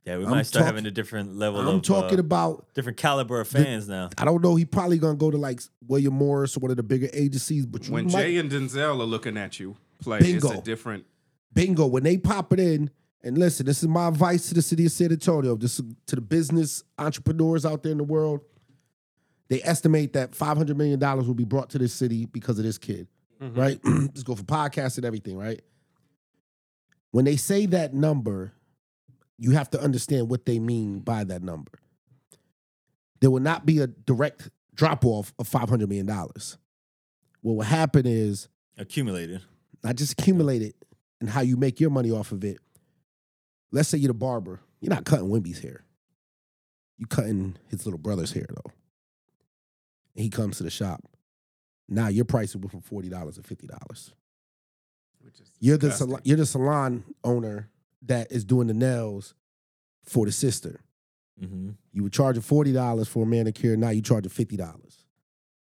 Yeah, we I'm might start talk- having a different level I'm of talking uh, about different caliber of fans now. I don't know. He probably gonna go to like William Morris or one of the bigger agencies. But you When might, Jay and Denzel are looking at you, play it's Bingo. a different. bingo, when they pop it in, and listen, this is my advice to the city of San Antonio, this is to the business entrepreneurs out there in the world. They estimate that five hundred million dollars will be brought to this city because of this kid, right? Let's go for podcasts and everything, right? When they say that number, you have to understand what they mean by that number. There will not be a direct drop off of five hundred million dollars. What will happen is Accumulated. not just accumulate it and how you make your money off of it. Let's say you're the barber. You're not cutting Wimby's hair. You cutting his little brother's hair though. And he comes to the shop. Now you're pricing from forty dollars or fifty dollars. Which is You're the disgusting. sal- you're the salon owner that is doing the nails for the sister. Mm-hmm. You were charging forty dollars for a manicure. Now you charging fifty dollars.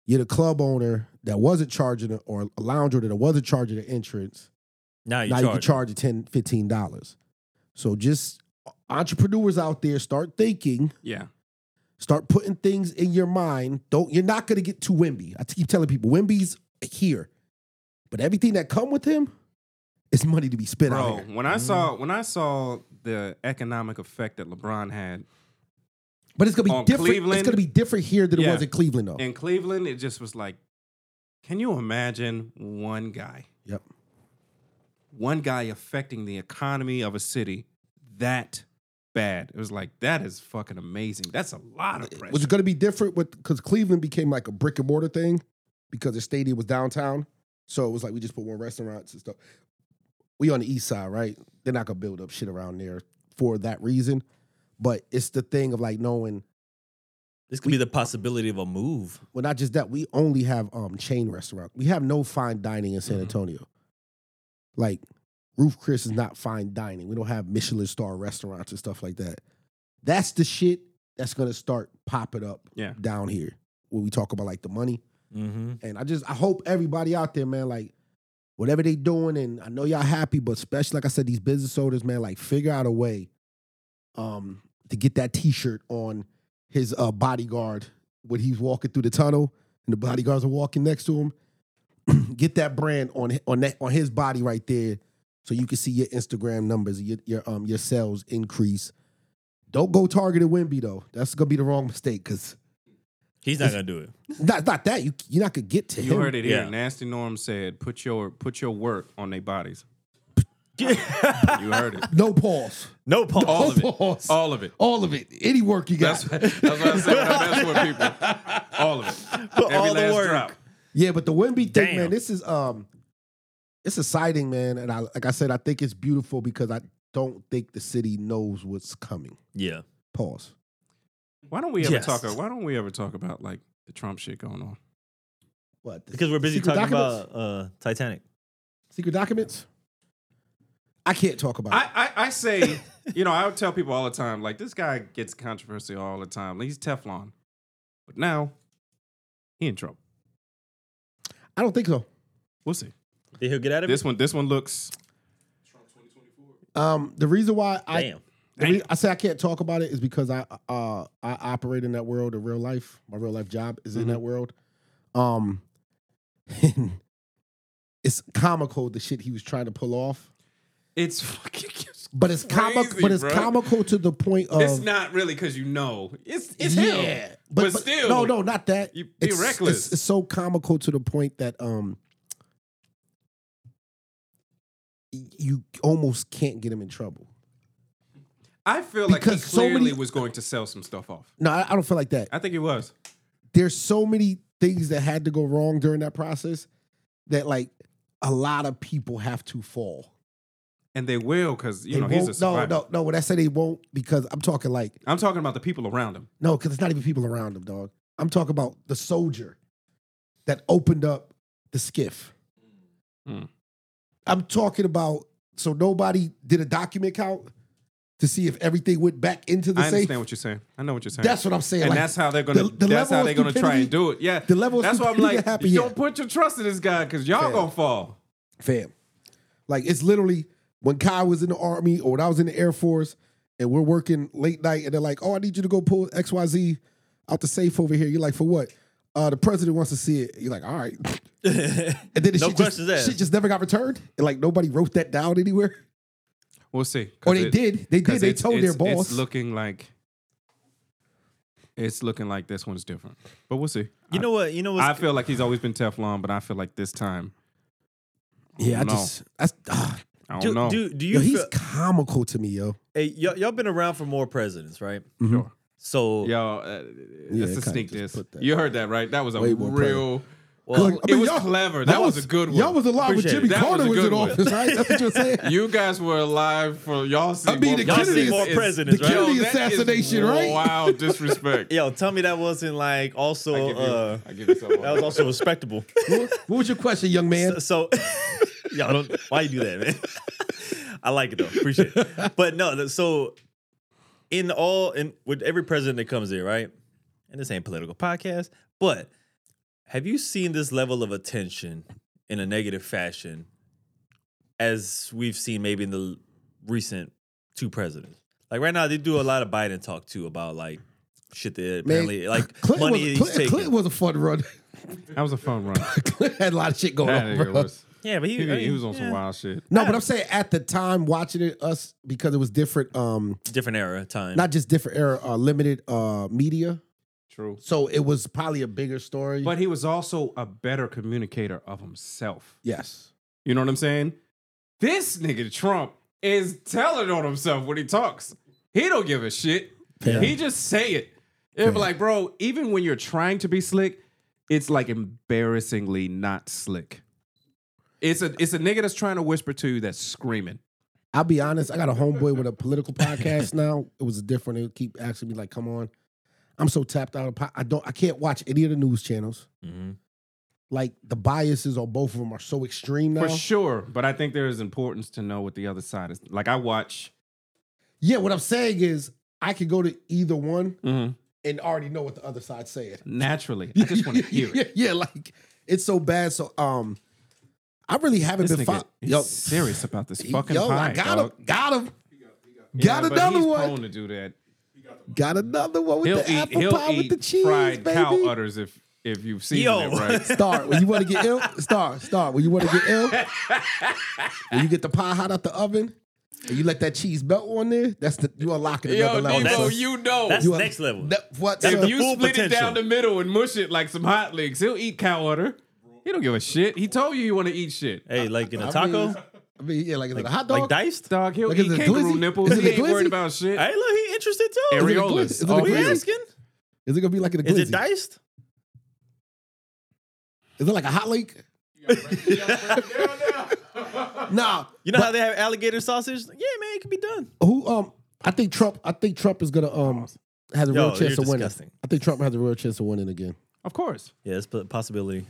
You're the club owner that wasn't charging, or a lounge owner that wasn't charging the entrance. Now you now you can charge. charge it 10 15 dollars so just uh, entrepreneurs out there start thinking Yeah. start putting things in your mind don't you're not going to get too wimby i keep telling people wimby's here but everything that come with him is money to be spent out Bro, here Mm-hmm. when I saw when I saw the economic effect that LeBron had but it's going to be on different Cleveland- it's going to be different here than it Yeah. was in cleveland though in Cleveland, it just was like, can you imagine one guy? Yep. One guy affecting the economy of a city that bad. It was like, that is fucking amazing. That's a lot of pressure. was it going to be different with because cleveland became like a brick and mortar thing because the stadium was downtown so it was like we just put more restaurants and stuff we on the east side right they're not going to build up shit around there for that reason but it's the thing of like knowing This could be the possibility of a move. well not just that we only have um chain restaurant we have no fine dining in san Mhm. antonio like roof chris is not fine dining we don't have michelin star restaurants and stuff like that that's the shit that's going to start popping up Yeah. down here when we talk about like the money Mm-hmm. And I just I hope everybody out there, man, like whatever they doing, and I know y'all happy, but especially like I said, these business owners, man, like figure out a way um to get that t-shirt on his uh bodyguard when he's walking through the tunnel and the bodyguards are walking next to him. get that brand on on that on his body right there so you can see your Instagram numbers, your your um your sales increase. Don't go targeted Wimby though. That's gonna be the wrong mistake because He's not gonna do it. not not that you you're not gonna get to You him. heard it here. Yeah. Nasty Norm said, "Put your put your work on their bodies." You heard it. No pause. no pause. All of it. Pause. All, All of it. of it. Any work you got. That's, that's what I said. when I messed with people. All of it. Put Every all last the work. drop. yeah, but the Wimby thing, Damn. man, this is um it's exciting, man. And I like I said, I think it's beautiful because I don't think the city knows what's coming. Yeah. Pause. Why don't we ever Yes. talk? Why don't we ever talk about like the Trump shit going on? What? the Because we're busy secret talking documents? about uh, Titanic. secret documents. I can't talk about it. I, I, I say, you know, I would tell people all the time, like this guy gets controversy all the time. He's Teflon, but now he in trouble. I don't think so. We'll see. Did he get out of This one, this one looks. Trump 2024. Um, the reason why it? I Damn. The re- I say I can't talk about it is because I uh I operate in that world of real life. My real life job is in Mhm. that world. Um and it's comical the shit he was trying to pull off. It's fucking. But it's comical Crazy, but it's bro. comical to the point of It's not really because you know. It's it's yeah, him. But, But but still, no, no, not that. you be It's- reckless. It's, it's so comical to the point that um, y- you almost can't get him in trouble. I feel like he Because so many- clearly was going to sell some stuff off. No, I, I don't feel like that. I think he was. there's so many things that had to go wrong during that process that like a lot of people have to fall. And they will because you They know he's a won't- no, survivor. no, no. When I say they won't, because I'm talking like I'm talking about the people around him. no, because it's not even people around them, dog. I'm talking about the soldier that opened up the skiff. Hmm. I'm talking about so nobody did a document count to see if everything went back into the I safe. understand what you're saying. I know what you're saying. That's what I'm saying. and like, that's how they're gonna. the- the that's level how of they're gonna try stupidity- and do it. Yeah, the level of That's why I'm stupidity like, that happened you yet. don't put your trust in this guy because y'all Fair. gonna fall. fam. Like it's literally when Kai was in the army or when I was in the Air Force and we're working late night and they're like, oh, I need you to go pull XYZ out the safe over here. You're like, for what? Uh, the president wants to see it. You're like, all right. And then the No shit, questions just, asked. shit just never got returned. And like nobody wrote that down anywhere. We'll see. Or 'cause they it- did. They 'cause did. They it's- told their it's- boss. It's looking like. It's looking like this one's different, but we'll see. you know what? You know I, I what? feel like he's always been Teflon, but I feel like this time, yeah, I No. just that's ah, I don't Do, know. do, do you? yo, he's feel- comical to me, yo. hey, y'all, y'all been around for more presidents, right? Mhm. So Yo, uh, Yeah, that's kinda a sneak just this. put that. You heard that, right? That was a Way more real. Look, well, I mean, it was y'all- clever. That, was, a good one. Y'all was alive when Appreciate Jimmy it. That was Carter a was, in good one. office, right? That's what you're saying. you guys were alive for y'all. See I mean, more the y'all see Kennedy presidents. more It's- presidents, the Kennedy- right? Yo, assassination, right? Wow, disrespect. Yo, tell me that wasn't like also. I give you- uh, I give you some. that was also respectable. what, what was your question, young man? So, y'all don't. Why you do that, man? I like it though. Appreciate it. But no, th- so in all in with every president that comes in, right? And this ain't political podcast, but have you seen this level of attention in a negative fashion as we've seen maybe in the recent two presidents? Like right now, they do a lot of Biden talk too about like shit that apparently like Clinton money was, he's Clinton, taking. Clinton was a fun run. That was a fun run. Clinton had a lot of shit going that on. nigga Bro. was. yeah, but he, He, I mean, he was on some yeah, wild shit. No, but I'm saying at the time watching it, us because it was different. Um, different era time. not just different era, uh, limited uh media. True. So it was probably a bigger story. But he was also a better communicator of himself. yes, You know what I'm saying? This nigga Trump is telling on himself when he talks. He don't give a shit. Fair. He just say it. Fair. It'd be like, bro, even when you're trying to be slick, it's like embarrassingly not slick. It's a it's a nigga that's trying to whisper to you that's screaming. I'll be honest. I got a homeboy with a political podcast now. It was different. He keep asking me like, "Come on." I'm so tapped out. Of po- I don't. I can't watch any of the news channels. Mhm. Like the biases on both of them are so extreme now. For sure. But I think there is importance to know what the other side is. Like I watch Yeah, what I'm saying is I could go to either one mhm, and already know what the other side's saying. naturally. I just want to hear yeah, it. yeah, like it's so bad. So um, I really haven't This been nigga fo- is yo, serious about this fucking yo, pie, I got dog. him, got him, Yeah, got but another he's one, prone to do that. got another one with the apple pie with the cheese, fried baby. cow udders if if you've seen Yo. it right. Start when you want to get ill. Start, start when you want to get ill. when you get the pie hot out the oven, and you let that cheese melt on there. That's the you unlocking another level. Devo, son. that's- know. That's You are- next level. That- what? That's son? the full potential. middle and mush it like some hot legs, he'll eat cow udder. He don't give a shit. He told you you want to eat shit. hey, like in a I taco, mean, I mean, yeah, like, is it a hot dog. like diced. Dog, he'll Like, is eat it a kangaroo glizzy? nipples. Is it He a ain't worried glizzy? about shit. Hey, look, he interested too. it a Areolas. glizzy? Is it a Oh, Are we glizzy? yeah. asking? is it gonna be like a glizzy? Is it diced? Is it like a hot lake? Nah. You know how they have alligator sausage? Yeah, man, it can be done. Who um I think Trump I think Trump is gonna um has a Yo, real chance you're of winning. disgusting. I think Trump has a real chance of winning again. Of course. Yeah, it's a possibility.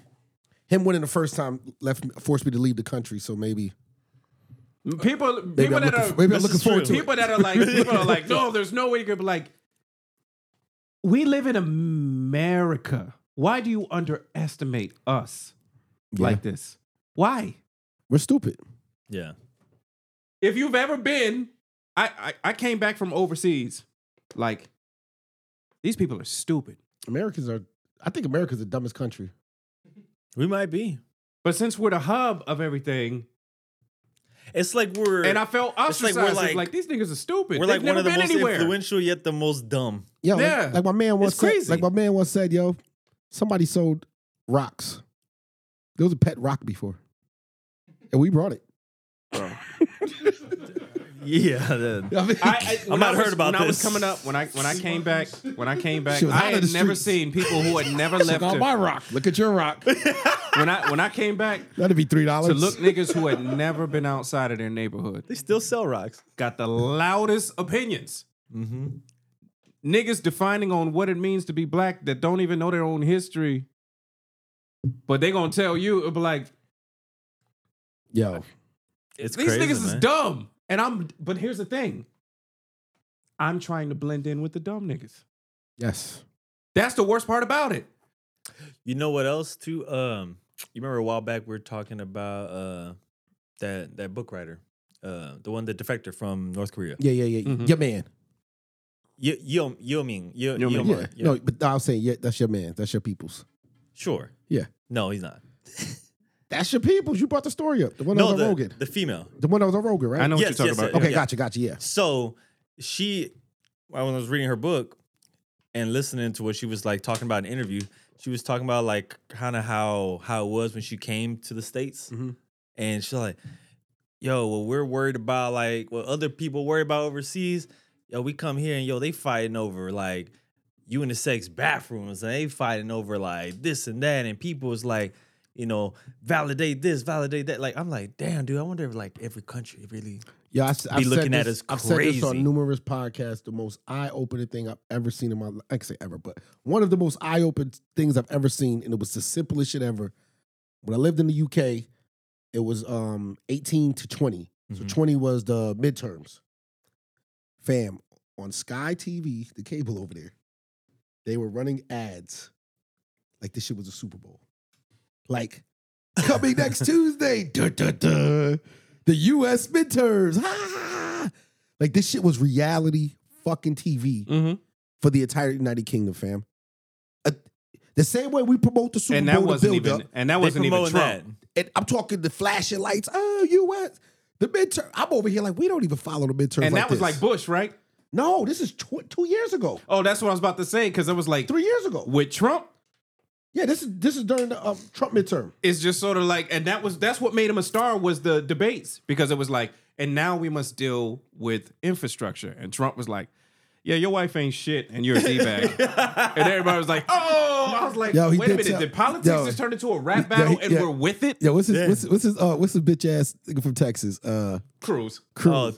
Him winning the first time left forced me to leave the country, so maybe maybe People people I'm that looking, are maybe I'm this looking is forward true. to it. people that are like people are like, no, there's no way you could be like we live in America. Why do you underestimate us Yeah. like this? Why? We're stupid. Yeah. if you've ever been, I, I I came back from overseas, like these people are stupid. Americans are I think America's the dumbest country. We might be. But since we're the hub of everything, It's like we're and I felt It's like ostracized, we're it's like, like- these niggas are stupid. we're like They've one never of the been most anywhere. influential yet the most dumb. Yo, like- Yeah. like, my man once It's said, crazy. like my man once said, yo, somebody sold rocks. There was a pet rock before. And we brought it. Yeah. that- I mean, I, I, I'm when not I was, heard about when I was this. coming up, when I when I came back, when I came back, She was out I of had the never streets. seen people who had never left. Check out their- my rock. Look at your rock. when I when I came back That'd be three dollars. to look niggas who had never been outside of their neighborhood, they still sell rocks. got the loudest opinions. Mm-hmm. niggas defining on what it means to be black that don't even know their own history. But they gonna tell you, it'll be like, Yo. It's these crazy, niggas is man. dumb. And I'm but here's the thing. I'm trying to blend in with the dumb niggas. Yes. That's the worst part about it. You know what else too? Um, you remember a while back we were talking about uh that that book writer, uh, the one the defector from North Korea. Yeah, yeah, yeah. Mhm. Your man. Yo, yo, yo, Ming, yo, Yo yo, Ming. Ming. Yeah. Yeah. No, but I'll say yeah, that's your man. That's your people's. sure. Yeah. No, he's not. That's your people's. You brought the story up. The one that was No, on the, Rogan. the female. The one that was on Rogan, right? I know Yes, what you're yes, talking about. yeah. Okay, gotcha, gotcha. Yeah. So she, when I was reading her book and listening to what she was like talking about in an interview, she was talking about like kind of how how it was when she came to the states, Mm-hmm. Mhm. and she's like, "Yo, what we're worried about like what other people worry about overseas. Yo, we come here and yo, they fighting over like you in the sex bathrooms, and they fighting over like this and that, and people is like." You know, validate this, validate that. Like, I'm like, damn, dude. I wonder if like every country really Yeah, I, have Be looking said at this, us I've said this crazy. on numerous podcasts. The most eye-opening thing I've ever seen in my life. I can say ever, but one of the most eye-opening things I've ever seen, and it was the simplest shit ever. When I lived in the UK, it was um 18 to 20. So Mhm. 20 was the midterms. Fam, on Sky TV, the cable over there, they were running ads like this shit was a Super Bowl. Like, coming next Tuesday, duh, duh, duh, the US midterms. ah! Like, this shit was reality fucking TV Mm-hmm. for the entire United Kingdom, fam. Uh, the same way we promote the Super And Bowl, that to wasn't build even. up, And that They wasn't even promoting Trump. that. and I'm talking the flashing lights. Oh, U.S. The midterm. I'm over here like we don't even follow the midterms. And that was this. like Bush, right? no, this is tw- two years ago, Oh, that's what I was about to say because it was like three years ago. with Trump, Yeah, this is this is during the um, Trump midterm. it's just sort of like, and that was that's what made him a star was the debates because it was like, and now we must deal with infrastructure, and Trump was like, yeah, your wife ain't shit, and you're a d bag, and everybody was like, oh, I was like, Yo, he wait did a minute, tell- did politics yo. just turn into a rap Yeah, battle he- and yeah. we're with it? Yo, what's his Yeah. what's, what's his uh what's his bitch ass nigga from Texas? Uh, Cruz, Cruz. Oh,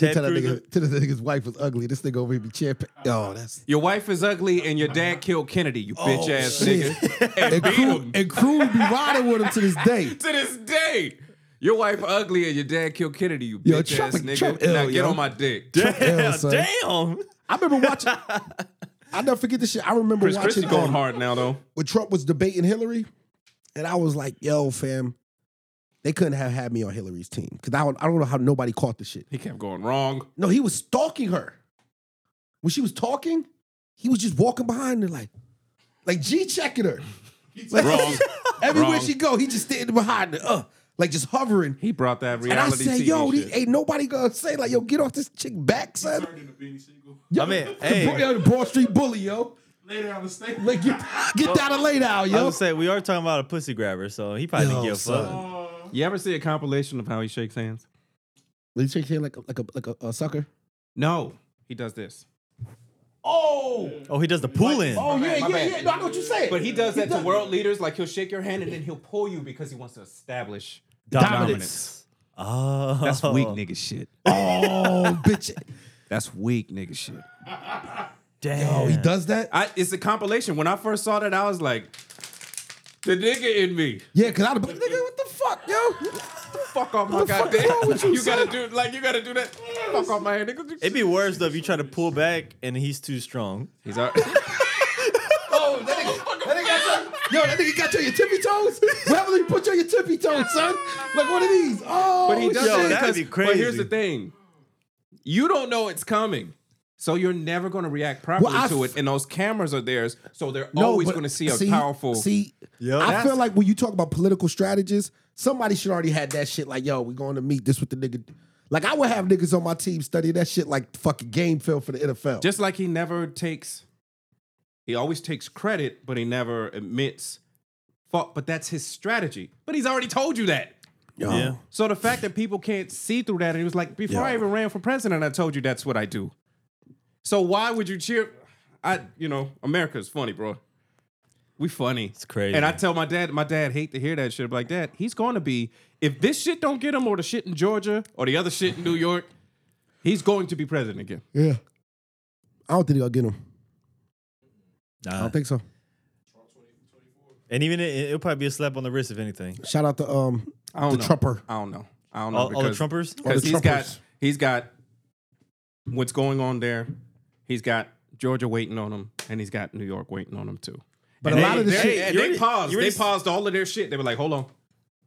He Ted tell that Cruz. nigga, tell that nigga's wife was ugly. This nigga over here be champion. Oh, that's your wife is ugly, and your dad killed Kennedy, you bitch ass Oh, shit. nigga, and and beat Cruz, him and Cruz be riding with him to this day. to this day. Your wife ugly and your dad killed Kennedy, you Yo, bitch Trump- ass nigga. Trump now ill, get yo. on my dick. Yeah, Damn, son. damn. I remember watching. I never forget this shit. I remember Chris watching Christie going um, hard now though. when Trump was debating Hillary, and I was like, "Yo, fam, they couldn't have had me on Hillary's team because I don't, I don't know how nobody caught the shit." He kept going wrong. No, he was stalking her. When she was talking, he was just walking behind her like, like G checking her. Like, Wrong. Everywhere Wrong. she go, he just standing behind her, uh, like just hovering. He brought that And I reality said, TV "Yo, shit. these, ain't nobody gonna say like, yo, get off this chick back, son." Turned into Benny Siegel. Yo, I mean, the, hey. Bro- yo, the Broad Street bully, yo. Later on the state. Like, get, get down and lay down, I yo. was say we are talking about a pussy grabber, so he probably Yo, didn't give a fuck. son. You ever see a compilation of how he shakes hands? They shake hand like a, like a like a, a sucker. No, he does this. Oh, Oh, he does the pull in. oh yeah, bad, my yeah, bad. yeah. No, I know what you're saying. But he does that to world leaders. Like he'll shake your hand and then he'll pull you because he wants to establish Dominance. Oh, That's weak nigga shit. Oh, bitch. That's weak nigga shit. Damn. Oh, he does that. I, it's a compilation. When I first saw that, I was like, the nigga in me. Yeah, cause I'd have been like, nigga, what the fuck, yo? Fuck off my the fuck goddamn. wrong with you, You, gotta do like you gotta do that. Fuck off my hand, nigga. It'd be worse though if you try to pull back and he's too strong. He's all- Oh, that nigga, that nigga got your, yo, that nigga got you on your tippy toes. What happened when you put you on your tippy toes, son? Like one of these. Oh, But he does Yo, that that'd because- be But here's crazy. the thing: you don't know it's coming, so you're never going to react properly Well, I to f- it. And those cameras are theirs, so they're No, always but going to see a powerful. See, Yo, I that's- feel like when you talk about political strategists, somebody should already had that shit. Like, yo, we going to meet this with the nigga. Like, I would have niggas on my team study that shit like fucking game film for the NFL. just like he never takes, he always takes credit, but he never admits fault. But that's his strategy. But he's already told you that. yo, Yeah. So the fact that people can't see through that, and he was like, before I Yeah. even ran for president, I told you that's what I do. So why would you cheer? I, you know, America's funny, bro. We funny. It's crazy. And I tell my dad, my dad hate to hear that shit. I'm like, Dad, he's going to be if this shit don't get him, or the shit in Georgia, or the other shit in New York, he's going to be president again. yeah. I don't think they'll get him. I Nah. don't think so. And even it, it'll probably be a slap on the wrist if anything. Shout out to um I don't the know. Trumper. I don't know. I don't know All, all the because Trumpers. All the because he's got Trumpers. he's got what's going on there. He's got Georgia waiting on him, and he's got New York waiting on him too. But And a lot they- of the they- shit. Hey, and you they already- paused. you They already- paused all of their shit. They were like, "Hold on,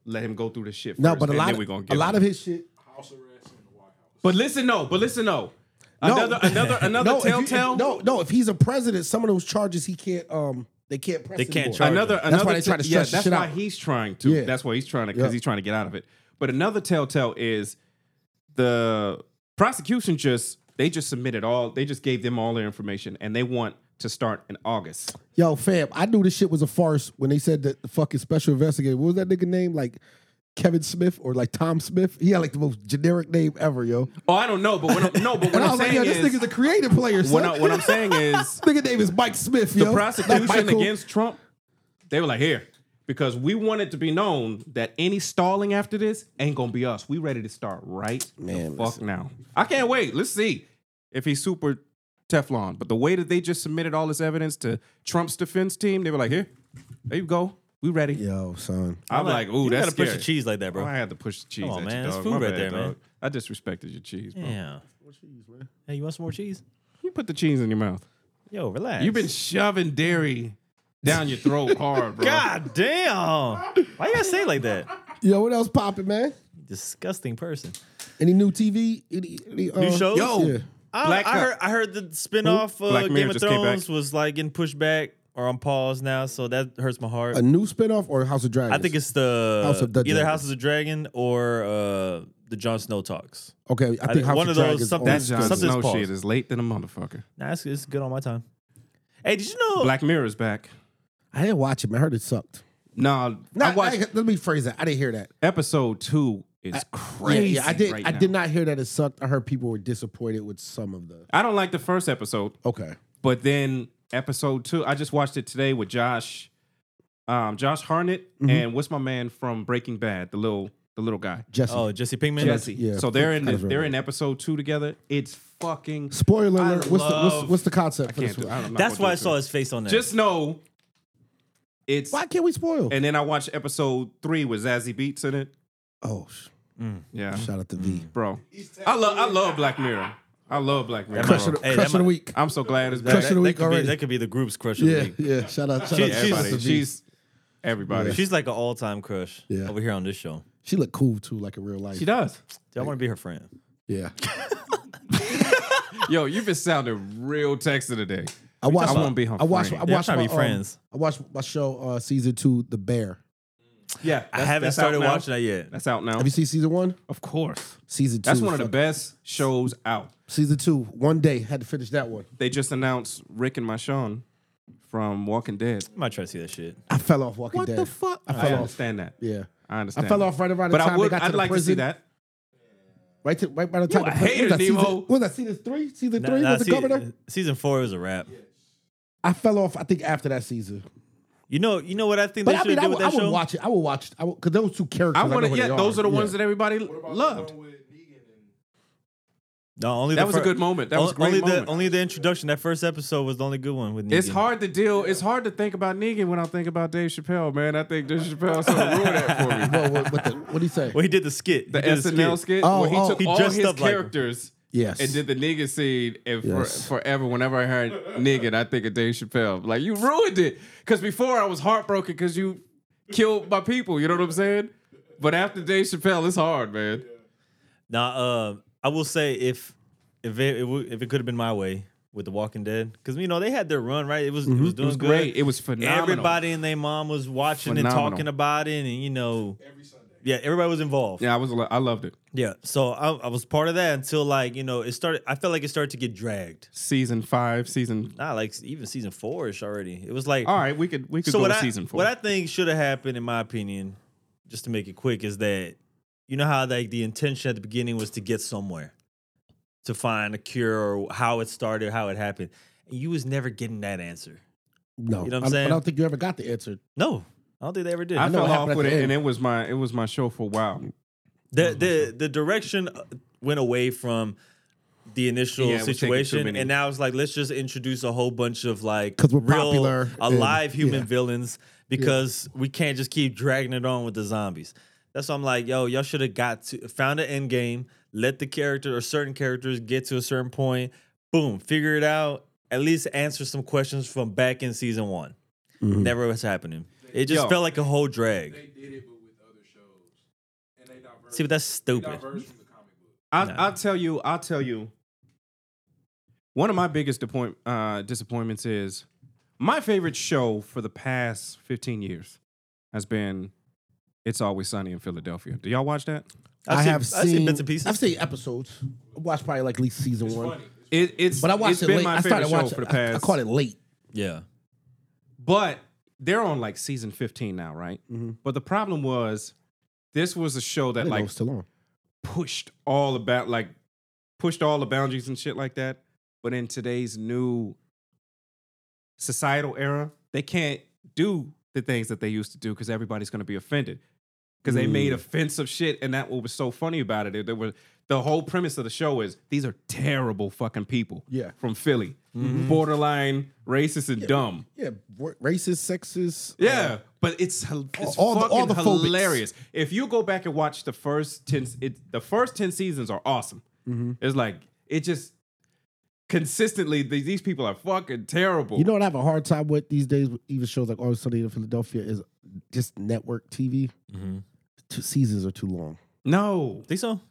let him go through this shit." First, No, but a and lot, then we're gonna of, get a lot of his shit. House arrest in the White House. But listen, no. But listen, no. No. Another, another, another No, if you- if- telltale. no, no. If he's a president, some of those charges he can't. Um, they can't press. They can't anymore. charge him. Another, That's another. why they try to yeah, stretch that's shit why out. he's trying to. Yeah. That's why he's trying to because Yeah. he's trying to get out of it. But another telltale is the prosecution just they just submitted all they just gave them all their information and they want to start in August. Yo, fam, I knew this shit was a farce when they said that the fucking special investigator. What was that nigga name? Like Kevin Smith or like Tom Smith? He had like the most generic name ever, yo. Oh, I don't know, but what I'm, no, but what And I I'm was like, saying yo, is this nigga's a creative player. Son. what, I, what I'm saying is nigga name is Mike Smith, yo. the prosecution Like Michael. against Trump, they were like, here, because we want it to be known that any stalling after this ain't gonna be us. We ready to start right Man, the fuck now. I can't wait. Let's see if he's super Teflon. But the way that they just submitted all this evidence to Trump's defense team, they were like, here, there you go. We ready. Yo, son. I'm like, ooh, you that's gotta scary. push the cheese like that, Oh, I bro. had to push the cheese. Come on, at you, man. That's dog. food My right bad, there, man. dog. I disrespected your cheese, bro. Yeah. more cheese, man. Hey, you want some more cheese? You put the cheese in your mouth. Yo, relax. You've been shoving dairy down your throat hard, bro. God damn! Why you gotta say it like that? Yo, what else popping, man? Disgusting person. Any new TV? Any, any, uh, New shows? Yo, Yeah. I, Black I Mirror- heard. I heard the spinoff uh, Black Mirror Game of just came back. Thrones was like getting pushed back or on pause now, so that hurts my heart. A new spinoff or House of Dragons? I think it's the, House of the either Dragon. House of the Dragon or uh, the Jon Snow talks. okay. I think I- House one of, of those, Dragons. something- on That That's Sky. Jon Something's Snow paused. shit is late than a motherfucker. Nah, it's, it's good on my time. Hey, did you Oh. know? Black Mirror's back. I didn't watch it. Man. I heard it sucked. Nah, Nah, I watched I- let me phrase that. I didn't hear that. episode two. Is crazy. Yeah, yeah, I did. right I now. did not hear that it sucked. I heard people were disappointed with some of the. I don't like the first episode. Okay. But then episode two, I just watched it today with Josh, um, Josh Harnett, Mm-hmm. and what's my man from Breaking Bad, the little the little guy, Jesse. oh, Jesse Pinkman. Jesse. yeah, so they're in I the, remember. they're in episode two together. It's fucking. Spoiler I alert. What's, the, what's, love- what's the concept I for can't this do. one? I don't, That's why I saw his face on there. Just know, it's. Why can't we spoil? And then I watched episode three with Zazie Beats in it. oh, sh- Yeah, shout out to V. bro. I love I love Black Mirror. I love Black Mirror. Crush of bro. the, Hey, that crush of the might- week. I'm so glad it's that, back. Crush of the that, that week could be, already. that could be the group's crush of the Yeah, week. yeah. Shout out. Shout She- out. she's- Shout out to Everybody, V. she's everybody. She's like an all-time crush Yeah. over here on this show. She looked cool too, like in real life. She does. Dude, I want to be her friend. Yeah. Yo, you've been sounding real Texan today. I watched. I wanna be her I watched. I friend. Yeah, I'm watched trying my to be um, friends. I watched my show uh, season two, The Bear. Yeah, I haven't started watching that yet. That's out now. Have you seen season one? Of course, Season two. that's is one of the fucking- best shows out. Season two. One day had to finish that one. They just announced Rick and Michonne from Walking Dead. I might try to see that shit. I fell off Walking Dead. fuck? I, fell off. understand that. Yeah. I I understand. fell that. off right around the But time I they would. got to I'd the like to see prison. that. Right, to, right by the time. a the prison- hater, what was that Nemo. season- what was that season three? Season Nah, three nah, was the see- uh, governor. Season four was a wrap. I fell off. I think after that season. You know, you know what I think But they I should mean, I do would, with I that would show. watch it. I would watch. I would because those two characters. I want know to. who Yeah, they those are the Yeah. ones that everybody About loved. The one with Negan and No, only That the was a fir- good moment. That was a on- only great moment. the only the introduction. That first episode was the only good one with Negan. It's hard to deal. It's hard to think about Negan when I think about Dave Chappelle, man. I think Dave Chappelle sort of ruined that for me. Whoa, what, what, the, what do you say? Well, he did the skit. the he did a SNL skit Oh, where he oh. took He all dressed his up like him. characters Yes. and did the nigga scene. And for, Yes. forever, whenever I heard nigga, I think of Dave Chappelle. Like you ruined it because before I was heartbroken because you killed my people. You know what I'm saying? But after Dave Chappelle, it's hard, man. Now, um, I will say if if it, it wou- if it could have been my way with The Walking Dead, because you know they had their run right. It was it was doing Mm-hmm. It was good. great. It was phenomenal. Everybody and their mom was watching Phenomenal. and talking about it, and you know, every Sunday. yeah, everybody was involved. Yeah, I was. I loved it. Yeah, so I, I was part of that until like you know it started. I felt like it started to get dragged. Season five, season. Nah, like even season four ish already. It was like All right, we could we could so go what to I season four. what I think should have happened in my opinion, just to make it quick, is that you know how like the intention at the beginning was to get somewhere, to find a cure or how it started, how it happened. And you was never getting that answer. no, You know what I'm I- I saying? don't think you ever got the answer. No, I don't think they ever did. I know what fell happened off at with the it, end. and it was my it was my show for a while. Oh, the the the direction uh, went away from the initial Yeah, it was taking too situation, many. and now it's like let's just introduce a whole bunch of like 'Cause we're popular and- alive human yeah. villains because we can't just keep dragging it on with the zombies. That's why I'm like, yo, y'all should have got to found an end game. Let the character or certain characters get to a certain point. Boom, figure it out. At least answer some questions from back in season one. Mm-hmm. Never was happening. It just Yo. felt like a whole drag. They did it, but with other shows, and they diverged. See, but that's they stupid. diverged from the comic book. I, Nah. I'll tell you. I'll tell you. One of my biggest disappoint, uh, disappointments is my favorite show for the past 15 years has been It's Always Sunny in Philadelphia. Do y'all watch that? I've I seen- have I've seen, seen bits and pieces. I've seen episodes. I watched probably like at least season one. Funny. It's It, it's But I watched it's it been late. my I favorite started show watching. for the I, past. I caught it late. Yeah. But they're on like season 15 now, right? But the problem was this was a show Mm-hmm. I that didn't know it like was still on. pushed all about like pushed all the boundaries and shit like that. But in today's new societal era, they can't do the things that they used to do because everybody's going to be offended because they Mm. made offensive shit, and that what was so funny about it. There was the whole premise of the show is these are terrible fucking people, Yeah. Mm-hmm. from Philly, borderline racist and dumb. Yeah, ra- racist, sexist. Yeah, but it's hil- it's all the- fucking all the phobics. hilarious. Mm-hmm. If you go back and watch the first ten, it, the first ten seasons are awesome. It's like It just consistently the- these people are fucking terrible. You know what I have a hard time with these days, with even shows like Always Sunday in Philadelphia, is just network TV. Mm-hmm. Two seasons are too long. no, Think so?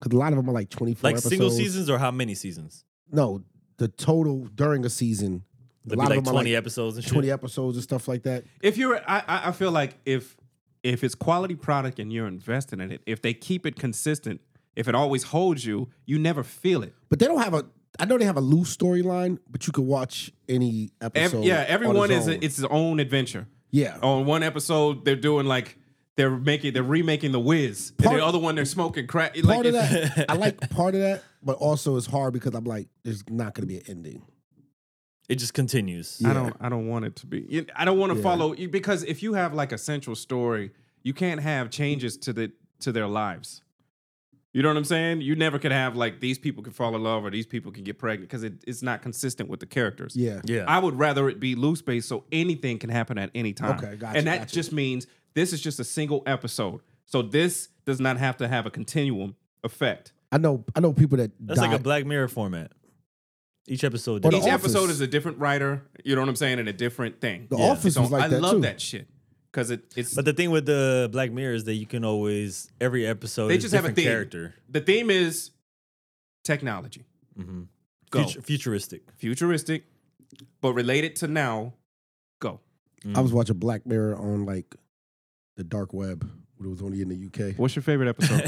Because a lot of them are like 24 Like episodes. single seasons or how many seasons? No, the total during a season. It'd a be lot like of them twenty are like episodes and shit. 20 episodes and stuff like that. if you're, I, I I feel like if if it's quality product and you're investing in it, if they keep it consistent, if it always holds you, you never feel it. But they don't have a. I know they have a loose storyline, but you could watch any Ev- episode. yeah, everyone on its is own. it's its own adventure. yeah. Oh, On one episode, they're doing like they're making they're remaking the Wiz. And Part- the other one, they're smoking crack. Like, part of it's- that, I like part of that, but also it's hard because I'm like, there's not going to be an ending. It just continues. I don't. I don't want it to be. you- I don't want to Yeah. follow you because if you have like a central story, you can't have changes to the to their lives. You know what I'm saying? You never could have like these people can fall in love or these people can get pregnant because it, it's not consistent with the characters. Yeah. Yeah. I would rather it be loose based so anything can happen at any time. Okay, gotcha, And that gotcha. just means this is just a single episode. So this does not have to have a continuum effect. I know. I know people that That's died. like a Black Mirror format. Each episode. But different. Each The episode Office- is a different writer. You know what I'm saying? And a different thing. the Yeah, Office So was like I that love too. that shit because it, it's But the thing with the Black Mirror is that you can always every episode They is just have a different theme. character, the theme is technology, Mhm. Go. Futu- futuristic. futuristic, but related to now. Go. I Mm. was watching Black Mirror on like the dark web when it was only in the UK. What's your favorite episode?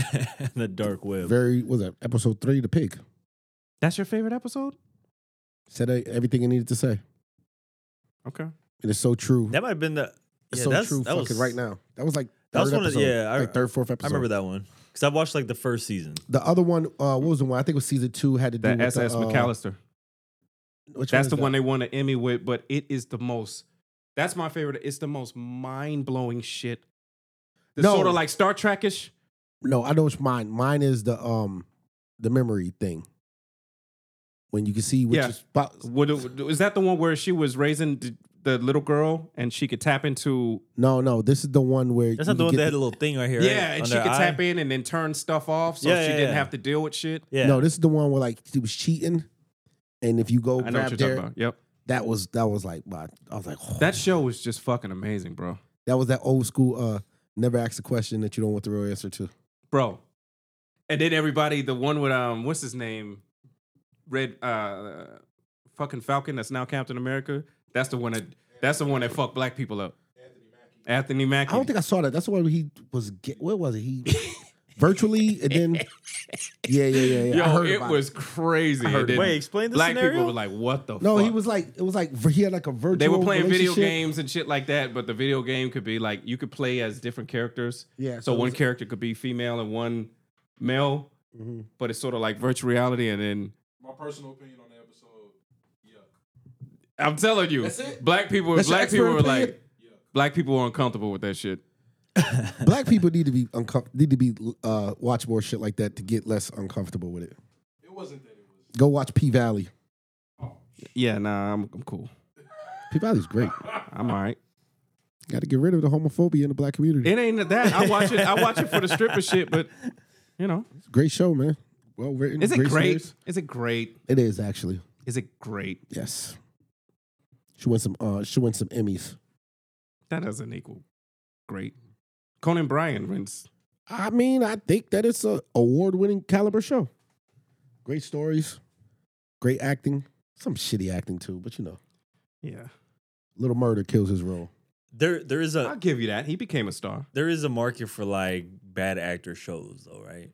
the dark web. Very what was that episode three? The pig That's your favorite episode? said e- everything it needed to say. Okay. It is so true. that might have been the. It's Yeah, so that's, true. that fucking was right now. That was like That was third one of the- episode, yeah, I- like third, fourth episode. I remember that one because I watched like the first season. The other one, uh, what was the one? I think it was season two. Had to do That with SS the, uh, McAllister. which That's is the that? one they won an Emmy with, but it is the most. That's my favorite. It's the most mind blowing shit. It's No. sort of like Star Trek ish. No, I know it's mine. Mine is the um the memory thing. When you can see which Yeah. is spot Would it- Is that the one where she was raising the, the little girl and she could tap into? No, no, this is the one where That's you not the can one get that had a little thing right here. right? Yeah, and On she their could eye? tap in and then turn stuff off, so Yeah, she yeah, didn't yeah. have to deal with shit. Yeah. No, this is the one where like she was cheating. And if you go I know what grab you're there, talking about. Yep. that was that was like my I was like That show was just fucking amazing, bro. that was that old school uh never ask a question that you don't want the real answer to. Bro. And then everybody, the one with um, what's his name? Red uh fucking Falcon that's now Captain America. That's the one that that's the one that fucked black people up. Anthony Mackie. I don't think I saw that. That's the one he was get what was it? He virtually and then Yeah, yeah, yeah, yeah. I Yo, heard it about was crazy. heard And then Wait, explain the black scenario. people were like, what the No, fuck? he was like it was like he had like a virtual they were playing video relationship. games and shit like that, but the video game could be like you could play as different characters. Yeah, So, so it one was- character could be female and one male, Mhm. but it's sort of like virtual reality and then My personal opinion on the episode, yuck, I'm telling you, That's it? black people. That's your black people expert were opinion? like, yuck. black people were uncomfortable with that shit. Black people need to be uncom- need to be uh, watch more shit like that to get less uncomfortable with it. It wasn't that it was. Go watch P Valley. Yeah, nah, I'm, I'm cool. P Valley's great. I'm all right. Got to get rid of the homophobia in the black community. It ain't that. I watch it. I watch it for the stripper shit, but you know, It's a great show, man. Well written. is it great? stories. Is it great? It is actually. Is it great? Yes. She won some. Uh, she won some Emmys. That doesn't equal great. Conan Bryan wins. I mean, I think that it's a award winning caliber show. Great stories, great acting. Some shitty acting too, but you know, Yeah, Little Murder kills his role. there, there is I'll a give you that. He became a star. there is a market for like bad actor shows though, right?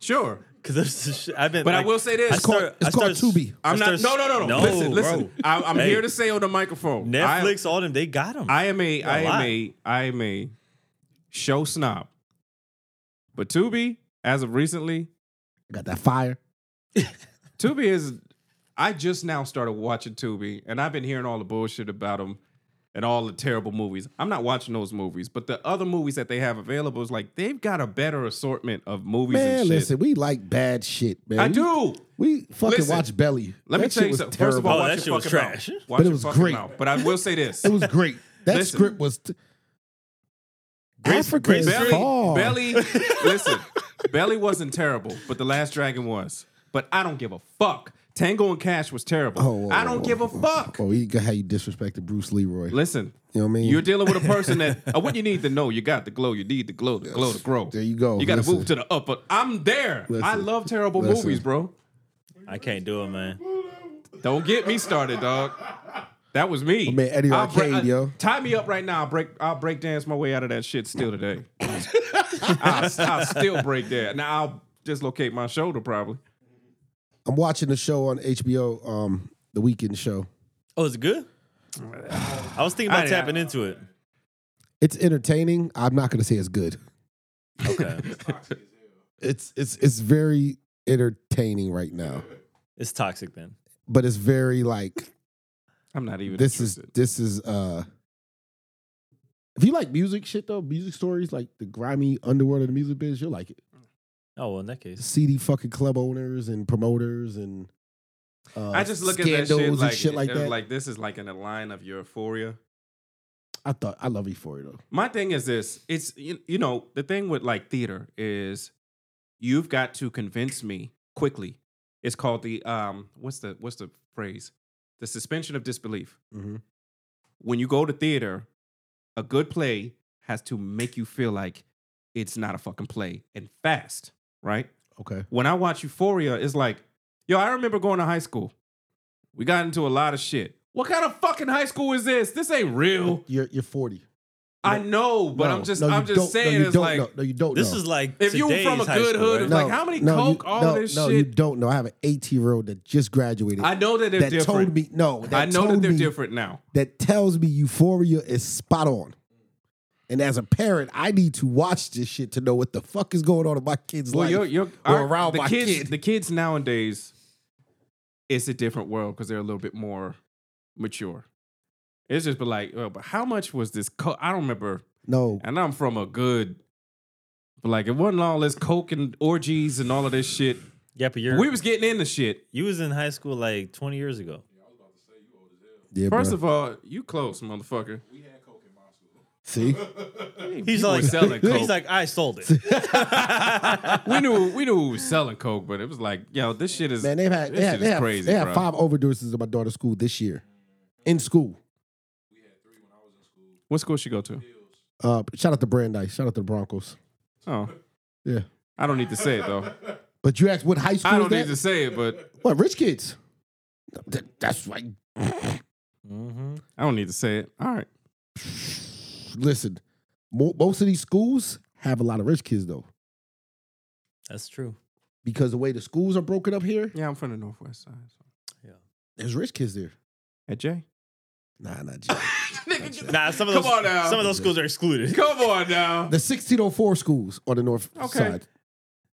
Sure, Because there's this sh- I've been. but I like, will say this. I It's called, start- it's I called start- Tubi. I'm I not. No, start- no, no, no. No, Listen, listen. bro. I, I'm Hey. here to say on the microphone. I- Netflix, all them, they got them. I am a I am lot. a I am a show snob. But Tubi, as of recently, Got that fire. Tubi is I just now started watching Tubi and I've been hearing all the bullshit about them and all the terrible movies. I'm not watching those movies, but the other movies that they have available is like they've got a better assortment of movies and Man, shit. listen, we like bad shit, man. I We- do. We fucking Listen, watch Belly. Let me That tell shit you was something. First terrible. of all, Oh, watch that your shit was fucking trash. Mouth. But Watch it your was fucking great. mouth. But I will say this. it was great. That Listen. script was t- Africa Grace is Belly, far. Belly, listen, Belly wasn't terrible, but The Last Dragon was. but I don't give a fuck. Tango and Cash was terrible. Oh, whoa, I whoa, don't whoa, give a whoa. fuck. Oh, you got how you disrespected Bruce Leroy. Listen, you know what I mean? you're dealing with a person that uh, what you need to know. You got the glow. You need the glow. The glow to grow. There you go. You got to Listen. move to the upper. I'm there. I Listen. love terrible Listen. movies, bro. I can't do it, man. Don't get me started, dog. That was me. man, Eddie I'll break- Arcade, I- yo. Tie me up right now. I'll break. I'll break dance my way out of that shit. Still today. I'll, I'll still break that. Now I'll dislocate my shoulder probably. I'm watching the show on HBO, um, the weekend show. Oh, it's good. I was thinking about I- tapping into it. It's entertaining. I'm not gonna say it's good. Okay, It's it's it's very entertaining right now, it's toxic then. but it's very like I'm not even. this is interested. this is uh. If you like music shit though, music stories like the grimy underworld of the music biz, you'll like it. Oh well, in that case, CD fucking club owners and promoters and uh, I just look at that scandals shit and like, uh, shit like that. Like this is like in the line of euphoria. I thought I love Euphoria though. My thing is this: it's you, you know the thing with like theater is you've got to convince me quickly. It's called the um what's the what's the phrase? The suspension of disbelief. Mhm. When you go to theater, a good play has to make you feel like it's not a fucking play and fast, right? Okay, when I watch Euphoria, it's like, yo, I remember going to high school. We got into a lot of shit. What kind of fucking high school is this? This ain't real. you're you're 40. I know, but No, I'm just no, you I'm don't- just no, saying you it's don't like know. no, you don't. this know. is like If you were from today's a high good school, hood, right? it's like, how many coke, all no, this no, shit? you don't know. I have an 18 year old that just graduated. I know that they're that different. told me no. That I know that told they're me- different now. That tells me Euphoria is spot on. And as a parent, I need to watch this shit to know what the fuck is going on in my kid's Well, life. you're, you're or our- around the my kids. kid. The kids nowadays, it's a different world because they're a little bit more mature. It's just been like, oh, but how much was this? Co- I don't remember. no, And I'm from a good, but like it wasn't all this coke and orgies and all of this shit. Yeah, but you're We was getting into shit. you was in high school like 20 years ago. yeah, First bruh. of all, you close, motherfucker. see, He's People like selling coke. He's like I sold it. we knew we knew we was selling coke, but it was like, yo, this shit is man, they've had this they had, shit they is had, crazy, they had bro. five overdoses at my daughter's school this year, in school. What school she go to? Uh, shout out to Brandeis. Shout out to the Broncos. Oh, Yeah, I don't need to say it though. but you asked what high school? I is don't need that? to say it, but What rich kids? Th- That's like hmm I don't need to say it. All right, listen, mo- most of these schools have a lot of rich kids though, That's true. because the way the schools are broken up here, yeah, I'm from the northwest side. so. there's rich kids there. At Jay, Nah, not Jay. Nah, some of Come those on now. some of those schools are excluded. come on now. the 1604 schools on the north Okay. side.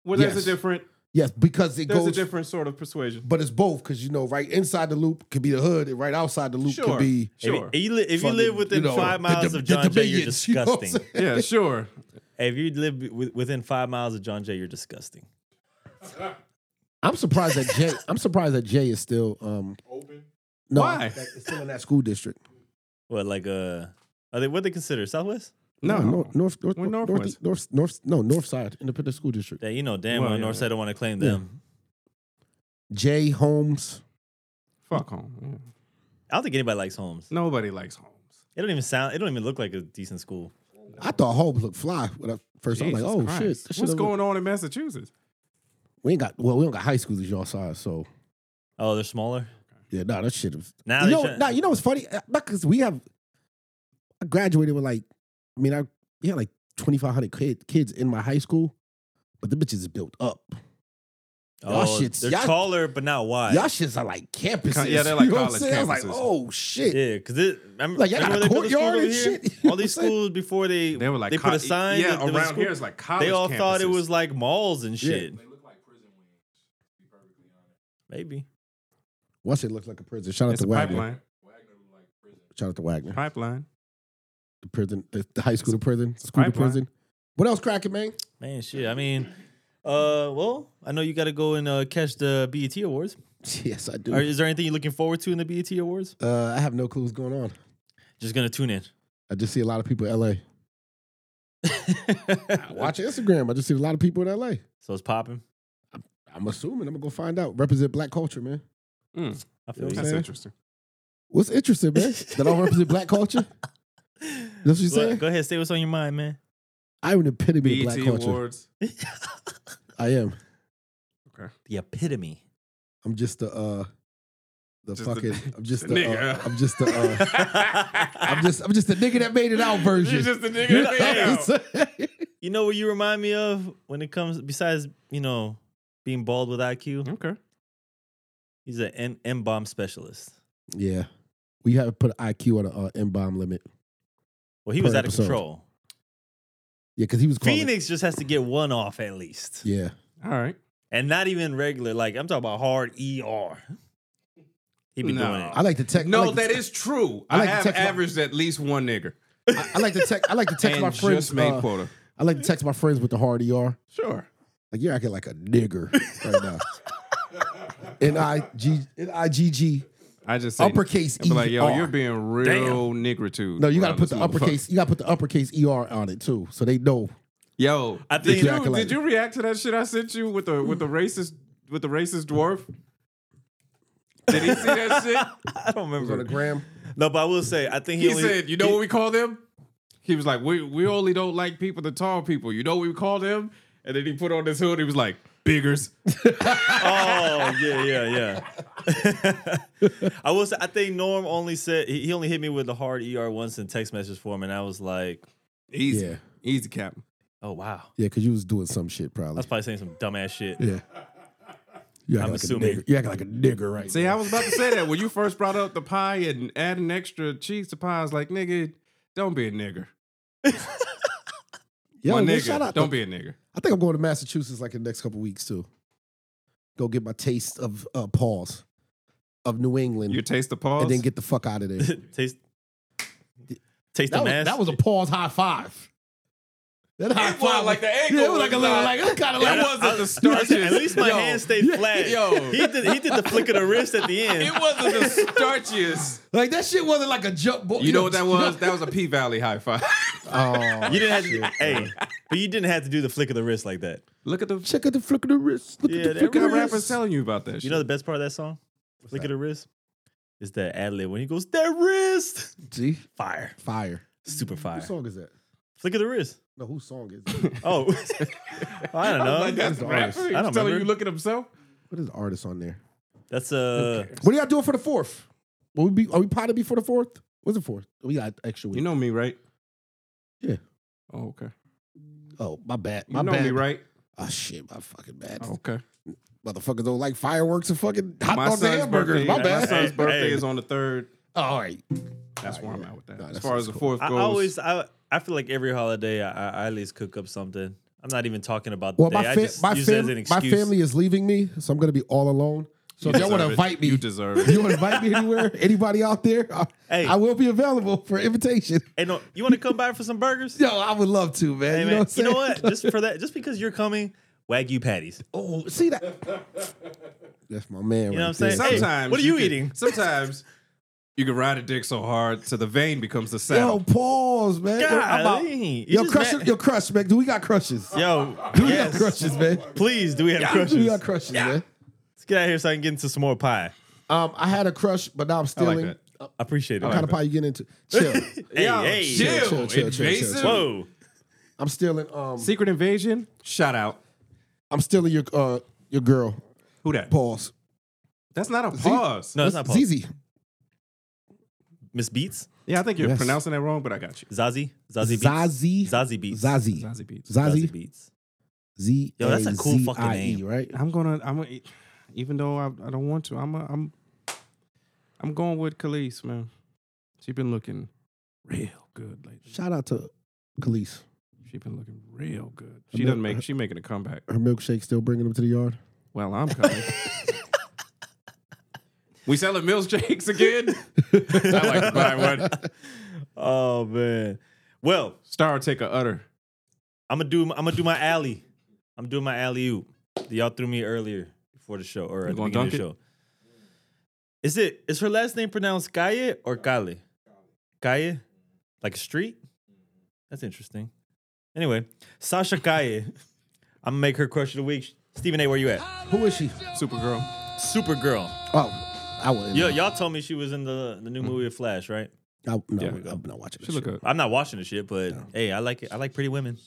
Well, there's Yes. a different, Yes, because it there's goes. a different sort of persuasion. but it's both because you know, right inside the loop could be the hood, and right outside the loop Sure. could be. If you- Sure. If you, li- if you live fucking, within you know, five the- miles the- of the John Jay, you're Dominions, you know what I'm disgusting. saying? Yeah, sure. If you live wi- within five miles of John Jay, you're disgusting. I'm surprised that Jay. I'm surprised that Jay is still. um Open. No, Why? that- it's still in that school district. What like uh are they what they consider Southwest? No, no, north, north, We're north, north, Northwest. north, north, no, north side independent school district. That you know damn Well, well, yeah. Northside don't want to claim Yeah. them. Jay Holmes. Fuck home. I don't think anybody likes Holmes. Nobody likes Holmes. It don't even sound. It don't even look like a decent school. I thought Holmes looked fly when I first. I was like, Jesus oh Christ. shit, this shit What's look- going on in Massachusetts? We ain't got well, we don't got high schools y'all size, so Oh, they're smaller. yeah, nah, that shit was. Now you they know, try- nah, you know what's funny? Uh, Not because we have. I graduated with like, I mean, I we had like twenty five hundred kid, kids in my high school, but the bitches is built up. y'all oh, shits- they're y'all- taller but not wide. Y'all shits are like campuses. yeah, they're like you know what I'm college saying? I was like, campuses. oh shit. yeah, because it. Remember, Like, y'all remember got a they built the schools courtyard over and here? shit? You know All these what I'm saying? schools before they They were like, they put a co- sign. Yeah, that there was around school- here is like college. They all thought it campuses. was like malls and Yeah. shit. They look like prison wings. To be perfectly honest, Maybe. Well, that shit looks like a prison. Shout out it's to a Wagner. pipeline. Wagner look like prison. Shout out to Wagner. Pipeline. The prison, the, the high school to prison, school to pipeline. prison. What else cracking, man? Man, shit. I mean, uh, well, I know you got to go and uh, catch the BET awards. Yes, I do. Are, is there anything you're looking forward to in the BET awards? uh, I have no clue what's going on. Just gonna tune in. I just see a lot of people in LA. Watch Instagram. I just see a lot of people in LA. so it's popping. I'm assuming I'm gonna go find out. Represent black culture, man. I Mm, You know feel you. what that's saying? interesting. What's interesting, man? that I don't represent black culture. That's what you Go- saying? Go ahead, say what's on your mind, man. I'm an epitome of black BET culture. E Awards. I am. The epitome. I'm just the uh the Just the- fucking I'm just the Nigga. uh, I'm just the uh, I'm I'm just I'm just the nigga that made it out version. You're just the nigga You that know made it what I'm saying? You know what you remind me of when it comes besides, you know, being bald with IQ? Okay. He's an N M bomb specialist. yeah. We have to put an IQ on an uh, M bomb limit. Well, he was Per out of episode. control. Yeah, because he was calling. Phoenix just has to get one off at least. Yeah. All right. And not even regular. Like I'm talking about hard ER. He be No. doing it. I like to text. I No, like to that te- is true. I I, like to have text my- averaged at least one nigger. I, I like to text. I like to text and my friends. just made uh, quota. I like to text my friends with the hard ER. Sure. Like you're acting like a nigger right now. N I G N I G G I just say, uppercase I'd be E like, yo, R. you're being real nigritude. no, you got to around put this the motherfucker." uppercase. You got to put the uppercase E R on it too, so they know. Yo, I did think- you, Exactly. did you react to that shit I sent you with the with the racist with the racist dwarf? Did he see that shit? I don't It was on remember. the gram. No, but I will say I think he, He only said, "You know what we call them?" He was like, "We we only don't like people, the tall people. You know what we call them?" And then he put on his hood. He was like, "Biggers." Oh yeah, yeah, yeah. I was. I think Norm only said he he only hit me with the hard ER once in text message form, and I was like, Easy, Yeah. easy, Captain. "Oh wow, Yeah, because you was doing some shit I probably. was probably saying some dumbass shit." Yeah. You acting I'm like assuming. A nigger. You acting like a nigger right See, I was about to say that when you first brought up the pie and adding extra cheese to pie. I was like, "Nigga, don't be a nigger." now. My Yo, man, nigga, shout out. don't to, be a nigger. I think I'm going to Massachusetts like in the next couple weeks too. Go get my taste of uh, paws of New England You taste the pause. and then get the fuck out of there. taste, taste that, the was, mask. that was a pause high five. That high It five was like the ankle Yeah, it was like a was little not- like it's kind of That like wasn't the At starches. least my Yo, hand stayed flat. yo. he did. He did the flick of the wrist at the end. It wasn't the starchiest. like that shit wasn't like a jump ball. You know what that was? That was a P Valley high five. Oh, You didn't have to. hey, but you didn't have to do the flick of the wrist like that. Look at the check out the flick of the wrist. Look Yeah, at the that flick of the fucking really- wrist. rappers telling you about that. You know the best part of that song, flick that? of the wrist, is that ad lib when he goes that wrist See, fire, fire. super fire, Whose song is that? flick of the wrist. No, whose song is it? Oh, I don't know. Like, that's Who's the the rap. artist? He's I don't telling remember. you look at himself. what is the artist on there? That's uh What are y'all doing for the fourth? Will we be? Are we potted before the fourth? What's the fourth? We got extra week. You know me, right? Yeah. Oh, okay. oh, my bad. You My know bad. me, right? Oh, Oh shit, my fucking bad. Okay. Motherfuckers don't like fireworks and fucking hot My dogs and son's hamburgers. birthday. My My bad. son's Hey, birthday hey. is on the third. All right. That's Ah, where I'm yeah. at with that. Nah, as that far sounds as the cool. fourth I, I goes, always I, I feel like every holiday I, I, I at least cook up something. I'm not even talking about the Well, day. my I fa- just my, use it as fam- an my excuse. family is leaving me, so I'm gonna be all alone. So You if y'all want to deserve it. invite me, You deserve it. You want to invite me anywhere? Anybody out there? I, Hey. I will be available for invitation. Hey, no, you want to come by for some burgers? Yo, I would love to, man. Hey, you, man, Know what I'm you know saying? what? Just for that, just because you're coming, wagyu patties. Oh, see that? That's my man. You know what I'm right saying? there. Hey, sometimes what are you can- eating? Sometimes you can ride a dick so hard to the vein becomes the Yo, saddle. pause, man. Yo, I'm out. Golly, you Yo, just crush, mad- yo, crush, man. Do we got crushes? yo, Do we got yes. crushes, man? Please, do we have Do we crushes? got crushes, man? Let's get out of here so I can get into some more pie. Um, I had a crush, but now I'm stealing. that. Uh, I appreciate it. what kind of pie you get into? Chill. hey, Yo, hey, chill, chill, chill, chill, invasive. chill. whoa, I'm stealing. Um, Secret Invasion. Shout out. I'm stealing your uh your girl. Who that? Pause. That's not a pause. no, it's not Paul. Zizi. Miss Beats, Yeah, I think you're Yes. pronouncing that wrong, but I got you. Zazie, Zazie Beats, Zazie. Zazie Beats, Zazie. Zazie Beats. Zazie Zazie. Beats. Z. Yo, that's a cool fucking A-Z-I-E, name. right? I'm gonna. I'm gonna. Even though I, I don't want to, I'm. A, I'm. I'm going with Khalees, man. She been looking real good lately. Shout out to Khalees. She been looking real good. I She know- doesn't make. She making a comeback. Her milkshake still bringing them to the yard. Well, I'm coming. we selling milkshakes again. I like to buy one. Oh man. Well, Star take a udder. I'm gonna do. I'm gonna do my alley. I'm doing my alley oop. that Y'all threw me earlier before the show or at You the gonna beginning of the dunk show. Is it? Is her last name pronounced Calle or Kale? Calle, like a street. That's interesting. Anyway, Sasha Calle. I'm gonna make her crush of the week. Stephen A, where you at? Who is she? Supergirl. Supergirl. Oh, I wouldn't. Yo, y'all told me she was in the the new movie of Flash, right? I, no, Yeah. I'm not watching. She look good. I'm not watching the shit, but hey, I like it. I like pretty women.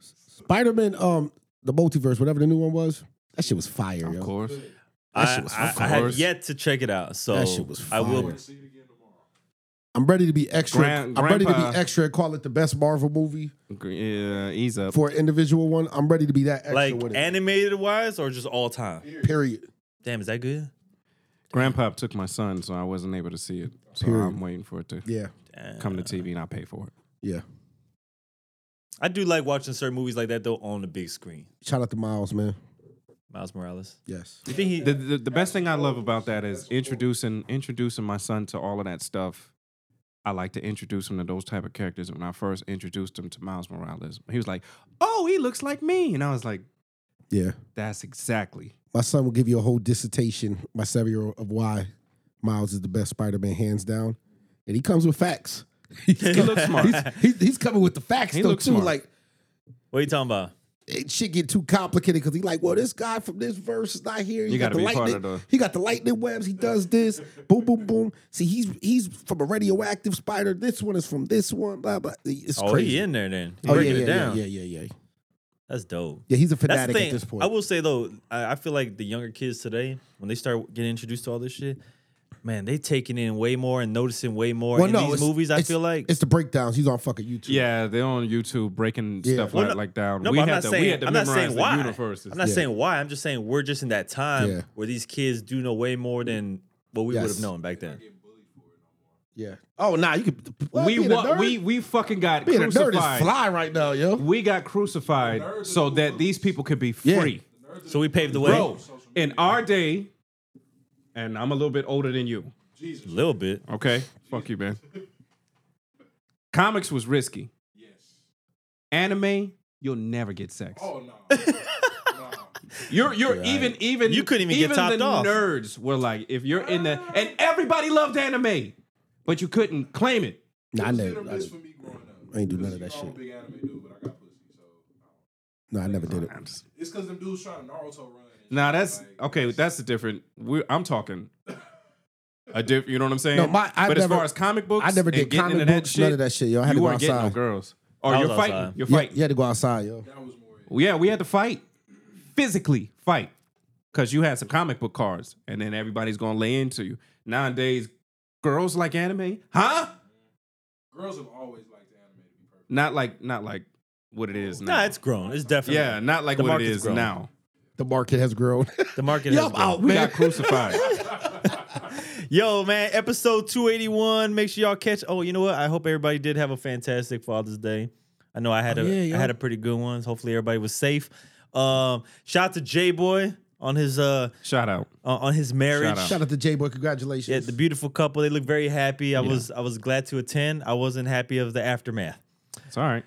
Spider Man, um, the multiverse, whatever the new one was. That shit was fire, yo. Of course. That I, shit was I, fire. I had course. yet to check it out, so That shit was I will. fire. I'm ready to be extra. Grand- I'm ready to be Grandpa. extra and call it the best Marvel movie Yeah, ease up. for an individual one. I'm ready to be that extra Like with it. animated wise, or just all time. Period. Damn, is that good? Grandpa took my son, so I wasn't able to see it. So Period. I'm waiting for it to Yeah. Damn. come to TV and I pay for it. Yeah. I do like watching certain movies like that though on the big screen. Shout out to Miles, man. Miles Morales. Yes. You think he? The, the, the best thing I love about that is introducing introducing my son to all of that stuff. I like to introduce him to those type of characters. When I first introduced him to Miles Morales, he was like, "Oh, he looks like me," and I was like, Yeah. "That's exactly." My son will give you a whole dissertation, my seven year old, of why Miles is the best Spider Man, hands down. And he comes with facts. He's he looks smart. He's, he's- he's coming with the facts, He though, too. looks smart. Like, what are you talking about? it should get too complicated because he like, well, this guy from this verse is not here. He You got gotta the be part lightning. of the- He got the lightning webs. He does this. Boom, boom, boom. See, he's he's from a radioactive spider. This one is from this one. Blah blah. It's Oh, crazy. he in there then. oh yeah, breaking yeah, it down. yeah, yeah, yeah, yeah. That's dope. Yeah, he's a That's the fanatic thing. at this point. I will say though, I, I feel like the younger kids today, when they start getting introduced to all this shit, man, they taking in way more and noticing way more in these it's- movies. I it's- feel like it's the breakdowns. He's on fucking YouTube. Yeah, they're on YouTube breaking Yeah. stuff Well, like, no- like down. no, we, but I'm had not to, saying we had to I'm not memorize saying the why. universes. I'm not Yeah. saying why. I'm just saying we're just in that time Yeah. where these kids do know way more than what we would Yes. have known back then. yeah. Oh, nah, you could. well, we being a wa- nerd- we we fucking got being a nerd is crucified. fly right now, yo. We got crucified so that these people could be Yeah. free. So we paved the way Bro, in our day, and I'm a little bit older than you. a little bit. Okay, fuck you, man. Comics was risky. Yes. Anime, you'll never get sex. Oh no. no. You're you're even even You couldn't even get topped the off. Nerds were like, if you're in the and everybody loved anime, but you couldn't claim it. Nah, I It was hit never. or I, miss for me growing up. I ain't do none of Because that I'm a shit. big anime dude, but I got pussy, so no, I never did it. it's because them dudes trying to Naruto run. and Now shit, that's like, okay. That's a different. we I'm talking. A diff, you know what I'm saying? No, my- I but never- as far as comic books, I never and did getting comic into that books, shit, none of that shit, yo. I had to you go weren't getting no outside. girls, or I you're was fighting. outside. You're Yeah, fighting. you had to go outside, yo. that was more. it. Well, yeah, we had to fight physically, fight because you had some comic book cards, and then everybody's gonna lay into you. Nowadays, girls like anime, huh? Girls have always liked anime to be perfect. Not like, not like what it is now. Nah, it's grown. It's definitely yeah, not like The what it market's is grown. now. The market has grown. the market. Yo, has I'm grown. out, We man. got crucified. Yo, man, episode 281. Make sure y'all catch. Oh, you know what? I hope everybody did have a fantastic Father's Day. I know I had Oh, a I yeah, yo. had a pretty good one. Hopefully everybody was safe. Um, shout out to J Boy on his uh Shout out. on- on his marriage. out. Shout out to J Boy. Yeah, Congratulations. the beautiful couple. They look very happy. I was I was glad to attend. I wasn't happy of the aftermath. It's all right.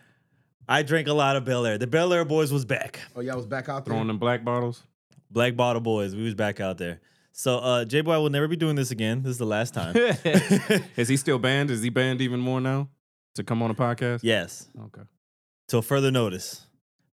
I drank a lot of Bel Air. The Bel Air boys was back. oh, y'all was back out there. Throwing them black bottles. Black Bottle Boys. We was back out there. So uh J Boy, I will never be doing this again. This is the last time. is he still banned? Is he banned even more now to come on a podcast? yes. Okay. till further notice.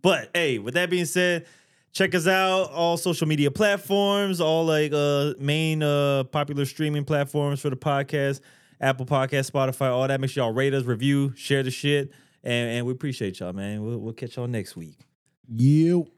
But hey, with that being said, check us out all social media platforms, all like uh main uh popular streaming platforms for the podcast, Apple Podcast, Spotify, all that. Make sure y'all rate us, review, share the shit, and, and we appreciate y'all, man. We'll, we'll catch y'all next week. You.